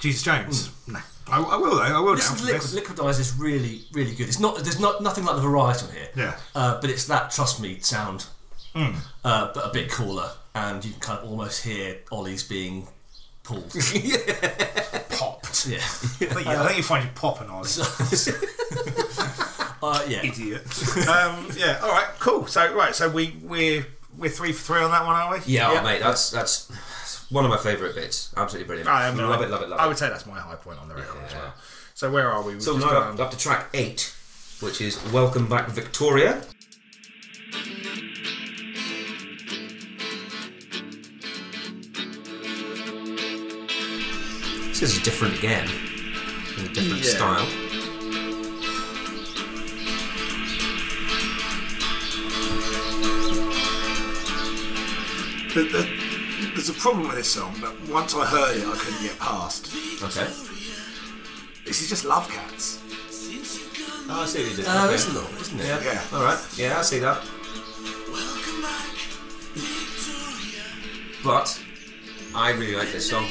E: Jesus Jones.
B: hmm.
E: No, I, I will though. I will.
D: Listen
E: now.
D: to Liquid, Liquidize is really, really good. It's not there's not nothing like the variety on here.
E: Yeah. Mm.
D: Uh, but it's that trust me sound, uh, but a bit cooler, and you can kind of almost hear Ollie's being pulled.
E: Popped.
D: yeah.
E: I think you- I think you find you popping on.
D: Uh, yeah.
E: Idiot. um, yeah. All right. Cool. So right. So we we're we're three for three on that one, are we?
B: Yeah, oh,
D: Yeah.
B: mate, that's that's one of my favourite bits. Absolutely brilliant.
E: I am-
B: love it, love it, love
E: I
B: it.
E: would say that's my high point on the record as
B: Yeah.
E: well. So where are we? We've
B: so
E: just
B: now
E: done-
B: up, up to track eight, which is Welcome Back Victoria. This is different again, in a different
E: Yeah.
B: style.
E: The, the, there's a problem with this song, but once I heard it, I couldn't get past.
B: Okay.
E: This is just Love Cats.
B: Oh, I see what you did.
D: Uh,
B: okay.
D: it's a little, isn't it?
B: Yeah.
E: Yeah.
B: All right. Yeah, I see that. But I really like this song.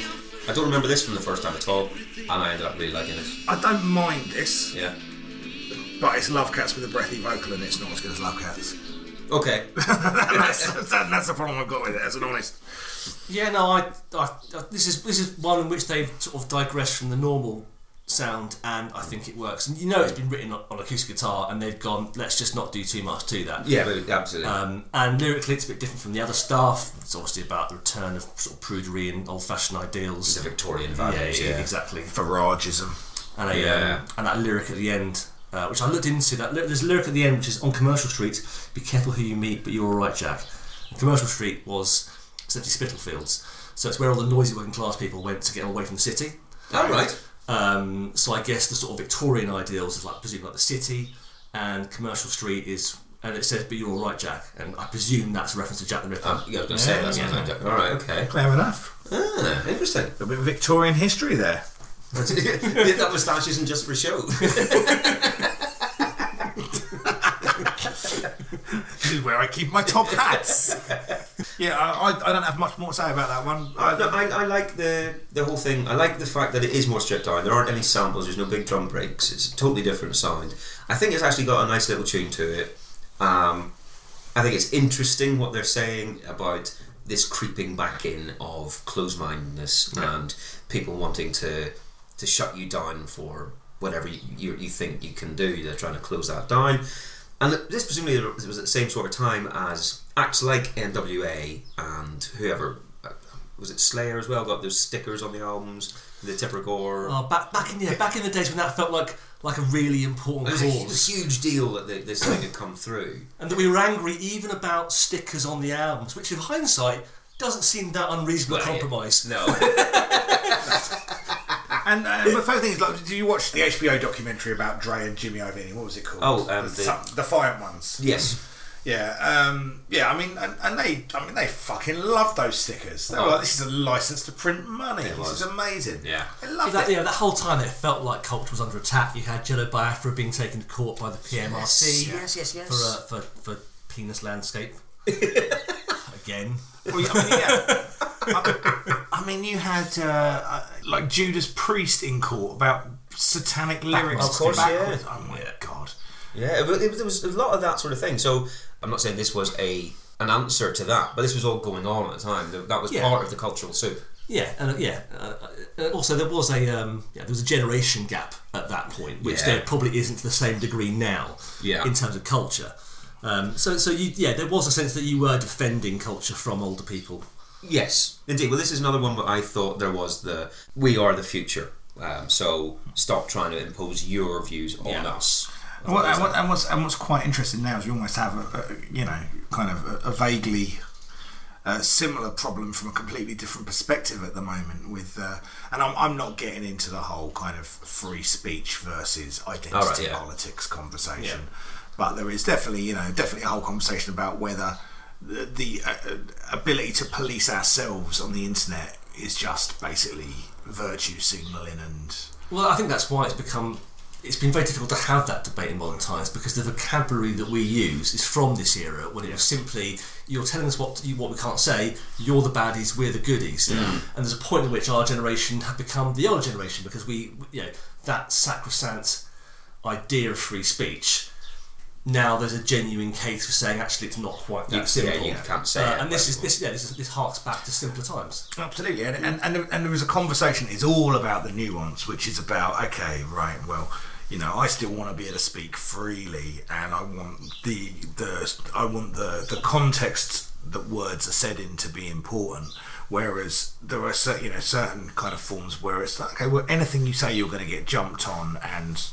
B: I don't remember this from the first time at all, and I ended up really liking it.
E: I don't mind this,
B: Yeah.
E: but it's Love Cats with a breathy vocal, and it's not as good as Love Cats.
B: Okay.
E: that's, that, that's the problem I've got with it. As an honest,
D: Yeah, no, I, I, I- this is this is one in which they've sort of digressed from the normal sound, and I think it works. And you know, it's been written on, on acoustic guitar, and they've gone, let's just not do too much to that.
B: Yeah, but absolutely.
D: Um, and lyrically, it's a bit different from the other stuff. It's obviously about the return of sort of prudery and old-fashioned ideals.
B: the Victorian
D: Yeah,
B: values.
D: yeah,
B: Yeah.
D: exactly.
E: Farageism.
D: And, a,
B: Yeah.
D: um, and that lyric at the end, uh, which I looked into. That ly- there's a lyric at the end which is on Commercial Street. Be careful who you meet, but you're all right, Jack. And Commercial Street was essentially Spitalfields, so it's where all the noisy working class people went to get away from the city.
B: All Oh, right.
D: Um, so I guess the sort of Victorian ideals is like presumably like the city, and Commercial Street is. And it says, "But you're all right, Jack." And I presume that's a reference to Jack the Ripper.
B: Um, yeah, I was going to say that. something like that. All right. Okay.
E: Clever enough.
B: Ah, interesting.
E: A bit of Victorian history there.
B: that moustache isn't just for show.
E: This is where I keep my top hats. yeah, I, I, I don't have much more to say about that one. I,
B: No, I, I like the the whole thing. I like the fact that it is more stripped down. There aren't any samples. There's no big drum breaks. It's a totally different sound. I think it's actually got a nice little tune to it. Um, I think it's interesting what they're saying about this creeping back in of closed mindedness and people wanting to to shut you down for whatever you, you, you think you can do. They're trying to close that down. And this presumably was at the same sort of time as acts like NWA and whoever uh, was it Slayer as well got those stickers on the albums, the Tipper Gore.
D: Oh, back back in the back in the days when that felt like like a really important
B: It was a
D: cause.
B: hu- huge deal that th- this thing had come through.
D: and that we were angry even about stickers on the albums, which, in hindsight, doesn't seem that unreasonable
B: Well,
D: compromise.
B: No,
E: and uh, the funny thing is, like, did you watch the HBO documentary about Dre and Jimmy Iovine? What was it called?
B: Oh, um, the-
E: Some- Defiant Ones.
B: yes,
E: Yeah, um, yeah. I mean, and, and they, I mean, they fucking love those stickers. They were
B: Oh.
E: like, "This is a license to print money. This
B: was.
E: is amazing."
B: Yeah.
E: I love
D: That,
E: it.
D: you know, that whole time it felt like culture was under attack. You had Jello Biafra being taken to court by the PMRC
B: yes, yes, yes.
D: for, uh, for for penis landscape. Again,
E: Well, yeah, I mean, yeah. I, I mean, you had uh, uh, like Judas Priest in court about satanic lyrics.
B: Of course,
E: backwards.
B: yeah.
E: Oh my god.
B: Yeah, but it, there was a lot of that sort of thing. So I'm not saying this was a an answer to that, but this was all going on at the time. Th- That was
D: Yeah.
B: part of the cultural soup.
D: yeah, and uh, yeah. Uh, uh, also, there was a um, yeah, there was a generation gap at that point, which
B: Yeah.
D: there probably isn't to the same degree now.
B: Yeah.
D: in terms of culture. Um, so, so you, yeah, there was a sense that you were defending culture from older people.
B: Yes, indeed. Well, this is another one where I thought there was the "We are the future," um, so stop trying to impose your views on
D: Yeah.
B: us.
E: And, what, and, what, and, what's, and what's quite interesting now is we almost have a, a you know kind of a, a vaguely uh, similar problem from a completely different perspective at the moment with uh, and I'm, I'm not getting into the whole kind of free speech versus identity
B: All right, yeah.
E: politics conversation but there is definitely you know definitely a whole conversation about whether the, the uh, uh, ability to police ourselves on the internet is just basically virtue signaling and
D: Well, I think that's why it's become. It's been very difficult to have that debate in modern times because the vocabulary that we use is from this era when it was simply you're telling us what you, what we can't say. You're the baddies, we're the goodies,
B: Mm.
D: and there's a point at which our generation have become the older generation because we, you know, that sacrosanct idea of free speech now there's a genuine case for saying actually it's not quite that
B: You-
D: simple.
B: yeah, you can't say
D: Uh,
B: it,
D: and this is
B: but-
D: this yeah this, is, this harks back to simpler times.
E: Absolutely, and and, and there- and there was a conversation. It's all about the nuance, which is about okay, right? Well, you know, I still want to be able to speak freely, and I want the the I want the the context that words are said in to be important. Whereas there are certain you know certain kind of forms where it's like okay, well, anything you say, you're going to get jumped on and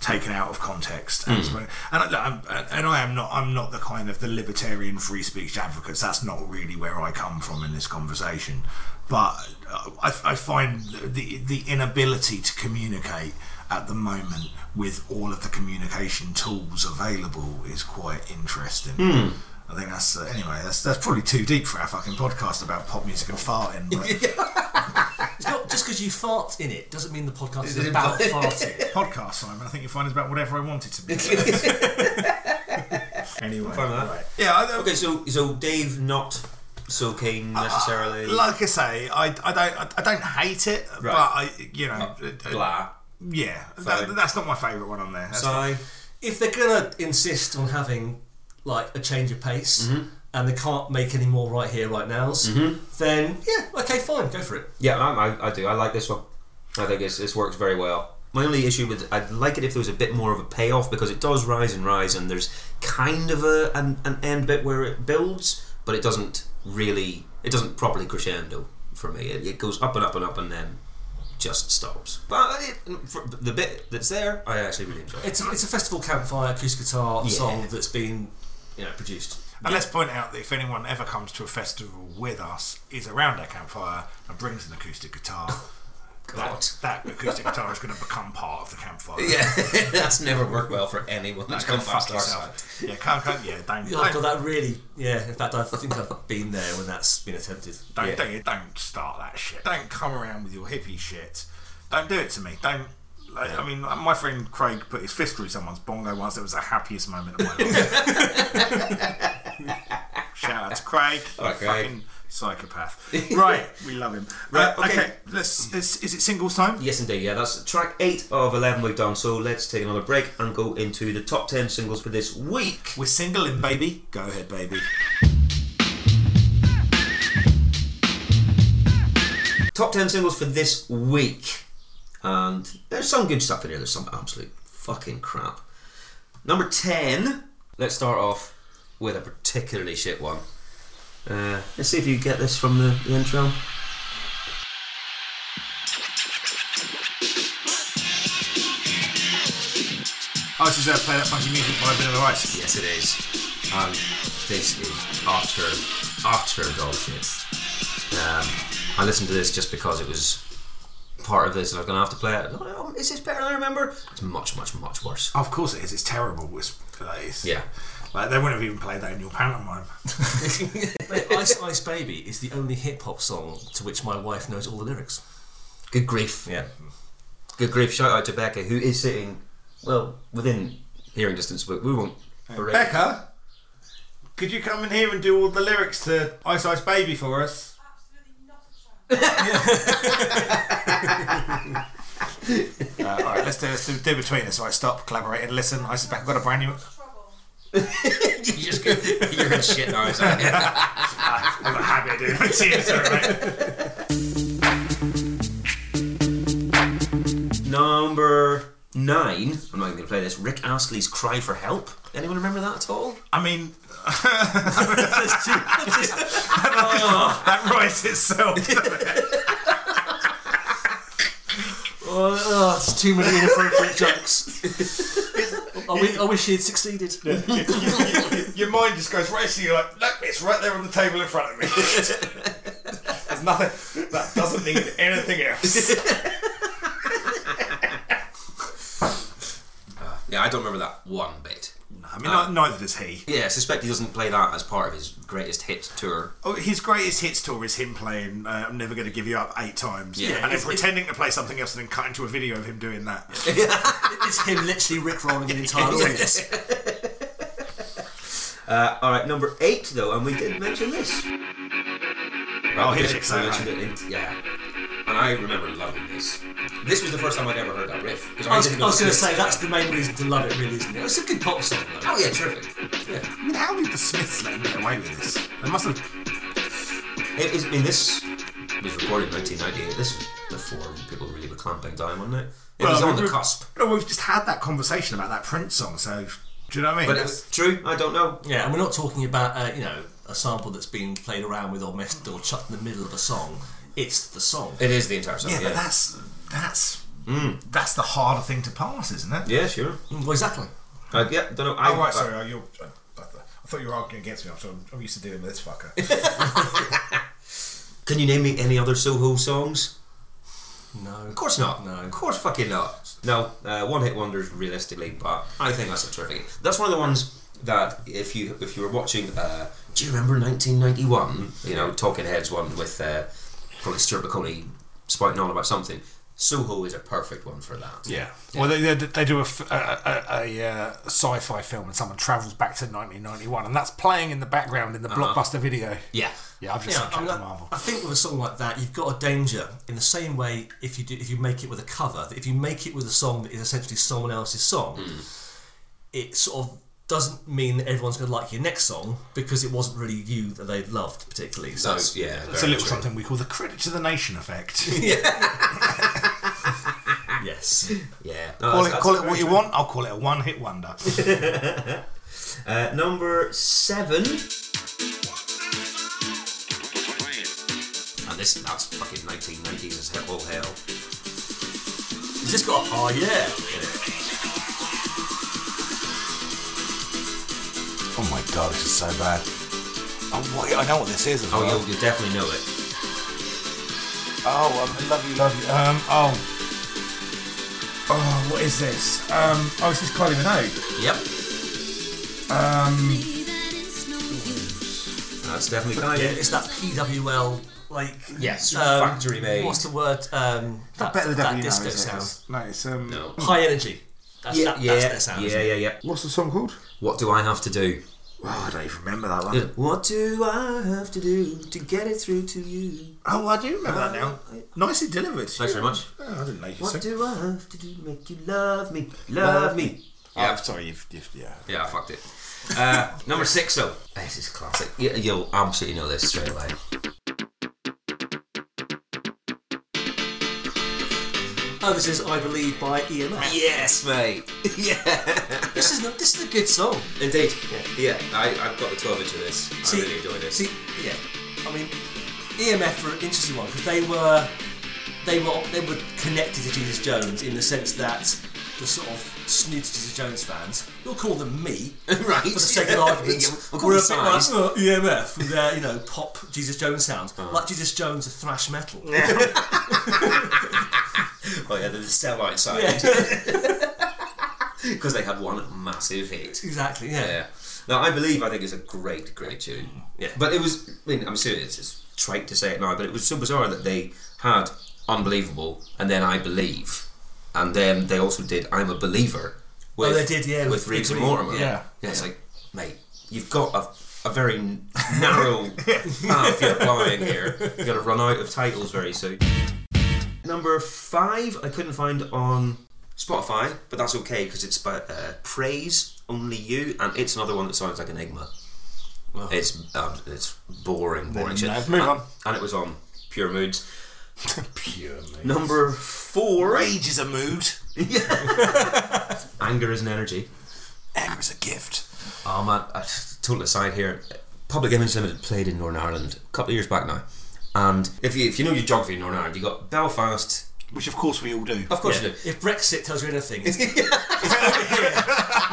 E: taken out of context. And, so- and, I, look, I'm- and I am not I'm not the kind of the libertarian free speech advocates. That's not really where I come from in this conversation. But uh, I, I find the the inability to communicate at the moment with all of the communication tools available is quite interesting. I think that's uh, anyway. That's that's probably too deep for our fucking podcast about pop music and farting. But
D: It's not just because you fart in it doesn't mean the podcast is about farting.
E: podcast, Simon. I think you'll find it's about whatever I want it to be. anyway,
B: that.
E: right. yeah. I,
B: Okay, so so Dave not so keen
D: Uh,
B: necessarily.
E: Like I say, I, I don't I, I don't hate it, but I you know it- it-
B: blah.
E: yeah, that, that's not my favourite one on there. That's not-
B: So
D: if they're gonna insist on having like a change of pace
B: Mm-hmm.
D: and they can't make any more right here right nows, then yeah okay fine go for it.
B: yeah, I, I, I do. I like this one. I think it's, it's works very well. My only issue with I'd like it if there was a bit more of a payoff because it does rise and rise, and there's kind of a an, an end bit where it builds, but it doesn't really it doesn't properly crescendo for me. It, it goes up and up and up and then just stops. But it, for the bit that's there, I actually really enjoy.
D: It's a, it's a festival campfire acoustic guitar
B: Yeah.
D: song that's been you know produced.
E: And let's point out that if anyone ever comes to a festival with us, is around our campfire and brings an acoustic guitar.
B: God.
E: That, that acoustic guitar is going to become part of the campfire.
B: Yeah, that's never worked well for anyone that's
E: Go
B: come
E: fuck
B: past our side.
E: yourself. Yeah, can't, can't, yeah, don't,
D: Oh god,
E: don't,
D: that really yeah. In fact, I think I've been there when that's been attempted.
E: don't, don't, don't start that shit. Don't come around with your hippie shit. Don't do it to me. Don't. Like, I mean, my friend Craig put his fist through someone's bongo once. It was the happiest moment of my life. Shout out to Craig.
B: right, Craig. Uh,
E: Fucking psychopath. Right, we love him. Right, okay.
B: okay.
E: Let's. Is, is it singles time?
B: Yes, indeed. Yeah, that's track eight of eleven we've done. So let's take another break and go into the top ten singles for this week.
E: We're singling, baby. Go ahead, baby.
B: Top ten singles for this week, and there's some good stuff in here. There's some absolute fucking crap. Number ten. Let's start off with a particularly shit one. Uh, let's see if you get this from the, the intro.
E: I just uh, play that funky music by Vanilla Ice.
B: Yes, it is. And this is utter, utter dog shit. Um, I listened to this just because it was part of this and I was going to have to play it. Oh, is this better than I remember? It's much, much, much worse.
E: Of course it is. It's terrible. It's, like, it's-
B: Yeah.
E: Like they wouldn't have even played that in your pantomime.
D: But Ice Ice Baby is the only hip hop song to which my wife knows all the lyrics.
B: Good grief.
D: Yeah.
B: Good grief. Shout out to Becca, who is sitting, well, within hearing distance, but we won't. berate-
E: Becca, could you come in here and do all the lyrics to Ice Ice Baby for us?
F: Absolutely not a chance.
E: Uh, all right, let's do, let's do, do between us. All right, stop, collaborate, and listen. I said, Becca, got a brand new.
F: Trouble.
B: you just go, you're going to shit now, is that it?
E: I've got a habit of doing it. It's all right.
B: Number nine. I'm not even going to play this. Rick Astley's Cry for Help. Anyone remember that at all?
E: I mean, that writes itself.
D: Oh, oh, it's too many inappropriate jokes. I, wi- I wish he had succeeded.
E: Your mind just goes racing. You're like, look, it's right there on the table in front of me. There's nothing that doesn't need anything else.
B: Yeah, I don't remember that one bit.
E: I mean, not, neither does he.
B: Yeah, I suspect he doesn't play that as part of his greatest hit tour.
E: Oh, his greatest hits tour is him playing uh, "I'm Never Gonna Give You Up" eight times,
B: Yeah.
E: and then pretending to play something else, and then cut into a video of him doing that.
D: It's him literally rickrolling an entire audience.
B: Uh, all right, number eight though, and we did mention this.
A: Oh,
B: the
A: here's
B: bit-
A: it,
B: the
A: so
B: bit- Yeah. And I remember loving this. This was the first time I'd ever heard that riff. 'cause
D: I was,
B: didn't
D: I was
B: know
D: going
B: Smiths-
D: to say that's the main reason to love it, really, isn't it? It's a good pop song, though.
B: Oh, yeah, terrific. Yeah.
A: I mean, how did the Smiths let them get away with this? They must have.
B: It is, I mean, this was recorded in 1998. This was before people really were clamping down on it. It was
A: Well,
B: on the
A: we've-
B: cusp.
A: No, we've just had that conversation about that Prince song, so. Do you know what I mean?
B: But it was true, I don't know.
D: Yeah, and we're not talking about uh, you know a sample that's been played around with or messed or chucked in the middle of a song. It's the song.
B: It is the entire song,
A: yeah,
B: yeah. Mm.
A: but that's. That's. That's the harder thing to pass, isn't it?
B: Yeah, sure.
D: Well, exactly.
B: I, yeah, don't know. I,
F: Oh, right,
B: I-
F: sorry. Uh, you're, uh, I thought you were arguing against me. I'm, sorry, I'm used to dealing with this fucker.
B: Can you name me any other Soho songs?
D: No.
B: Of course not.
D: No.
B: Of course fucking not. No, uh, one hit wonders realistically, but I think that's a terrific. That's one of the ones that if you if you were watching, uh, do you remember 1991? You know, Talking Heads one with uh, probably Stuart McConey spouting on about something. Soho is a perfect one for that.
A: Yeah.
F: Well, they, they, they do a, f- a- a- a, uh, sci-fi film, and someone travels back to 1991, and that's playing in the background in the
A: Uh-huh.
F: blockbuster video.
B: Yeah.
F: Yeah, I've just
D: Yeah,
F: seen
D: I, mean,
F: Captain
D: I-
F: Marvel.
D: I think with a song like that, you've got a danger in the same way if you do if you make it with a cover. That if you make it with a song that is essentially someone else's song,
B: Hmm.
D: it sort of doesn't mean that everyone's going to like your next song because it wasn't really you that they loved particularly. So
B: That's, yeah.
A: It's a
B: very
A: little
B: true.
A: something we call the credit to the nation effect.
D: yes,
B: Yeah. No,
A: call it,
B: that's-
A: call it what you want. I'll call it a one-hit wonder.
B: Uh, number seven. And this, that's fucking 1990s as hell, all hell.
D: it's just got oh yeah.
A: oh my god, this is so bad. Oh, wait, I know what this is. As
B: Oh,
A: well.
B: you'll, you'll definitely know it.
A: Oh, I love you, love you. Um, oh. Oh, what is this? Um, oh, is this Kylie Minogue?
B: Yep.
A: Um,
B: That's definitely Kanye.
D: Yeah, it's that PWL like
B: Oh, Yes,
D: um,
B: factory made.
D: What's the word? Um, that
A: better than
D: that
A: you know,
D: disco
A: is it?
D: sound.
A: No, it's um.
B: No.
D: High energy. That's,
B: Yeah,
D: that,
B: yeah,
D: that's their sound.
B: yeah,
D: isn't it?
B: yeah, yeah.
A: What's the song called?
B: What do I have to do?
A: Oh, I don't even remember that one.
B: What do I have to do to get it through to you?
A: Oh, I do remember that now. Nicely delivered.
B: Uh, Thanks very much.
A: Oh, I didn't know you
B: What
A: sing.
B: do I have to do to make you love me? Love me.
A: Oh, I'm sorry. You've, you've, yeah.
B: Yeah, I fucked it. Uh, number six, though. This is classic. You, you'll absolutely know this straight away.
D: Oh, this is I Believe by
B: E
D: EMF.
B: Yes, mate. yeah.
D: This is the- this is a good song.
B: Indeed. Yeah, I, I've got the 12 inch of this. I really enjoyed it.
D: See, yeah. I mean, EMF were an interesting one because they were they were they were connected to Jesus Jones in the sense that the sort of snooty Jesus Jones fans, we'll call them me,
B: right.
D: for the sake of argument,
B: Yeah, we'll call
D: we're a
B: them
D: bit like
B: size.
D: "Oh, EMF with their you know pop Jesus Jones sounds,
B: Uh-huh.
D: like Jesus Jones of thrash metal.
B: oh, yeah, they're the sell outside. Because they had one massive hit.
D: Exactly. Yeah.
B: Yeah. Now, I believe, I think it's a great, great tune.
D: Yeah.
B: But it was, I mean, I'm serious, it's trite to say it now, but it was so bizarre that they had Unbelievable and then I Believe. And then they also did I'm a Believer. With,
D: they did, yeah,
B: With
D: with
B: Reeves and
D: Reeves,
B: Mortimer.
D: yeah.
B: Yeah, it's like, mate, you've got a, a very narrow path you're applying here. You're going to run out of titles very soon. Number five, I couldn't find on Spotify, but that's okay because it's by uh, Praise Only You, and it's another one that sounds like Enigma. It's um, it's boring, boring shit.
A: no, move
B: and,
A: on.
B: And it was on Pure Moods.
A: Pure me.
B: Number four,
A: Rage is a mood.
B: anger is an energy.
A: Anger is a gift.
B: Oh man, a total aside here. Public Image Limited played in Northern Ireland a couple of years back now, and if you if you know your geography in Northern Ireland, you got Belfast.
A: Which, of course, we all do.
B: Of course you do.
D: If Brexit tells you anything, it's, it's over here.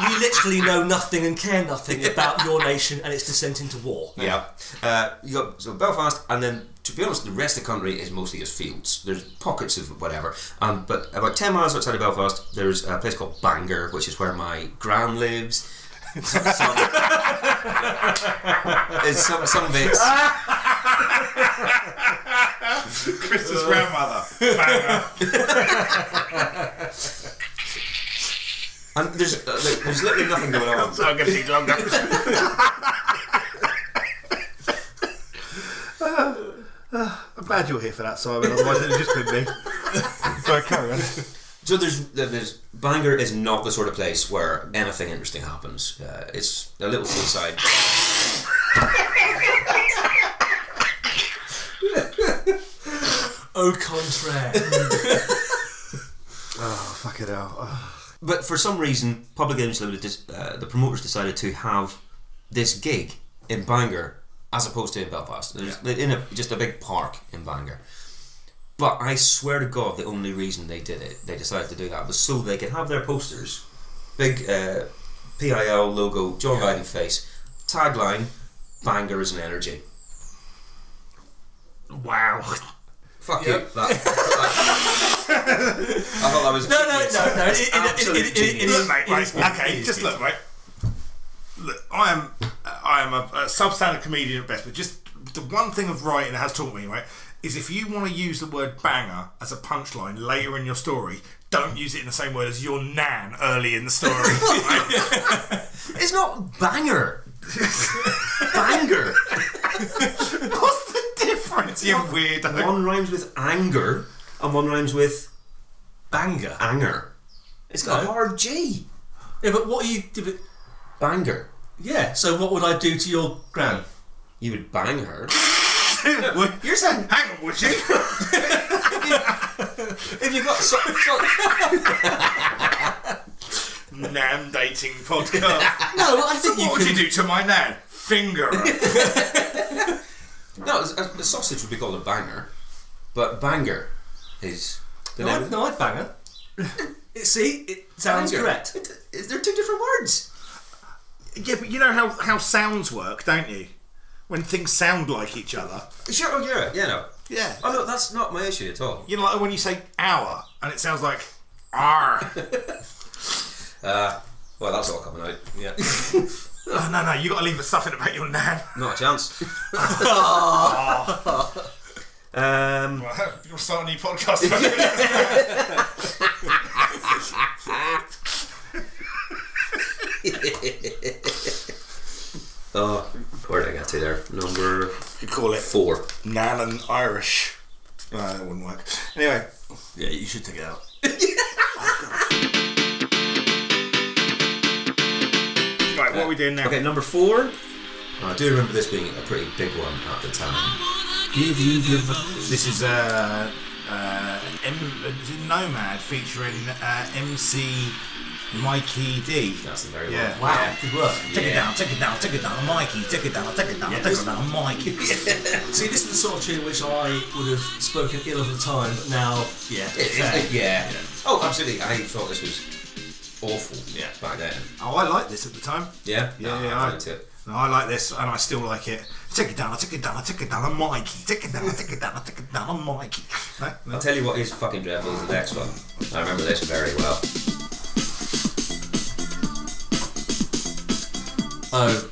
D: You literally know nothing and care nothing about your nation and its descent into war.
B: Yeah. Uh, you got so Belfast, and then to be honest, the rest of the country is mostly just fields. There's pockets of whatever. Um, but about ten miles outside of Belfast, there's a place called Bangor, which is where my gran lives. It's some some bits.
A: Chris's grandmother.
B: And there's uh, like, there's literally nothing going on.
A: I'm going to take longer.
E: I'm glad you're here for that, Simon. Otherwise, it'd have just been me. so carry on.
B: So there's, there's Bangor is not the sort of place where anything interesting happens. Uh, it's a little seaside.
D: Au contraire.
E: Oh, fuck it out. Oh.
B: but for some reason, Public Image Limited, uh, the promoters decided to have this gig in Bangor as opposed to in Belfast. There's In a, just a big park in Bangor. But I swear to God, the only reason they did it, they decided to do that, was so they could have their posters, big uh, PIL logo, John Biden face, tagline, Bangor is an energy.
G: Wow.
B: Fuck you. That, I thought that was
D: No, no,
B: genius.
D: no, no,
B: That's
D: it- it- it-
B: absolute
D: it- it-
B: genius.
D: it
E: Look,
D: is-
E: mate, right,
D: is-
E: okay,
D: it is
E: just
D: good.
E: look, right. Look, I am, I am a, a substandard comedian at best, but just the one thing of writing that has taught me, right, is if you want to use the word banger as a punchline later in your story, don't use it in the same word as your nan early in the story. right?
B: It's not banger. banger.
E: What's the difference, you weirdo?
B: One rhymes with anger, and one rhymes with
D: Banger.
B: anger. It's got a
D: No.
B: hard G.
D: Yeah, but what are you. yeah, but-
B: Banger.
D: Yeah, so what would I do to your gran?
B: You would bang her.
E: Would-
B: You're saying
E: Hang on, would you?
B: if you got so, so,
E: nan dating podcast.
D: No, I think
E: what would you do to my nan? Finger. her.
B: no, it's- uh, the sausage would be called a banger, but banger is the
D: No,
B: name.
D: I'd, no, I'd bang her. It- See, it sounds
B: Banger.
D: correct.
B: It, it- they're two different words.
E: yeah, but you know how, how sounds work, don't you? When things sound like each other.
B: Sure, oh, yeah, yeah, no.
E: Yeah.
B: Oh no, that's not my issue at all.
E: You know, like when you say hour and it sounds like R.
B: Uh, well, that's all coming out. Yeah,
E: oh, no, no, you got to leave us something about your nan.
B: not a chance. um,
E: You'll start a new podcast.
B: Oh, where did I get to there? Number
E: you call it
B: four.
E: Nan and Irish. No, that wouldn't work. Anyway,
D: Yeah, you should take it out.
E: right, what are we doing now?
B: Okay, number four. I do remember this being a pretty big one at the time.
E: Give you the- This is uh, uh, M- is it Nomad featuring uh, MC Mikey D.
B: That's the very one.
E: Yeah.
D: Wow,
E: Yeah.
D: good work.
E: Take it down, take it down, take it down, Mikey, take it down, take it down, take it down, Mikey.
D: See, this is the sort of tune which I would have spoken ill of at the time, but now, yeah,
B: It-
D: fair.
B: it- yeah. Oh, absolutely. I thought this was awful.
D: Yeah.
B: Back then.
E: Oh, I liked this at the time.
B: Yeah.
E: Yeah,
B: No,
E: yeah,
B: I
E: I-
B: liked it.
E: No, I like this, and I still like it. Take it down, I take it down, I take it down, I'm Mikey. Take it down, I take it down, I take it down, I'm
A: Oh,
E: Mikey. No, no.
B: I'll tell you what is fucking dreadful is the next one. I remember this very well.
D: Oh,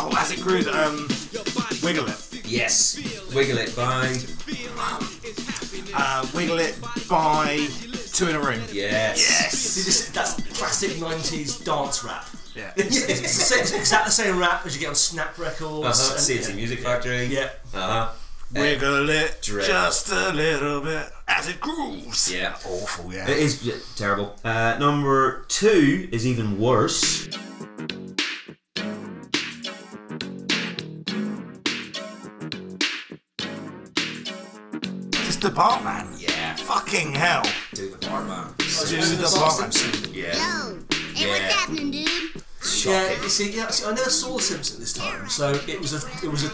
E: Oh, as it grew, um, wiggle it.
B: Yes. Wiggle it by.
E: Uh, wiggle it by two in a room.
B: Yes.
D: see, this, that's classic 90s dance rap.
E: Yeah.
D: It's, it's the same- it's exactly the same rap as you get on Snap Records.
B: Uh-huh.
D: and-
B: CNC Music Factory.
D: Yeah.
B: Uh huh.
E: Wiggle it
B: Dread.
E: just a little bit as it grooves.
B: Yeah.
E: Awful, yeah.
B: It is j- terrible. Uh, number two is even worse.
E: It's the Bartman.
B: Yeah.
E: Fucking hell.
B: Do the bar man.
E: Do the Bartman.
B: Yeah.
H: Yo, hey,
B: Yeah.
H: what's happening, dude?
B: Shocking.
D: Yeah, you see, yeah, see, I never saw The Simpsons this time, so it was a, it was a,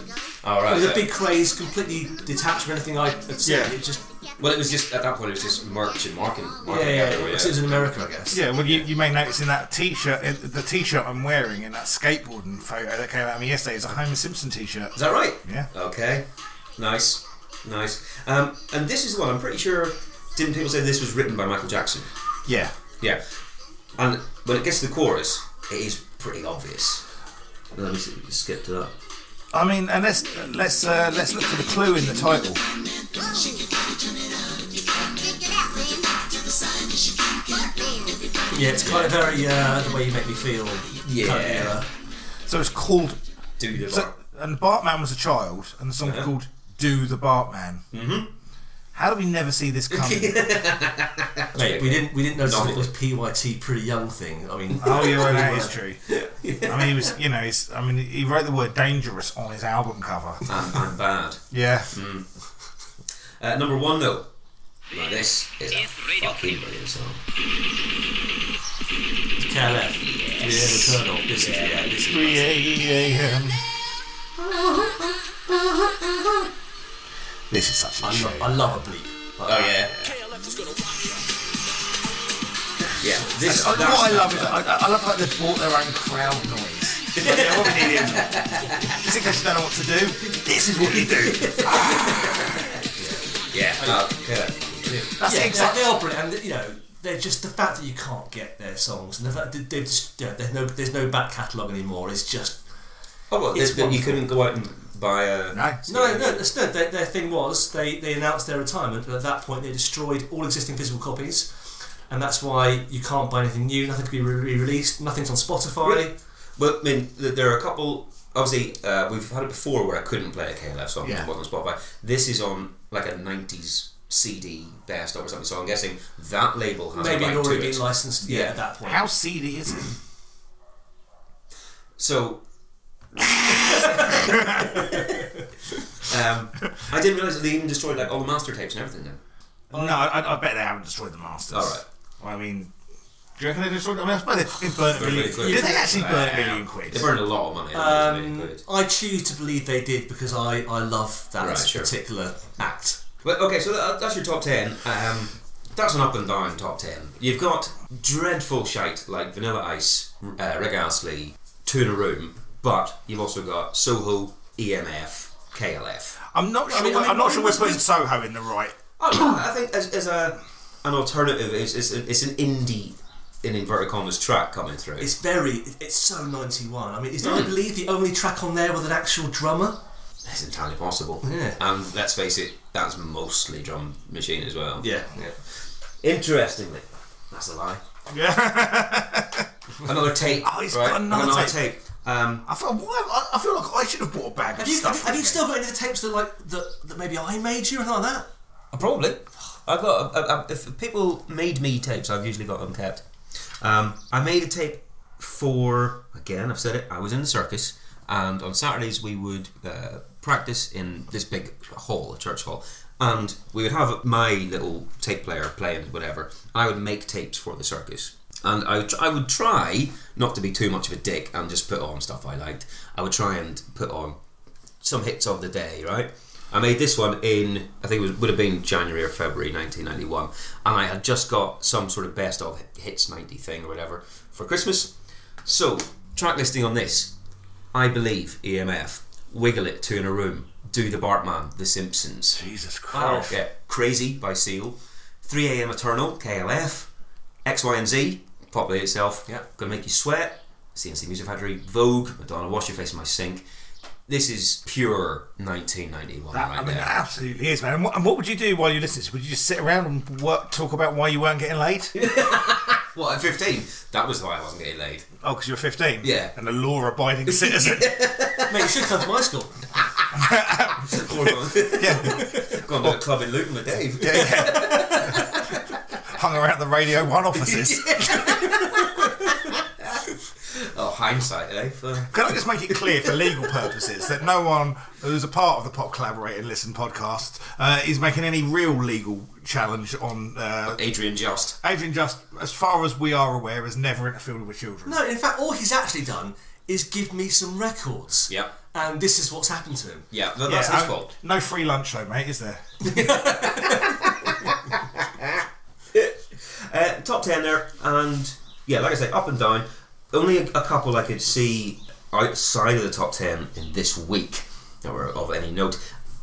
B: All
D: it
B: right.
D: was a big craze, completely detached from anything I had seen.
E: Yeah.
D: It just,
B: Well, it was just at that point. It was just merch and marketing.
D: yeah,
B: marketing
D: yeah,
B: everywhere,
D: it was in America, I guess.
E: Yeah, well, you, you may notice in that t-shirt, in the t-shirt I'm wearing, in that skateboarding photo that came out of me yesterday, is a Homer Simpson t-shirt.
B: Is that right?
E: Yeah.
B: Okay. Nice. Nice. Um, and this is the one I'm pretty sure. Didn't people say this was written by Michael Jackson?
E: Yeah.
B: Yeah. And when it gets to the chorus, it is pretty obvious. Let me see, skip to that.
E: I mean, and let's let's uh, let's look for the clue in the title.
H: Check it out, man. What, man?
D: Yeah, it's kind of very uh, the way you make me feel.
B: Yeah.
D: Kind of, uh,
E: So it's called
B: Do the
A: So,
B: bar.
A: and Bartman was a child, and the song
B: Yeah.
A: called "Do the Bartman." Uh-huh. Mm-hmm. How do we never see this coming?
D: Mate, we didn't we didn't notice that it
B: Novel.
D: was PYT pretty young thing. I mean,
A: oh, yeah, well, that is true. I mean, he was, you know, he's, I mean, he wrote the word "dangerous" on his album cover.
B: And, and bad.
A: Yeah,
B: Uh, number one, though. Now, this is a fucking brilliant song.
D: KLF, yes. the Colonel. This is yeah, this is
A: 3 a.m. This is such a
D: I,
A: shame.
D: lo- I love a bleep.
B: Oh
D: Like that.
B: yeah. Yeah, this.
A: I-
B: that's-
A: what I love is I, I love like they brought their own crowd noise. It's like, yeah, what we need is- Just in case you don't know what to do, this is what you do.
B: Yeah, uh, yeah.
A: That's
D: yeah,
A: the exact.
D: they are brilliant. And you know, they're just the fact that you can't get their songs and the fact that they've just yeah, there's no there's no back catalogue anymore. It's just
B: Oh well,
D: It's
B: this, that you
D: wonderful.
B: couldn't go out and buy a.
A: No,
D: No, no, that's no their, their thing was they, they announced their retirement, and at that point they destroyed all existing physical copies, and that's why you can't buy anything new. Nothing can be re released. Nothing's on Spotify.
B: Really? Well, I mean, th- there are a couple. Obviously, uh, we've had it before where I couldn't play a KLF song because
A: Yeah.
B: it wasn't on Spotify. This is on like a '90s CD best of or something. So I'm guessing that label has
D: Maybe
B: a
D: it
B: right
D: already
B: to it.
D: been licensed. Yeah,
B: Yeah.
D: at that point.
A: How seedy is it?
B: So. um, I didn't realize that they even destroyed like all the master tapes and everything. Then
A: no, I, I bet they haven't destroyed the masters.
B: All right.
A: I mean, do you reckon they destroyed? I mean, I suppose they fucking burnt a
B: Burnt a
A: million.
B: million quid.
A: Did they actually burn a
B: Wow.
A: million quid?
B: they burned a lot of money. on it,
D: Um,
B: but-
D: I choose to believe they did because I, I love that
B: Right, sure.
D: particular act.
B: Well, okay, so that, that's your top ten. Um, that's an up and down top ten. You've got dreadful shite like Vanilla Ice, uh, Rick Astley, Two in a Room, but you've also got Soho, E EMF, KLF.
A: I'm not sure. I
D: mean, I mean,
A: am not sure we're
D: was-
A: putting Soho in the right.
B: Oh, no, I think as, as a an alternative, it's, it's, it's an indie, in inverted commas, track coming through.
D: It's very it's so ninety one. I mean, is I believe the only track on there with an actual drummer?
B: It's entirely possible.
D: Yeah.
B: And let's face it, that's mostly drum machine as well.
D: Yeah.
B: yeah. Interestingly, that's a lie. another tape.
A: Oh, he's
B: right?
A: got another
B: tape.
A: tape.
B: Um,
A: I feel. Why, I, I feel like I should have bought a bag of
D: Have you,
A: stuff.
D: have,
A: with
D: have you
A: me.
D: still got any of the tapes that like that, that maybe I made you or anything like that?
B: Uh, probably. I've got. I, I, if people made me tapes, I've usually got them kept. Um, I made a tape for again. I've said it. I was in the circus, and on Saturdays we would uh, practice in this big hall, a church hall, and we would have my little tape player playing whatever. And I would make tapes for the circus. And I would, tr- I would try not to be too much of a dick and just put on stuff I liked. I would try and put on some hits of the day, right? I made this one in I think it was, would have been January or February 1991, and I had just got some sort of best of hits 90 thing or whatever for Christmas. So track listing on this, I believe EMF, Wiggle It, Two in a Room, Do the Bartman, The Simpsons,
A: Jesus
B: Oh,
A: Christ.
B: yeah, Crazy by Seal, 3 AM Eternal, KLF, X Y and Z, Populate Itself,
D: Yeah.
B: Gonna Make You Sweat, CNC Music Factory, Vogue, Madonna, Wash Your Face in My Sink. This is pure 1991
A: That,
B: right
A: I mean,
B: there.
A: that absolutely is, man. And what, and what would you do while you listen to this? Would you just sit around and work, talk about why you weren't getting laid?
B: Well, at 15, that was why I wasn't getting laid.
A: Oh, because you're 15.
B: Yeah.
A: And a law-abiding citizen.
D: Mate, you should come to my school.
B: Or gone, gone to the club in Luton with Dave.
A: yeah, yeah. Hung around the Radio 1 offices.
B: Oh, hindsight, eh? For-
A: Can I just make it clear for legal purposes that no one who's a part of the Pop Collaborate and Listen podcast uh, is making any real legal challenge on uh,
B: Adrian Just.
A: Adrian Just, as far as we are aware, has never interfered with children.
D: No, in fact, all he's actually done is give me some records.
B: Yep.
D: And this is what's happened to him.
B: Yeah, no, that's his
A: I-
B: fault.
A: No free lunch though, mate, is there?
B: Uh, top ten there, and yeah, like I say, up and down. Only a, a couple I could see outside of the top ten in this week that were of any note.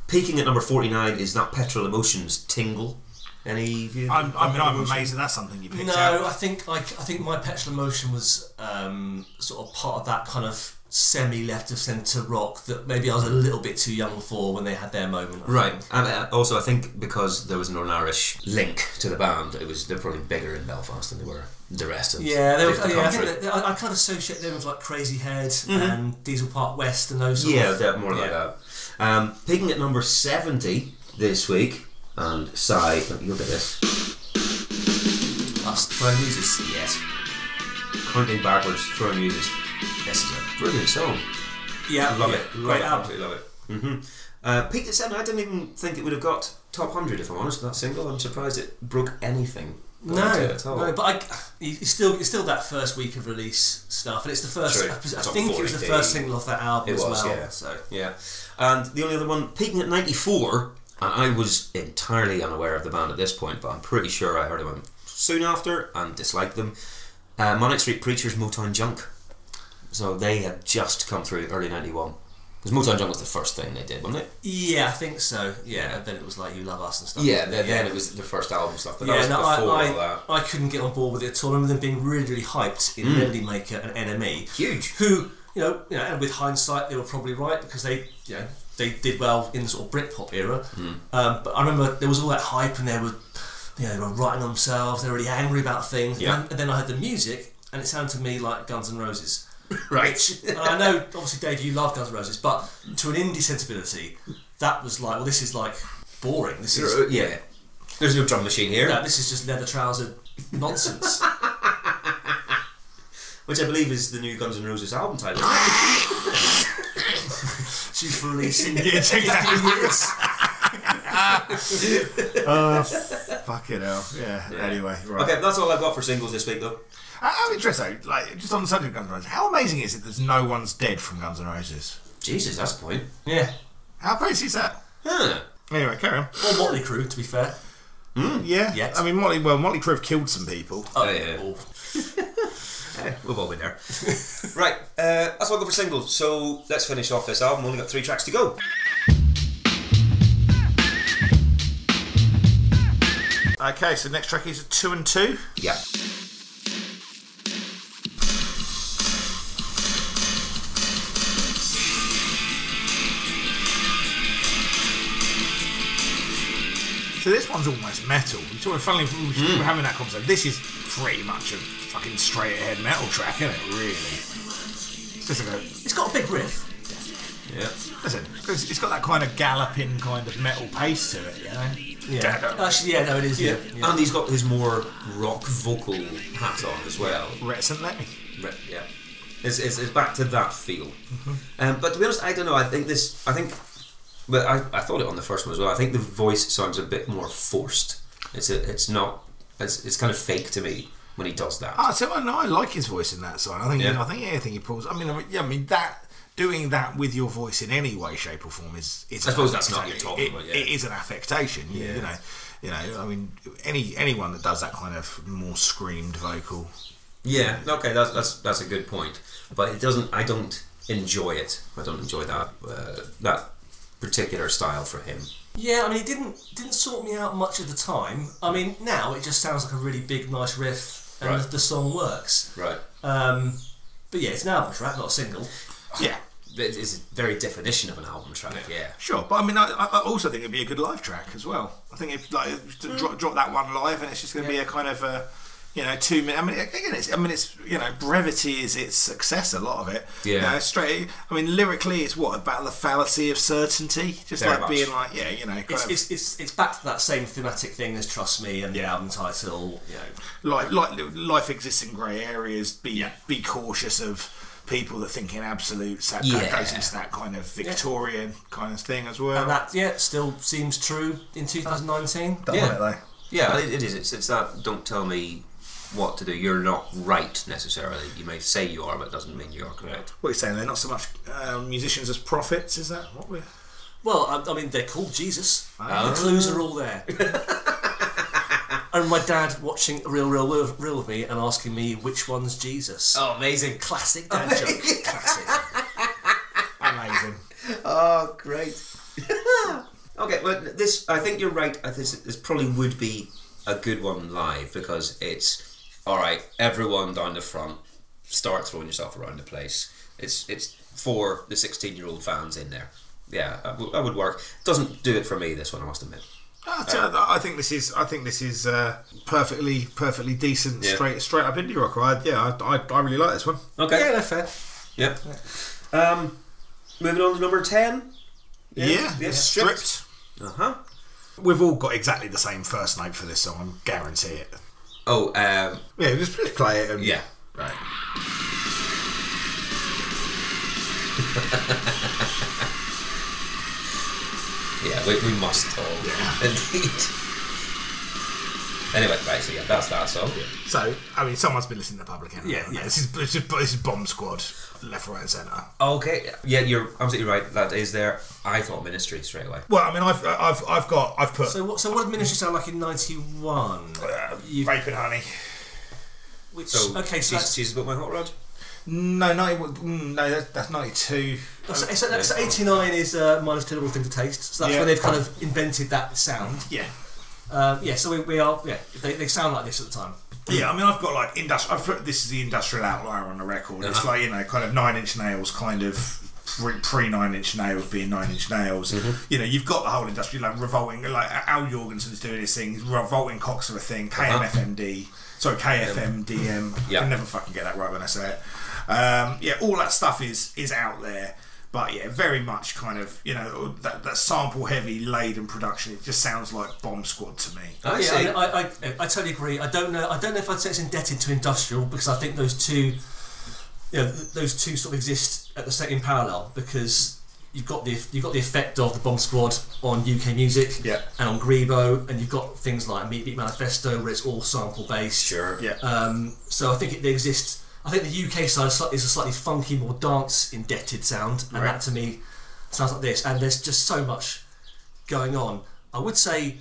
B: Peaking at number forty-nine is that Petrol Emotions tingle. Any? of you-
A: I'm, I mean, I'm amazed that that's something you picked
D: No,
A: out.
D: I think I, I think my petrol emotion was um, sort of part of that kind of semi left of centre rock that maybe I was a little bit too young for when they had their moment. I
B: Right,
D: think.
B: and uh, also I think because there was an Northern Irish link to the band, it was they're probably bigger in Belfast than they were the rest of
D: Yeah, they were,
B: the uh,
D: yeah I,
B: country.
D: think that, I, I kind of associate them with like Crazy Head and Diesel Park West and those. Sort
B: Yeah,
D: of,
B: they're more like that. Um, picking at number seventy this week, and Sai, you'll get this.
D: Us throwing losers.
B: Yes. Counting backwards, throwing music. This is a brilliant song.
D: Yeah,
B: I love
D: yeah,
B: it. Love
D: Great
B: it.
D: album.
B: Absolutely love it. hmm Uh, peaked at seven. I didn't even think it would have got top hundred. If I'm honest, that single. I'm surprised it broke anything. But
D: No,
B: it did at all.
D: no, but I, it's still it's still that first week of release stuff, and it's the first.
B: True.
D: I, pres- I
B: Top
D: think it was the
B: 40.
D: first single off that album
B: It
D: as
B: was,
D: well.
B: yeah.
D: So
B: Yeah. And the only other one, peaking at 94, and I was entirely unaware of the band at this point, but I'm pretty sure I heard of them soon after and disliked them. Uh, Manic Street Preachers, Motown Junk. So they had just come through early 91. Because Motown Junk was the first thing they did, wasn't it?
D: yeah, I think so. Yeah, and then it was like you love us and stuff.
B: Yeah,
D: wasn't
B: then, then it was the first album stuff, but that
D: Yeah,
B: was
D: no,
B: before
D: I,
B: all that. Mm.
D: I, I couldn't get on board with it at all. I remember them being really, really hyped in Melody Maker and E. Enemy.
B: Huge.
D: Who, you know, you know, and with hindsight, they were probably right because they, you know, they did well in the sort of Britpop era. Um, but I remember there was all that hype and they were, you know, they were writing themselves, they were really angry about things.
B: Yeah.
D: And, then, and then I heard the music and it sounded to me like Guns N' Roses.
B: Right.
D: And I know, obviously, Dave, you love Guns N' Roses, but to an indie sensibility, that was like, well, this is like boring. This is
B: yeah. There's no drum machine here,
D: no, this is just leather trouser nonsense.
B: which I believe is the new Guns N' Roses album title.
D: She's for releasing yeah, take years.
E: Oh, fucking hell. Yeah. Anyway, right.
B: okay, that's all I've got for singles this week, though.
E: How how interesting, though, like, just on the subject of Guns N' Roses, how amazing is it that no one's dead from Guns N' Roses?
B: Jesus, that's a point.
D: Yeah.
E: How crazy is that?
B: Huh.
E: Anyway, carry on.
D: Or Motley Crue, to be fair.
E: Yeah.
D: Yes.
E: I mean, Motley, well, Motley Crue have killed some people.
B: Oh, yeah.
D: Or-
B: Eh, We've all been there. right, uh, that's all good for singles. So let's finish off this album. We've only got three tracks to go.
E: Okay, so next track is two and two.
B: Yeah.
E: So this one's almost metal. We sort of funnily we were having that conversation. This is pretty much a fucking straight ahead metal track, isn't it? Really. It's just like a,
D: It's got a big riff.
B: Yeah.
E: listen, 'cause it's got that kind of galloping kind of metal pace to it, you know. Yeah.
D: Actually, yeah, no, it is. Yeah. yeah.
B: And he's got his more rock vocal hat on as well.
E: Reticent let me.
B: Right, yeah. It's, it's, it's back to that feel. Um, but to be honest, I don't know. I think this, I think, but I, I thought it on the first one as well. I think the voice sounds a bit more forced. It's a, it's not, it's, it's kind of fake to me when he does that.
E: Ah, so I know I like his voice in that song. I think
B: Yeah.
E: I think anything he pulls. I mean, I mean, yeah, I mean that doing that with your voice in any way, shape, or form is. It's
B: I suppose that's not what
E: it-
B: you're talking
E: it-
B: about, yeah.
E: It is an affectation. You, you know, you know. I mean, any anyone that does that kind of more screamed vocal.
B: Yeah. Okay. That's that's that's a good point. But it doesn't. I don't enjoy it. I don't enjoy that uh, that particular style for him.
D: Yeah, I mean, it didn't didn't sort me out much at the time. I mean, now it just sounds like a really big, nice riff, and
B: Right.
D: the, the song works.
B: Right.
D: Um, but yeah, it's an album track, not a single.
E: Yeah,
B: It is a very definition of an album track. Yeah.
E: sure. But I mean, I, I also think it'd be a good live track as well. I think if like to drop, drop that one live, and it's just going to be a kind of a. You know, two minutes. I mean, again, it's. I mean, it's. You know, brevity is its success. A lot of it. You
B: Yeah.
E: know, straight. I mean, lyrically, it's what about the fallacy of certainty? Just
B: Very
E: like
B: much.
E: being like, yeah, you know, kind
D: It's,
E: of
D: it's, it's, it's back to that same thematic thing as Trust Me and the album title. You know,
E: like like life exists in grey areas. Be
D: Yeah.
E: be cautious of people that think in absolutes. That
B: Yeah.
E: goes into that kind of Victorian kind of thing as well.
D: and that yeah still seems true in 2019.
E: Don't
B: Yeah.
E: it though.
B: Yeah. It, it is. It's, it's that. Don't tell me what to do. You're not right necessarily. You may say you are, but it doesn't mean you are correct.
E: What are you saying? They're not so much uh, musicians as prophets, is that what we're?
D: Well, I, I mean, they're called Jesus.
E: Ah.
D: The clues are all there. and my dad watching Real Real World Real with me and asking me which one's Jesus.
B: Oh, amazing!
D: Classic dad joke. Classic.
E: Amazing.
B: Oh, great. okay, well, this I think you're right. I think this probably would be a good one live because it's all right. Everyone down the front, start throwing yourself around the place. It's it's for the 16 year old fans in there. Yeah, that would, that would work. Doesn't do it for me, this one, I must admit.
E: I don't know, I think this is. I think this is uh, perfectly, perfectly decent,
B: Yeah.
E: straight, straight up indie rock. I, yeah, I, I, I really like this one.
B: Okay.
D: Yeah, no, fair.
B: Yeah. Um, moving on to number 10.
E: Yeah,
B: stripped.
E: stripped.
B: Uh huh.
E: We've all got exactly the same first name for this song. I guarantee it.
B: Oh, um,
E: Yeah, just, just play it. And,
B: yeah.
E: right.
B: Yeah, we, we must all. Indeed. Anyway, right, so yeah, that's that song.
E: So, I mean, someone's been listening to Public Enemy.
I: Yeah,
E: haven't they?
I: yeah.
E: This is this is, this is Bomb Squad, left, right, and centre.
B: Okay, yeah, you're absolutely right. That is there. I thought Ministry straight away.
E: Well, I mean, I've I've I've got I've put
D: So what? So what did Ministry sound like in '91?
E: uh, Rape and Honey.
D: Which
B: So,
D: okay,
B: she's,
D: so that's
B: she's about my hot rod.
E: No, no,
A: Mm,
E: no, that's, that's ninety two.
D: so, so that's- so '89 is uh, minus terrible thing to taste. So that's
E: Yeah.
D: where they've kind of invented that sound.
E: Yeah.
D: Uh, yeah, so we, we are. Yeah, they, they sound like this at the time.
E: Yeah, I mean, I've got like industrial. I've put this is the industrial outlier on the record. It's like you know, kind of nine inch nails, kind of pre nine inch nails being nine inch nails. You know, you've got the whole industrial like revolting. Like Al Jorgensen's doing his thing, revolting cocks are a thing. KMFMD, sorry, KFMDM.
B: Yeah.
E: I can never fucking get that right when I say it. Um, yeah, all that stuff is is out there. But yeah, very much kind of you know that, that sample heavy laden production. It just sounds like Bomb Squad to me.
B: I
D: yeah,
B: see.
D: I, I, I totally agree. I don't know. I don't know if I'd say it's indebted to industrial because I think those two, you know, th- those two sort of exist at the same in parallel because you've got the you've got the effect of the Bomb Squad on UK music
E: Yeah.
D: and on Grebo, and you've got things like Meat Beat Manifesto where it's all sample based.
B: Sure.
E: Yeah.
D: Um, so I think it, they exist. I think the UK side is sli- is a slightly funky, more dance indebted sound, and that to me sounds like this. And there's just so much going on. I would say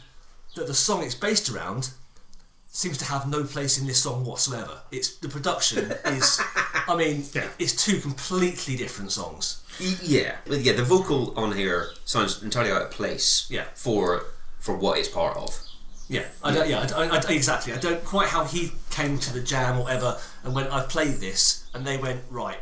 D: that the song it's based around seems to have no place in this song whatsoever. It's the production is. I mean, it's two completely different songs.
B: Y- Yeah, But yeah. The vocal on here sounds entirely out of place.
D: Yeah.
B: For for what it's part of.
D: Yeah, I don't, yeah, I, I, I- exactly. I don't quite how he came to the jam or whatever, and went, I've played this, and they went right.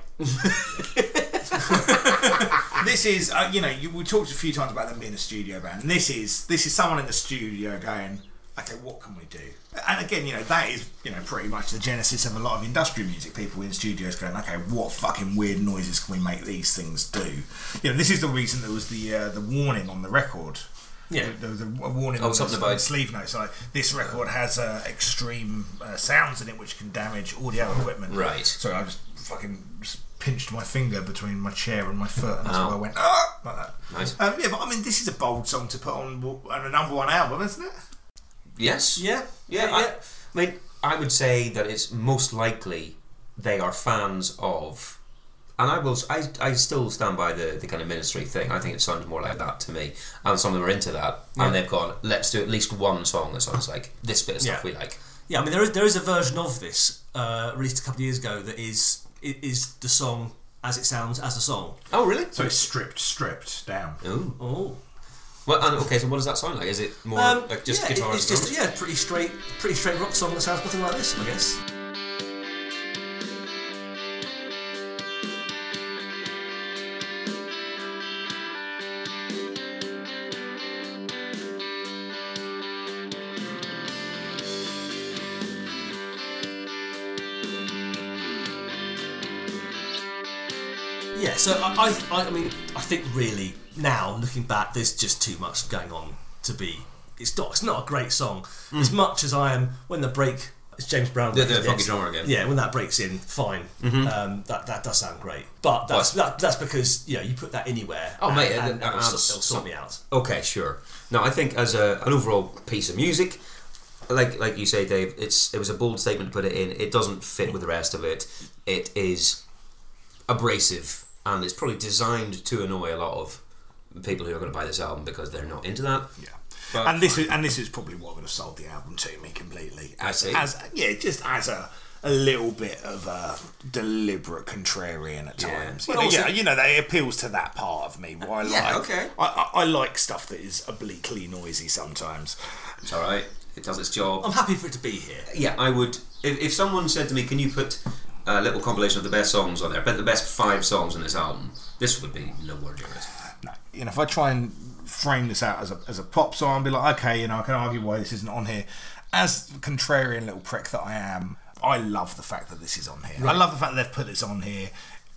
E: this is uh, you know you, we talked a few times about them being a studio band and this is this is someone in the studio going okay what can we do and again you know that is you know pretty much the genesis of a lot of industrial music people in studios going okay what fucking weird noises can we make these things do you know this is the reason there was the uh, the warning on the record
D: Yeah.
E: the, the, the warning on the-
B: Oh, something
E: on the
B: about-
E: sleeve notes like this record has uh, extreme uh, sounds in it which can damage audio equipment
B: Right.
E: sorry I just fucking just pinched my finger between my chair and my foot and that's
B: Ow.
E: why I went ah like that
B: Oh. Nice.
E: um, yeah, but I mean, this is a bold song to put on, on a number one album, isn't it?
B: Yes.
D: Yeah,
B: Yeah. I, I mean, I would say that it's most likely they are fans of, and I will. s- I, I still stand by the, the kind of ministry thing. I think it sounds more like that to me. And some of them are into that, and they've gone. Let's do at least one song that sounds like this bit of stuff
D: Yeah.
B: we like.
D: Yeah, I mean there is there is a version of this uh, released a couple of years ago that is i- is the song as it sounds as a song.
B: Oh, really?
E: So it's stripped, stripped down.
B: Ooh.
D: Oh,
B: Well, and, okay. So what does that sound like? Is it more like just
D: Um, yeah, it-
B: guitars?
D: It's
B: and
D: just
B: drums?
D: yeah, pretty straight, pretty straight rock song that sounds nothing like this, I guess. Yeah, so I, I, I mean, I think really now looking back, there's just too much going on to be. It's not, it's not a great song. As much as I am when the break, it's James Brown.
B: Mm. The- the
D: breaks it
B: funky
D: in.
B: drummer again. Mm-hmm.
D: Yeah, when that breaks in, fine. Um, that, that does sound great, but that's that, that's because you know you put that anywhere.
B: Oh,
D: and,
B: mate,
D: and,
B: it-
D: and
B: that
D: it'll,
B: adds
D: sort- it'll sort me out.
B: Okay, sure. Now, I think as a, an overall piece of music, like like you say, Dave, it's it was a bold statement to put it in. It doesn't fit with the rest of it. It is abrasive, and it's probably designed to annoy a lot of people who are going to buy this album because they're not into that.
E: Yeah.
B: But-
E: and this is and this is probably what would have sold the album to me completely.
B: I
E: As,
B: see.
E: as yeah, just as a a little bit of a deliberate contrarian at times. You
B: But
E: know,
B: also-
E: yeah, you know, they appeals to that part of me. Why
B: Yeah,
E: like
B: okay.
E: I, I, I like stuff that is obliquely noisy sometimes.
B: It's all right. It does its job.
D: I'm happy for it to be here.
B: yeah, I would. If, if someone said to me, "Can you put a little compilation of the best songs on there, but the best five songs on this album, this would be lower near it.
A: no, you know, if I try and frame this out as a, as a pop song, I'd be like, okay, you know, I can argue why this isn't on here. As the contrarian little prick that I am, I love the fact that this is on here. I love the fact that they've put this on here.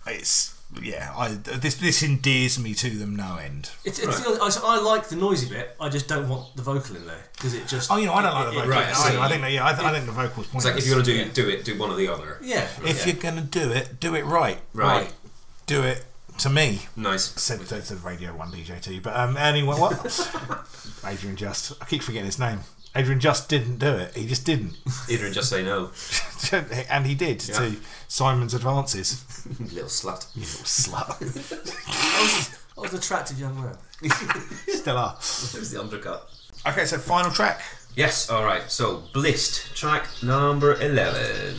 A: It's yeah, I this this endears me to them no end.
D: It, it feels, I, I like the noisy bit. I just don't want the vocal in there because it just.
A: Oh, you know, I don't like the
D: it- it-
A: vocals.
B: right, I see.
A: I, I think that, yeah, I, th- I think the vocals.
B: It's like if you're gonna do do it, do one or the other.
D: Yeah.
A: if you're gonna do it, do it right.
B: Right.
A: Do it to me.
B: Nice.
A: Said that's a Radio One DJ too, but um, anyway, what? Adrian Just, I keep forgetting his name. Adrian Just didn't do it. He just didn't,
B: Either just say no,
A: and he did to Simon's advances.
B: little slut.
A: You little slut.
D: I was an attractive young man.
A: Still are.
B: There's the undercut.
A: Okay, so final track.
B: Yes. All right. So Blist track number eleven.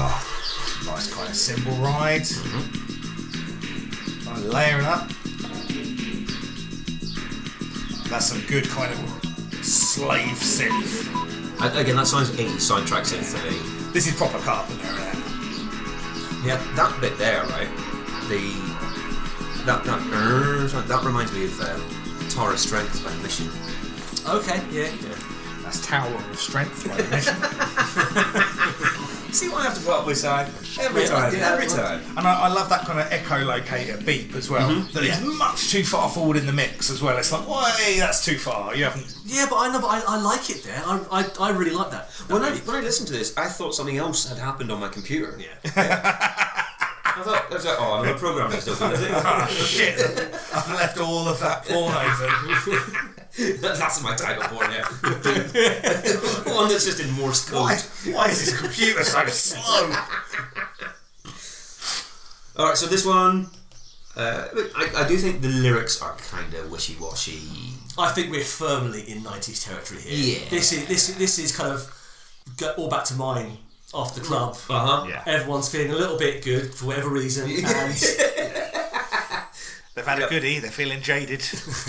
A: Nice kind of cymbal ride. Kind of layering up. That's some good kind of slave synth.
B: A- Again, that sounds eight soundtrack synth to me.
A: This is proper Carpenter. Now.
B: Yeah, that bit there, right? The that that er, that reminds me of um, Tara Strength by Mission.
D: Okay. Yeah. yeah.
A: That's Tower of Strength. by the Mission.
B: See what I have to put up with, side every
D: Yeah,
B: time,
D: yeah,
B: every
D: yeah.
B: time.
A: And I, I love that kind of echolocator beep as well. That is much too far forward in the mix as well. It's like, why that's too far. You haven't.
D: Yeah, but I know, but I, I like it there. I, I, I really like that.
B: When I when I listened to this, I thought something else had happened on my computer. Yeah. I thought, I was like, oh, another program is still doing it.
A: Ah, shit! I've left all of that porn open.
B: That's my title porn, yeah. One that's just in Morse code.
A: Why, why is this computer so slow?
B: All right, so this one, uh, I, I do think the lyrics are kind of wishy-washy.
D: I think we're firmly in '90s territory here.
B: Yeah.
D: This is this is- this is kind of go all back to mine off the club.
B: Uh huh.
F: Yeah.
D: Everyone's feeling a little bit good for whatever reason, and
A: They've had a goodie. They're feeling jaded.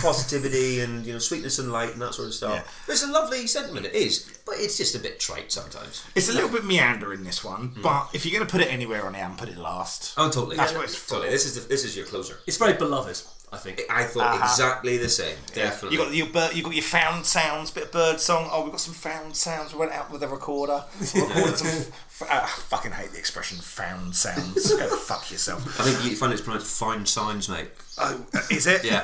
B: positivity and you know sweetness and light and that sort of stuff. It's a lovely sentiment, it is, but it's just a bit trite sometimes.
A: It's a little bit meandering this one, but if you're going to put it anywhere on the album, put it last.
B: Oh, totally.
A: That's what it's
B: totally.
A: for.
B: This is the, this is your closer.
D: it's very beloved. I think.
B: I thought exactly the same. Definitely.
A: You got your bird, you got your found sounds, bit of bird song. Oh, we got some found sounds. We went out with a recorder, We recorded some. F- ah, I fucking hate the expression found sounds. Go fuck yourself.
B: I think you find it's pronounced fine signs, mate.
A: Oh, is it?
B: Yeah,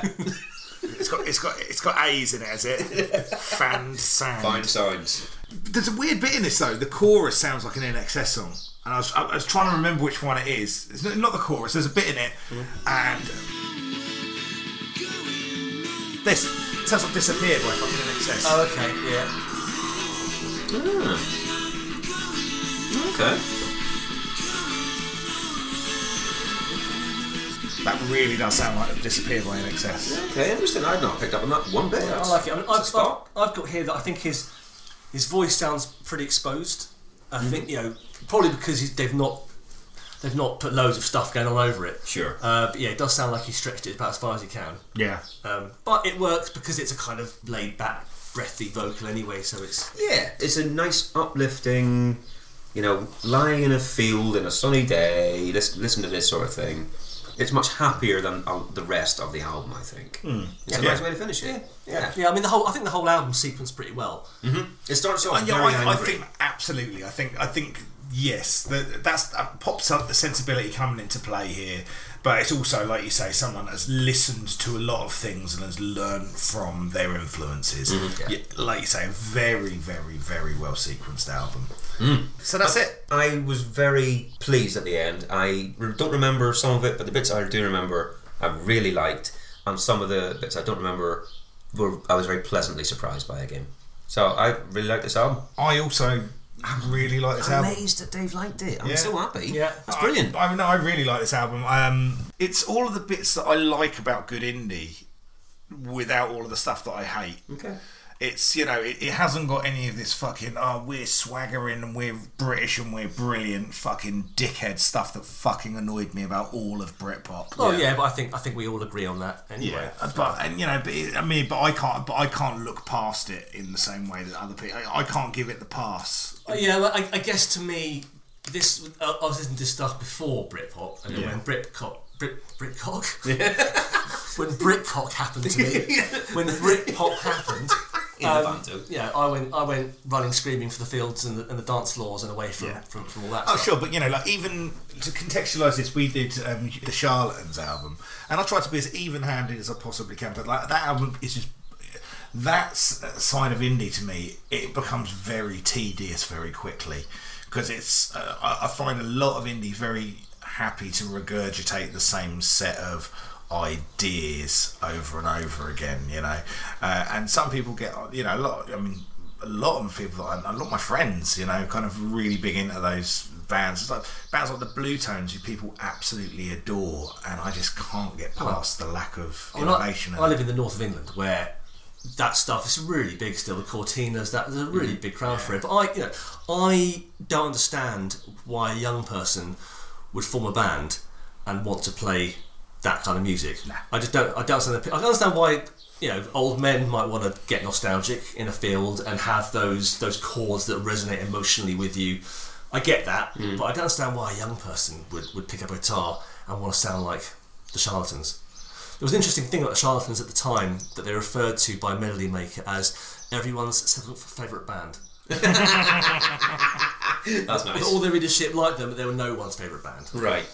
A: It's got it's got it's got A's in it, has it? found sound.
B: fine signs.
A: There's a weird bit in this though. The chorus sounds like an NXS song, and I was I, I was trying to remember which one it is. It's not, not the chorus. There's a bit in it, and this it sounds like disappeared by fucking NXS.
D: Oh, okay. Yeah.
B: Okay.
A: That really does sound like it disappeared by NXS.
B: Okay, interesting. I'd not picked up on that one bit.
D: I like it. I mean,
B: That's
D: I've,
B: a
D: I've,
B: start.
D: I've got here that I think his his voice sounds pretty exposed. I think you know probably because he's, they've not they've not put loads of stuff going on over it.
B: Sure.
D: Uh, but yeah, it does sound like he stretched it about as far as he can.
A: Yeah.
D: Um, but it works because it's a kind of laid back, breathy vocal anyway. So it's
B: Yeah, it's a nice uplifting, you know, lying in a field in a sunny day, listen, listen to this sort of thing. It's much happier than uh, the rest of the album, I think. It's a nice way to finish it. Yeah.
D: yeah. I mean, the whole I think the whole album sequenced pretty well.
B: It starts off
A: Uh, yeah,
B: very
A: I, I
B: angry.
A: think absolutely. I think I think yes. That that's uh, pop sen- sensibility coming into play here. But it's also like you say, someone has listened to a lot of things and has learned from their influences.
B: Mm-hmm. yeah.
A: Yeah, like you say, a very, very, very well sequenced album. So that's it.
B: I was very pleased at the end. I re- don't remember some of it, but the bits I do remember, I really liked, and some of the bits I don't remember, were I was very pleasantly surprised by again. So I really liked this album.
A: I also really like this album.
B: Amazed that Dave liked it. I'm
A: Yeah.
B: so happy.
D: Yeah.
B: that's brilliant.
A: I mean, I really like this album. Um, it's all of the bits that I like about good indie, without all of the stuff that I hate.
B: Okay.
A: It's you know, it, it hasn't got any of this fucking oh we're swaggering and we're British and we're brilliant fucking dickhead stuff that fucking annoyed me about all of Britpop.
D: Oh yeah, but I think I think we all agree on that anyway.
A: Uh, But and you know, but it, I mean, but I can't, but I can't look past it in the same way that other people. I, I can't give it the pass.
D: Yeah, well, I, I guess to me, this I I was listening to this stuff before Britpop, and then when Britcock, Brit Britcock, when Britcock happened to me, when Britpop happened,
B: In the
D: um,
B: banter.
D: yeah, I went I went running screaming for the fields and the, and the dance floors and away from, from, from all that.
A: Oh,
D: stuff.
A: sure, but you know, like even to contextualise this, we did um, the Charlatans album, and I try to be as even-handed as I possibly can. But like that album is just that s- side of indie to me. It becomes very tedious very quickly because it's. Uh, I, I find a lot of indie very happy to regurgitate the same set of ideas over and over again. You know, uh, and some people get you know a lot. I mean. A lot of people, that I, a lot of my friends, you know, kind of really big into those bands. It's like bands like the Blue Tones, who people absolutely adore, and I just can't get past the lack of
D: I mean, I-
A: innovation.
D: I, live in the north of England where that stuff is really big still. The Cortinas, that there's a really big crowd for it. But I, you know, I don't understand why a young person would form a band and want to play that kind of music. I just don't. I don't understand. The, I don't understand why. You know, old men might want to get nostalgic in a field and have those those chords that resonate emotionally with you. I get that, but I don't understand why a young person would, would pick up a guitar and want to sound like the Charlatans. There was an interesting thing about the Charlatans at the time that they referred to by Melody Maker as everyone's seventh favourite band.
B: That's nice.
D: With all their readership liked them, but "Oh, they were no one's favourite band,
B: Right.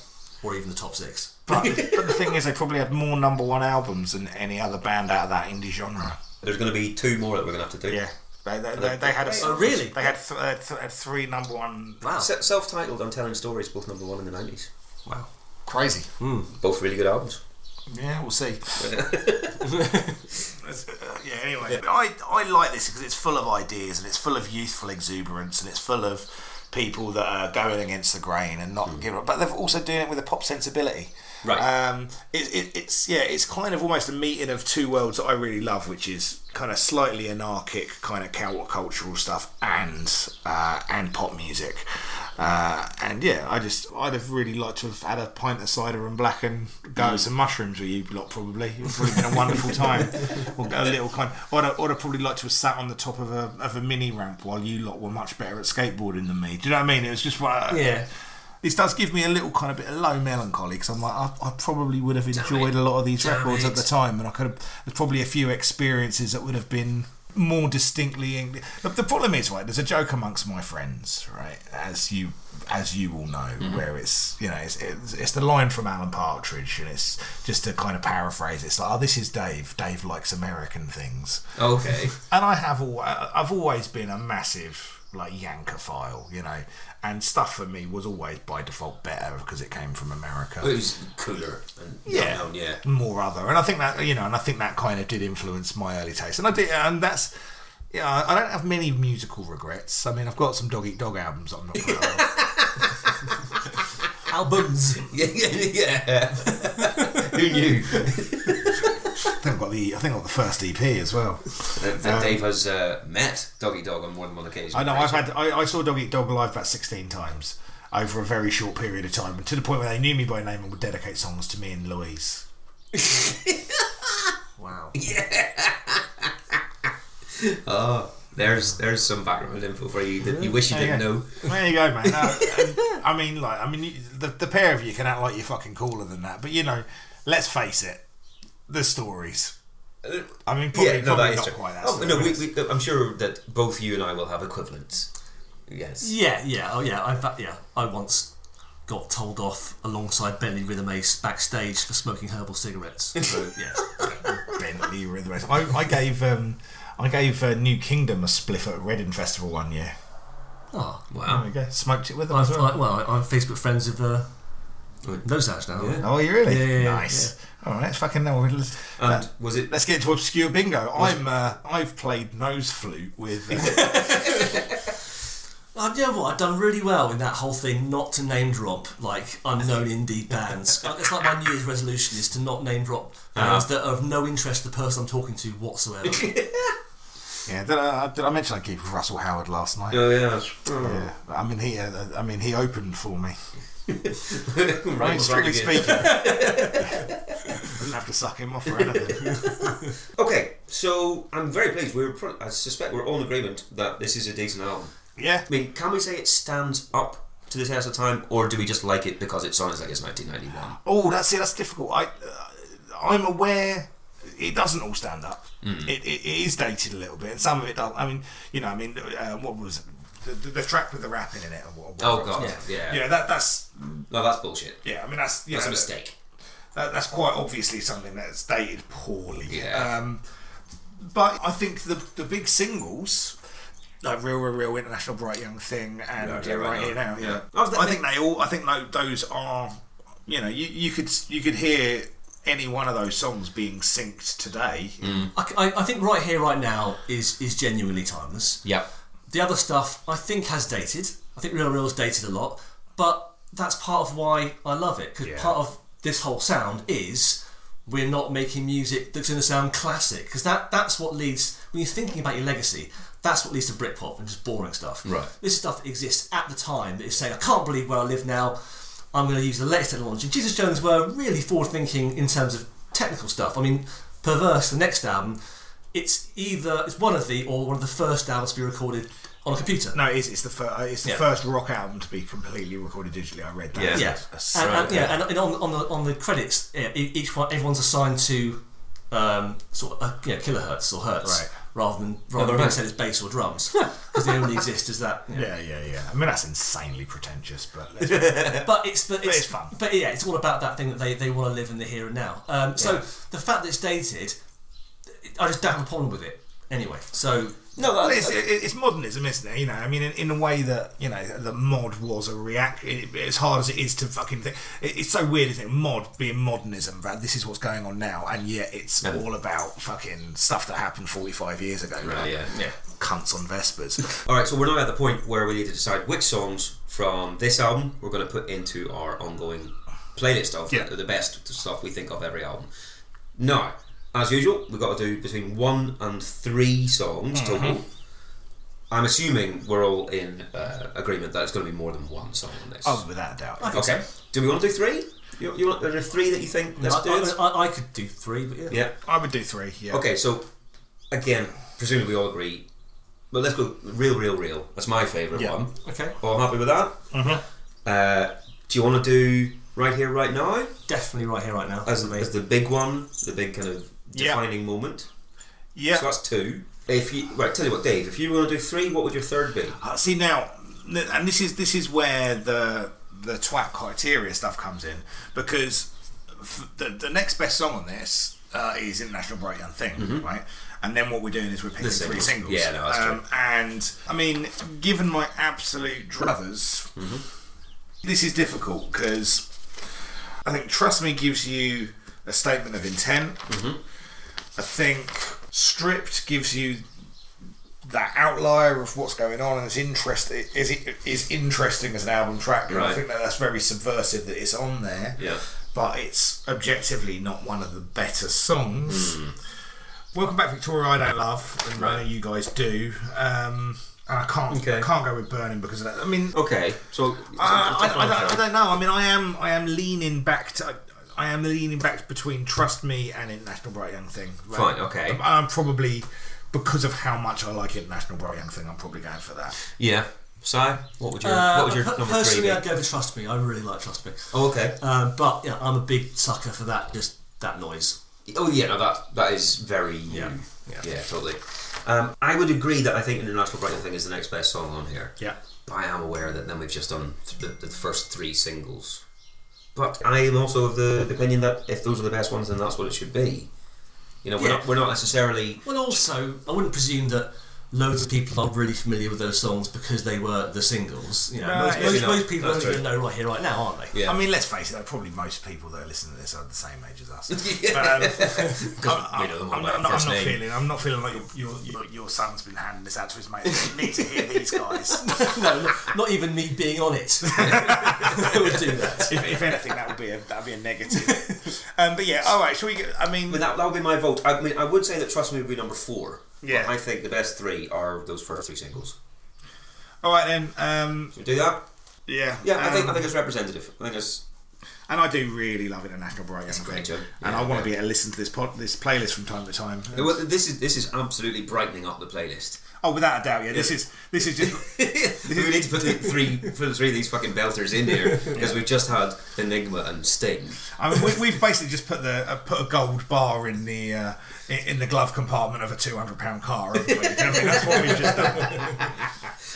D: or even the top six.
A: but, but the thing is, they probably had more number one albums than any other band out of that indie genre.
B: There's going to be two more that we're going to have to do.
A: Yeah, they, they, they, they had a
D: Oh, really?
A: they had, th- uh, th- had three number one
D: Wow.
B: Se- self-titled and telling stories, both number one in the nineties.
D: wow.
A: crazy.
B: Both really good albums.
A: Yeah, we'll see. That's- uh, yeah, anyway, I, I like this because it's full of ideas and it's full of youthful exuberance and it's full of people that are going against the grain and not giving up. But they're also doing it with a pop sensibility.
B: Right.
A: Um, it, it, it's yeah, it's kind of almost a meeting of two worlds that I really love, which is kind of slightly anarchic, kind of countercultural stuff and uh, and pop music. Uh, and yeah, I just I'd have really liked to have had a pint of cider and black and go at some mushrooms with you lot probably. It would have probably been a wonderful time. Or a little kind. I'd, I'd have probably liked to have sat on the top of a of a mini ramp while you lot were much better at skateboarding than me. Do you know what I mean? It was just what.
D: Yeah.
A: This does give me a little kind of bit of low melancholy because I'm like I, I probably would have enjoyed a lot of these records at
D: it.
A: the time, and I could have there's probably a few experiences that would have been more distinctly. Eng- the, the problem is right. There's a joke amongst my friends, right? As you as you all know,
B: Mm-hmm.
A: where it's you know it's, it's it's the line from Alan Partridge, and it's just to kind of paraphrase. It's like oh, this is Dave. Dave likes American things
B: Okay.
A: and I have all I've always been a massive like Yankophile, you know, and stuff for me was always by default better because it came from America
B: it was cooler and
A: Yeah.
B: unknown, yeah.
A: more other. And I think that you know, and I think that kind of did influence my early taste. And I did, and that's yeah. I- I don't have many musical regrets. I mean, I've got some Dog Eat Dog albums. that I'm not proud of.
D: Albums.
B: Yeah, yeah, yeah. Who knew?
A: I think I've got the I think I've got the first EP as well.
B: that, that Dave has uh, met Doggy Dog on more than one occasion.
A: Um, I know I've
B: Right?
A: had I, I saw Dog Eat Dog live about sixteen times over a very short period of time, and to the point where they knew me by name and would dedicate songs to me and Louise.
D: Wow.
B: Oh, there's there's some background info for you that you wish you didn't
A: There you
B: know.
A: go. There you go, man. No, and, I mean, like, I mean, you, the, the pair of you can act like you're fucking cooler than that, but you know, let's face it, the stories. I mean, probably, probably not quite that.
B: oh,
A: story.
B: no, we, we, I'm sure that both you and I will have equivalents. Yes.
D: Yeah, yeah, oh yeah. In fact, yeah, I once got told off alongside Bentley Rhythm Ace backstage for smoking herbal cigarettes. So yeah.
A: Bentley Rhythm. Ace. I, I gave, um, I gave uh, New Kingdom a spliff at Reading Festival one year.
D: Oh,
A: There
B: Wow.
A: we go. Smoked it with them as
D: I've,
A: well.
D: I, well, I- I'm Facebook friends with uh, Nozaj now. Yeah.
A: Oh, you really?
D: Yeah, yeah, yeah, Um,
A: nice. All right, fucking now. Let's,
B: And was it?
A: let's get to obscure bingo. I'm, uh, I've played nose flute with. Uh,
D: I you know what? I've done really well in that whole thing not to name drop like unknown indie bands. Like, It's like my New Year's resolution is to not name drop bands that are of no interest to the person I'm talking to whatsoever.
A: yeah, did I, uh, did I mention I gave Russell Howard last night?
B: Oh yeah. Oh.
A: Yeah, I mean he, uh, I mean he opened for me.
B: right,
A: I
B: right
A: mean, strictly
B: again.
A: speaking, I didn't have to suck him off or anything.
B: Okay, so I'm very pleased. We're, pro- I suspect, we're all in agreement that this is a decent album.
A: Yeah,
B: I mean, can we say it stands up to the test of time, or do we just like it because it sounds like it's 1991?
A: Oh, that's it. That's difficult. I, uh, I'm aware it doesn't all stand up.
B: Mm.
A: It, it, it is dated a little bit, and some of it. does I mean, you know, I mean, uh, what was it? The, the, the track with the rapping in it? Or what,
B: Oh,
A: what-
B: God, yeah.
A: yeah. That that's
B: No, that's bullshit.
A: yeah. I mean, that's yeah.
B: That's a
A: that-
B: mistake.
A: That, that's quite obviously something that's dated poorly.
B: Yeah.
A: Um, but I think the the big singles. Like real, real, real international bright young thing, and
B: Yeah,
A: yeah,
B: yeah,
A: right,
B: right
A: here
B: now.
A: now.
B: Yeah.
A: Yeah, I think they all. I think tho- those are, you know, you, you could you could hear any one of those songs being synced today.
D: I, I- I think right here, right now is is genuinely timeless.
B: Yeah.
D: The other stuff I think has dated. I think Real Real's dated a lot, but that's part of why I love it because part of this whole sound is we're not making music that's going to sound classic because that that's what leads when you're thinking about your legacy. That's what leads to Britpop and just boring stuff.
B: Right.
D: This stuff that exists at the time that is saying, I can't believe where I live now. I'm going to use the latest technology. And Jesus Jones were really forward thinking in terms of technical stuff. I mean, Perverse, the next album, it's either it's one of the or one of the first albums to be recorded on a computer.
A: No, it's, it's the fir- uh, it's the
D: Yeah.
A: first rock album to be completely recorded digitally. I read that.
B: Yeah.
D: Yeah,
A: That's
D: and, and,
B: right,
D: yeah, and, and on, on the on the credits, yeah, e- each one everyone's assigned to um, sort of uh, yeah, kilohertz or hertz
A: Right.
D: rather than rather
B: they're
D: than being
B: right.
D: said as bass or drums because they only exist as that.
A: Yeah,
D: yeah.
A: yeah, yeah. I mean, that's insanely pretentious, but let's,
D: But it's but it's,
A: it's fun.
D: But yeah, it's all about that thing that they, they want to live in the here and now. Um, so the fact that it's dated, I just don't have a problem with it anyway. So
B: No,
A: Well,
B: that
A: it's, it- it's modernism, isn't it? You know, I mean, in, in a way that you know, the mod was a react. It, as hard as it is to fucking think, it, it's so weird, isn't it? Mod being modernism, but this is what's going on now, and yet it's all about fucking stuff that happened forty-five years ago.
B: Right,
A: like
B: yeah, yeah.
A: Cunts on Vespers.
B: All right, so we're now at the point where we need to decide which songs from this album we're going to put into our ongoing playlist of
A: Yeah.
B: the best stuff we think of every album. Now, as usual, we've got to do between one and three songs total. I'm assuming we're all in uh, agreement that it's going to be more than one song on this.
A: oh, without a doubt.
B: okay. Do we want to do three? You, you want, are there three that you think? Let's
D: I,
B: do it.
D: I, I, I could do three, but yeah.
B: yeah.
A: I would do three. Yeah.
B: Okay, so again, presumably we all agree, but let's go real, real, real. That's my favourite
A: Yeah.
B: one.
D: Okay,
B: All happy with that?
A: Mm-hmm.
B: Uh, do you want to do right here, right now
D: definitely right here, right now.
B: as,
D: for me.
B: as the big one, the big kind of
A: Yeah.
B: defining moment?
A: Yeah.
B: So that's two. If you right, tell you what, Dave. If you were going to do three, what would your third be?
A: Uh, see now, n- and this is this is where the the twat criteria stuff comes in because f- the the next best song on this uh, is International Bright Young Thing, right? And then what we're doing is we're picking three
B: Mm-hmm. singles.
A: singles. Um,
B: Yeah, no, that's true.
A: And I mean, given my absolute druthers,
B: Mm-hmm.
A: this is difficult because I think Trust Me gives you a statement of intent.
B: Mm-hmm.
A: I think Stripped gives you that outlier of what's going on and is interest is is interesting as an album track. And I
B: Right.
A: think that that's very subversive that it's on there.
B: Yeah.
A: But it's objectively not one of the better songs.
B: Hmm.
A: Welcome back, Victoria. I don't love, and I know you guys do. Um, and I can't
B: Okay.
A: I can't go with Burning because of that. I mean,
B: Okay, so
A: uh, I, I, don't, I don't know. I mean, I am I am leaning back to I am leaning back between Trust Me and International Bright Young Thing. Right?
B: Fine, okay.
A: I'm, I'm probably because of how much I like International Bright Young Thing. I'm probably going for that.
B: yeah. Sai, what would your
A: Uh,
B: what would your
D: Uh, per-
B: number three
D: personally,
B: be?
D: I'd go for Trust Me. I really like Trust Me.
B: Oh, okay.
D: Um, but yeah, I'm a big sucker for that. Just that noise.
B: Oh yeah, no, that that is very yeah, yeah, totally. Um, I would agree that I think International Brighton thing is the next best song on here.
A: Yeah.
B: But I am aware that then we've just done th- the, the first three singles. But I am also of the opinion that if those are the best ones, then that's what it should be. You know, we're
D: Yeah.
B: not we're not necessarily
D: Well, also, I wouldn't presume that loads of people are really familiar with those songs because they were the singles. You know,
A: No,
D: most,
A: yeah,
D: most,
B: no,
D: most people
B: that's
D: aren't going to
B: true.
D: know right here, right now, aren't they?
B: Yeah.
A: I mean, let's face it. though, Probably most people that are listening to this are the same age as us.
B: Yeah.
A: But, um, I'm,
B: we know them all
A: I'm
B: by
A: not- I'm not, I'm
B: first
A: not
B: name.
A: feeling. I'm not feeling like your, your, your, your son's been handing this out to his mate. You need to hear these guys.
D: no, not, not even me being on it would do that.
A: if, if anything, that would be a that would be a negative. Um, but yeah, all right. Shall we? Get, I mean,
B: But that, that would be my vote. I mean, I would say that Trust Me would be number four.
A: Yeah.
B: But I think the best three are those first three singles.
A: all right then. Um,
B: Should we do that?
A: yeah,
B: Yeah, I think
A: um,
B: I think it's representative. I think it's
A: And I do really love International Bright Young
B: great
A: Thing,
B: tune.
A: and
B: Yeah,
A: I want to be
B: yeah.
A: able to listen to this pod, this playlist from time to time.
B: Well, this is this is absolutely brightening up the playlist.
A: Oh, without a doubt, yeah. This is this is just
B: we need to put the three, put three of these fucking belters in here because we've just had Enigma and Sting.
A: I mean, we, we've basically just put the uh, put a gold bar in the uh, in, in the glove compartment of a two hundred pound car. haven't we? Do you know what I mean? That's what we've just done.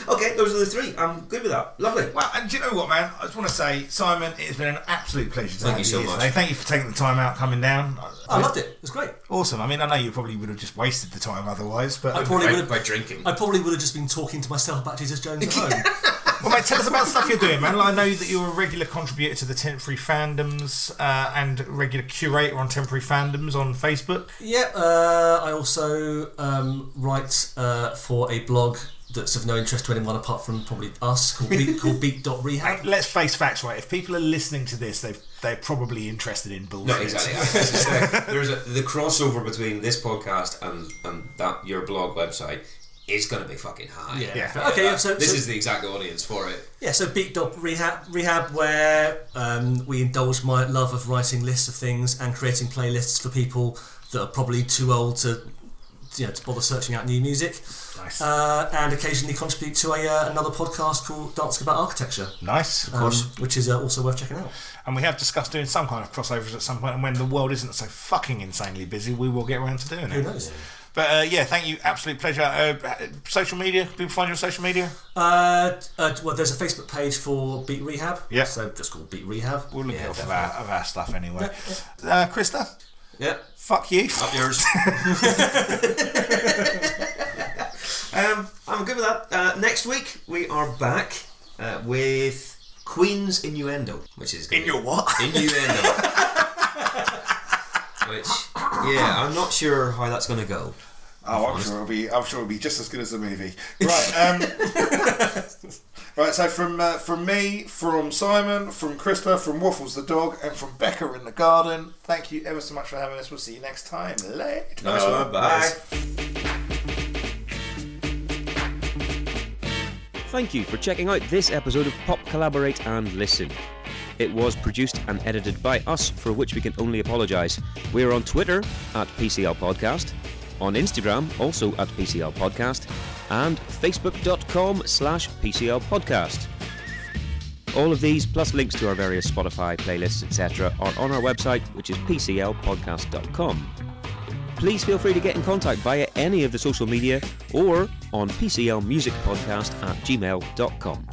B: Okay, those are the three. I'm good with that. Lovely.
A: Well, and do you know what, man? I just want to say, Simon, it's been an absolute pleasure. To
B: Thank
A: have
B: you so
A: here
B: much.
A: today. Thank you for taking the time out, coming down.
D: I loved it. It was great.
A: Awesome. I mean, I know you probably would have just wasted the time otherwise, but um,
D: I probably
B: By-
D: would have
B: by drinking.
D: I probably would have just been talking to myself about Jesus Jones at home.
A: well, mate, tell us about stuff you're doing, man. Like, I know that you're a regular contributor to the temporary fandoms uh, and regular curator on temporary fandoms on Facebook.
D: yeah, uh, I also um, write uh, for a blog that's of no interest to anyone apart from probably us called Beat, called Beat Dot Rehab.
A: Hey, Let's face facts, right? If people are listening to this, they've they're probably interested in bullshit.
B: No, exactly. I suspect There's a, the crossover between this podcast and, and that your blog website is going to be fucking high.
D: Yeah.
A: Yeah.
D: Okay,
B: that-
D: so-
B: this
D: so-
B: is the exact audience for it.
D: Yeah, so Beat Dot Rehab, rehab where um, we indulge my love of writing lists of things and creating playlists for people that are probably too old to, you know, to bother searching out new music.
A: Nice.
D: Uh, and occasionally contribute to a uh, another podcast called Dancing About Architecture,
A: Nice, of
D: um, which is uh, also worth checking out.
A: and we have discussed doing some kind of crossovers at some point, and when the world isn't so fucking insanely busy, we will get around to doing
D: Who
A: it.
D: knows?
A: But uh, yeah, thank you. Absolute pleasure. Uh, social media. People find you on social media.
D: Uh, uh, well, there's a Facebook page for Beat Rehab.
A: Yeah.
D: So just called Beat Rehab.
A: We'll look out for our, of our stuff anyway. Uh, Krista,
B: Yeah.
A: fuck you.
B: Up yours. um, I'm good with that. Uh, next week we are back uh, with Queen's innuendo, which is gonna be-
A: what?
B: innuendo. which, yeah, I'm not sure how that's going to go.
E: Oh, I'm sure it'll be. I'm sure it'll be just as good as the movie. Right. Um, right. So from uh, from me, from Simon, from Krista, from Waffles the dog, and from Becca in the garden. Thank you ever so much for having us. We'll see you next time. Later.
B: Nice one. Bye.
J: Thank you for checking out this episode of Pop Collaborate and Listen. It was produced and edited by us, for which we can only apologise. We are on Twitter at PCL Podcast, on Instagram also at PCL Podcast, and Facebook.com slash PCL Podcast. All of these, plus links to our various Spotify playlists, etc., are on our website, which is PCLpodcast.com please feel free to get in contact via any of the social media or on pclmusicpodcast at gmail.com.